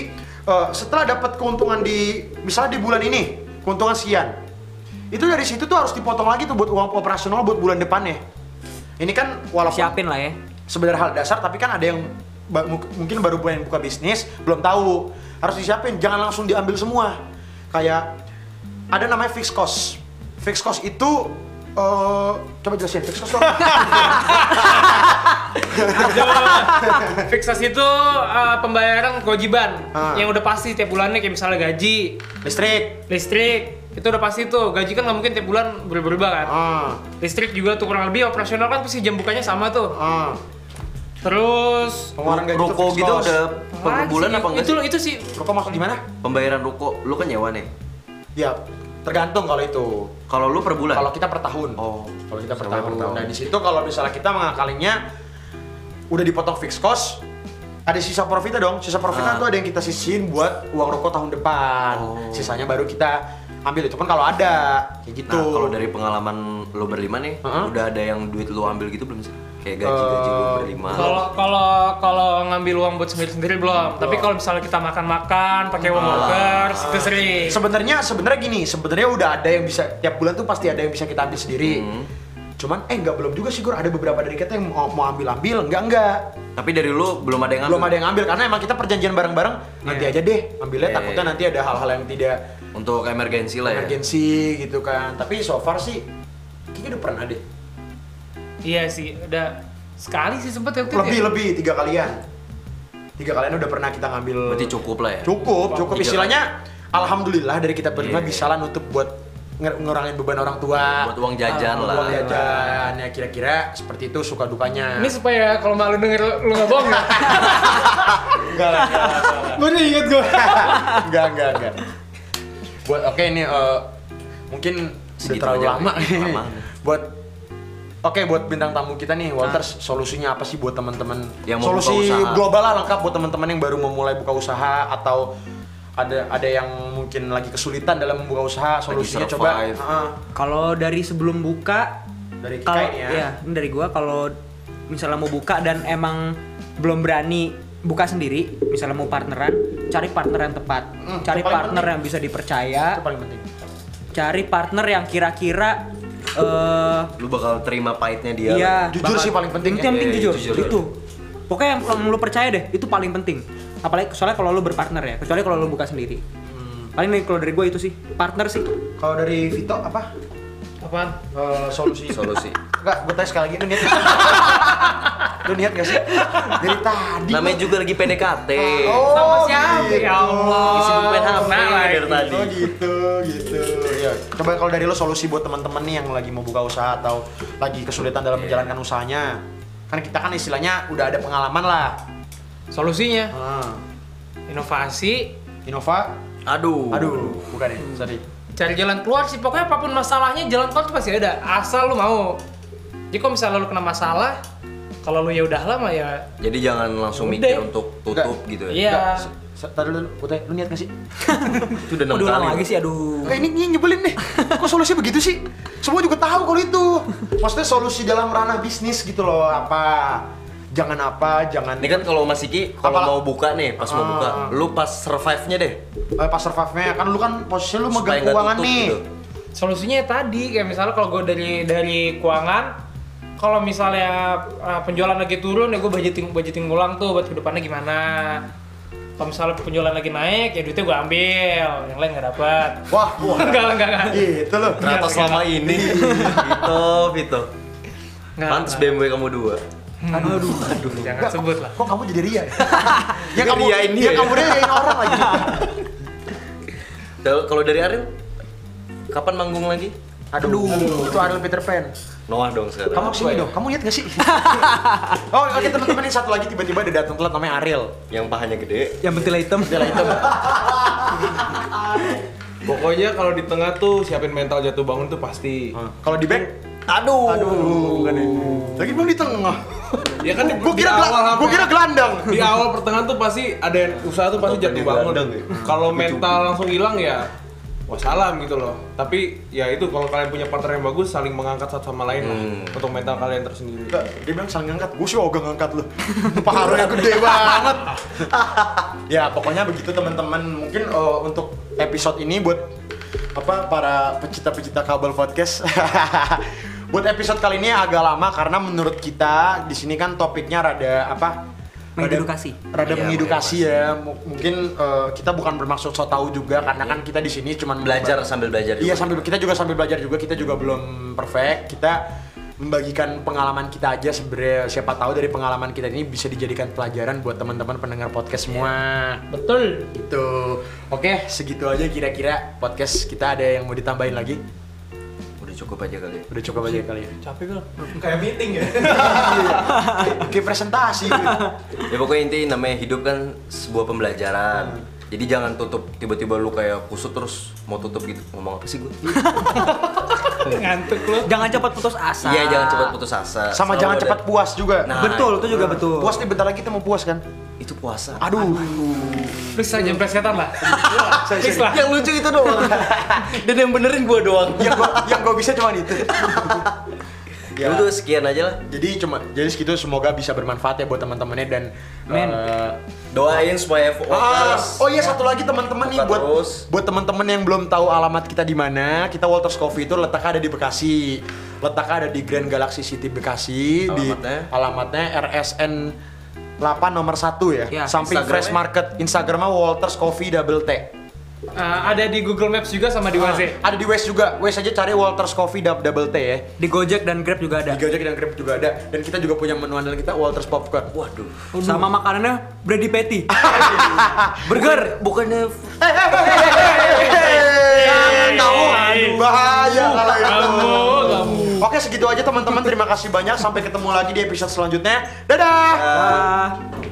A: eh, setelah dapat keuntungan di misalnya di bulan ini keuntungan sekian itu dari situ tuh harus dipotong lagi tuh buat uang operasional buat bulan depannya ini kan walaupun
E: siapin lah ya
A: sebenarnya hal dasar tapi kan ada yang ba- mu- mungkin baru pengen buka bisnis belum tahu harus disiapin jangan langsung diambil semua kayak ada namanya fixed cost fixed cost itu eh coba jelasin fixed cost tuh apa?
B: Fixas itu uh, pembayaran kewajiban
A: Ah.
B: yang udah pasti tiap bulannya kayak misalnya gaji,
A: listrik
B: listrik itu udah pasti tuh gaji kan nggak mungkin tiap bulan berubah-ubah kan
A: ah
B: listrik juga tuh kurang lebih operasional kan pasti jam bukanya sama tuh
A: ah
B: terus
A: pengeluaran gaji tuh
C: ruko
A: fixed
C: gitu
A: cost.
C: udah per
B: apaan
C: bulan
B: sih?
C: apa enggak
B: itu iya.
C: sih?
B: itu sih
A: Ruko maksud gimana?
C: Pembayaran ruko, lu kan nyewa nih.
A: Ya, tergantung kalau itu.
C: Kalau lu per bulan.
A: Kalau kita per tahun.
C: Nah. Oh.
A: Kalau kita per
C: Sama
A: tahun.
C: per tahun.
A: Nah, di situ kalau misalnya kita mengakalinya udah dipotong fixed cost, ada sisa profitnya dong. Sisa profitnya
C: Ah.
A: tuh ada yang kita sisihin buat uang rokok tahun depan.
C: Oh.
A: Sisanya baru kita ambil itu pun kalau ada kayak gitu.
C: Nah, kalau dari pengalaman lu berlima nih,
A: Heeh.
C: udah ada yang duit lu ambil gitu belum sih? Kayak gaji-gaji lu
A: Eh,
C: berlima.
B: kalau kalau kalau ngambil uang buat sendiri sendiri belum tapi kalau misalnya kita makan makan pakai uang workers itu sering
A: sebenarnya sebenarnya gini, sebenarnya udah ada yang bisa tiap bulan tuh pasti ada yang bisa kita ambil sendiri.
C: Hmm.
A: Cuman eh nggak belum juga sih, Gur. Ada beberapa dari kita yang mau, mau ambil-ambil, enggak enggak.
C: Tapi dari lu belum ada yang ambil.
A: belum ada yang ngambil karena emang kita perjanjian bareng-bareng nanti aja deh ambilnya
C: Iya,
A: takutnya
C: iya.
A: nanti ada hal-hal yang tidak
C: Untuk emergensi lah ya.
A: emergensi gitu kan tapi so far sih kayaknya udah pernah deh
B: iya sih udah sekali sih sempet waktu itu
A: lebih
B: ya.
A: lebih tiga kalian tiga kalian udah pernah kita ngambil
C: Berarti cukup lah ya.
A: cukup cukup
C: Tiga
A: istilahnya alhamdulillah dari kita berdua
C: Iya.
A: bisa lah nutup buat nger- ngurangin beban orang tua
C: Buat uang jajan lah.
A: uang jajan ya kira-kira seperti itu suka dukanya
B: ini supaya kalau malu denger lu- lu nggak bohong ya
A: enggak lah enggak lah, enggak lah.
B: gue udah inget gue
A: enggak enggak enggak buat oke ini eh, mungkin sudah
C: Segitu
A: terlalu
C: aja,
A: lama
C: lama.
A: buat oke buat bintang tamu kita nih Walters solusinya apa sih buat teman-teman
C: Ah. Yang mau buka
A: solusi
C: usaha.
A: global lah lengkap buat teman-teman yang baru memulai buka usaha atau ada ada yang mungkin lagi kesulitan dalam membuka usaha solusinya coba Ah,
C: survive.
A: Heeh.
E: kalau dari sebelum buka
A: Dari
E: kalau
A: Kikain ya.
E: iya, ini dari gua kalau misalnya mau buka dan emang belum berani buka sendiri misalnya mau partneran cari partner yang tepat
A: Hmm,
E: cari
A: itu paling
E: partner
A: penting.
E: yang bisa dipercaya
A: itu paling penting
E: cari partner yang kira-kira eh
C: Lu bakal terima pahitnya dia.
E: iya
A: Jujur sih paling penting ya.
E: itu yang penting
C: Iya,
E: jujur.
C: jujur.
E: itu pokoknya yang kalau lu percaya deh itu paling penting apalagi soalnya kalau lu berpartner ya kecuali kalau lu buka sendiri
A: Hmm.
E: paling nih kalau dari gue itu sih partner sih
A: kalau dari Vito apa
B: apaan
A: Eh, solusi
C: Solusi.
A: enggak gue tanya sekali lagi lu niat nggak sih? lu niat gak sih dari tadi
C: Namanya juga lagi PDKT.
A: Ah, Oh,
B: sama siapa ya Allah
C: Oh. Isi buku HP
B: Nah,
C: dari
B: lagi.
C: tadi.
A: gitu. Oh gitu, gitu. Ya, coba kalau dari lo solusi buat teman-teman nih yang lagi mau buka usaha atau lagi kesulitan dalam menjalankan usahanya. Kan kita kan istilahnya udah ada pengalaman lah.
B: solusinya
A: Ah,
B: inovasi
A: Innova,
C: Aduh.
A: aduh, bukan ya, sorry.
B: cari jalan keluar sih pokoknya apapun masalahnya jalan keluar tuh pasti ada asal lu mau jadi kalau misalnya lu kena masalah kalau lu ya udah lama ya
C: Jadi jangan langsung
B: Udah.
C: mikir untuk tutup
A: Enggak.
C: gitu ya.
B: iya
A: Tadi lu, gue tanya, lu niat gak sih?
C: Itu udah enam
E: Aduh, ulang
C: kali.
E: lagi sih aduh
A: Enggak, ini, ini nyebelin nih. Kok solusi begitu sih? Semua juga tahu kalau itu. Maksudnya solusi dalam ranah bisnis gitu loh, apa? Jangan apa, jangan
C: Ini kan kalau Mas Iki kalau
A: Apalah.
C: mau buka nih, pas mau
A: Ah.
C: buka, lu pas survive-nya deh.
A: eh, pasar survive-nya kan lu kan posisi lu
C: supaya
A: megang
C: nggak
A: keuangan
C: tutup
A: nih.
C: gitu.
B: solusinya ya tadi kayak misalnya kalau gue dari dari keuangan kalau misalnya uh, penjualan lagi turun ya gue budgeting budgeting ulang tuh buat kedepannya gimana kalau misalnya penjualan lagi naik ya duitnya gue ambil yang lain nggak dapat
A: Wah, wah.
B: enggak enggak enggak
A: Gitu loh.
C: Ternyata selama ini Gitu, Vito, Vito.
B: Nggak,
C: Pantes
B: nggak.
C: BMW kamu dua.
B: aduh aduh aduh jangan sebut lah
A: Kok kamu jadi ria ya? yang
C: Dia
A: kamu
C: riain dia
A: yang
C: ya?
A: kamu riain orang lagi.
C: Kalau kalau dari Ariel kapan manggung lagi?
A: Aduh, itu Ariel Peter Pan.
C: Noah dong sekarang.
A: Kamu kesini dong, kamu lihat gak sih? oh oke teman-teman ini satu lagi tiba-tiba ada datang telat namanya Ariel.
C: Yang pahanya gede.
E: Yang bentil hitam.
F: Pokoknya kalau di tengah tuh siapin mental jatuh bangun tuh pasti.
A: Kalau di back, aduh, aduh, bukan ini. Lagi belum di tengah.
F: Ya kan
A: Gue kira,
F: di
A: gela-
F: awal apa
A: gua kira
F: ya?
A: gelandang.
F: di awal pertengahan tuh pasti ada yang usaha tuh pasti jatuh bangun. Kalau mental langsung hilang ya wassalam gitu loh. Tapi ya itu kalau kalian punya partner yang bagus saling mengangkat satu sama lain lah untuk mental kalian tersendiri.
A: Enggak, Dia bilang saling ngangkat, gue sih ogah ngangkat lu. Paharunya gede banget. ya pokoknya begitu teman-teman. Mungkin eh, untuk episode ini buat apa para pecinta-pecinta kabel podcast. buat episode kali ini agak lama karena menurut kita di sini kan topiknya rada apa? rada-
E: Mengedukasi.
A: Rada
C: Iya,
A: mengedukasi ya. M- Mungkin eh, kita bukan bermaksud so tau juga karena kan kita di sini cuma
C: Belajar sambil belajar juga.
A: Iya sambil kita juga sambil belajar juga kita juga belum perfect. Kita membagikan pengalaman kita aja sebenarnya siapa tahu dari pengalaman kita ini bisa dijadikan pelajaran buat teman-teman pendengar podcast semua.
B: Nah, Betul.
A: Gitu. Oke, segitu aja kira-kira podcast kita ada yang mau ditambahin lagi.
C: Udah cukup aja kali.
A: Udah cukup aja kali ya.
B: Capek gue.
F: Kayak meeting ya.
A: Oke, presentasi. gitu.
C: Ya pokoknya inti namanya hidup kan sebuah pembelajaran. Jadi jangan tutup tiba-tiba lu kayak kusut terus mau tutup gitu. Ngomong apa sih gue?
B: Ngantuk lu.
E: Jangan cepat putus asa.
C: Iya, jangan cepat putus asa.
A: Sama
C: Selalu
A: jangan
C: ada-
A: cepat puas juga.
C: Nah,
E: Betul, itu juga betul.
A: Puas nih bentar lagi kita mau puas kan?
C: Itu puasa.
A: Aduh.
B: Please lah, jangan presetan lah. Please lah.
G: Yang lucu itu doang. Dan yang benerin gua doang.
A: yang gua yang gua bisa cuma itu.
C: Ya. Udah sekian aja lah.
A: Jadi cuma jadi segitu semoga bisa bermanfaat ya buat teman-temannya dan
E: Men.
A: eh,
C: Doain supaya
A: Ah,
C: Walters-
A: oh iya satu lagi teman-teman nih
C: Buka
A: buat
C: terus.
A: buat teman-teman yang belum tahu alamat kita di mana, kita Walters Coffee itu letaknya ada di Bekasi. Letaknya ada di Grand Galaxy City Bekasi
C: Alamatnya?
A: di alamatnya RSN 8 nomor 1 ya.
E: Ya,
A: Samping
C: Instagramnya?
A: Fresh Market, Instagramnya Walters Coffee Double T.
B: Eh, ada di Google Maps juga sama di WhatsApp.
A: Ada di West juga. West aja cari Walters Coffee Dub- Double T ya.
E: Di Gojek dan Grab juga
A: Di
E: ada.
A: Gojek dan Grab juga ada dan kita juga punya menu andalan kita Walters Popcorn.
C: Waduh.
E: Sama makanannya Brady Patty. Burger.
C: Bukannya
A: tahu bahaya kalau itu.
B: Kamu, kamu.
A: Oke segitu aja teman-teman terima kasih banyak sampai ketemu lagi di episode selanjutnya. Dadah.
E: Ah.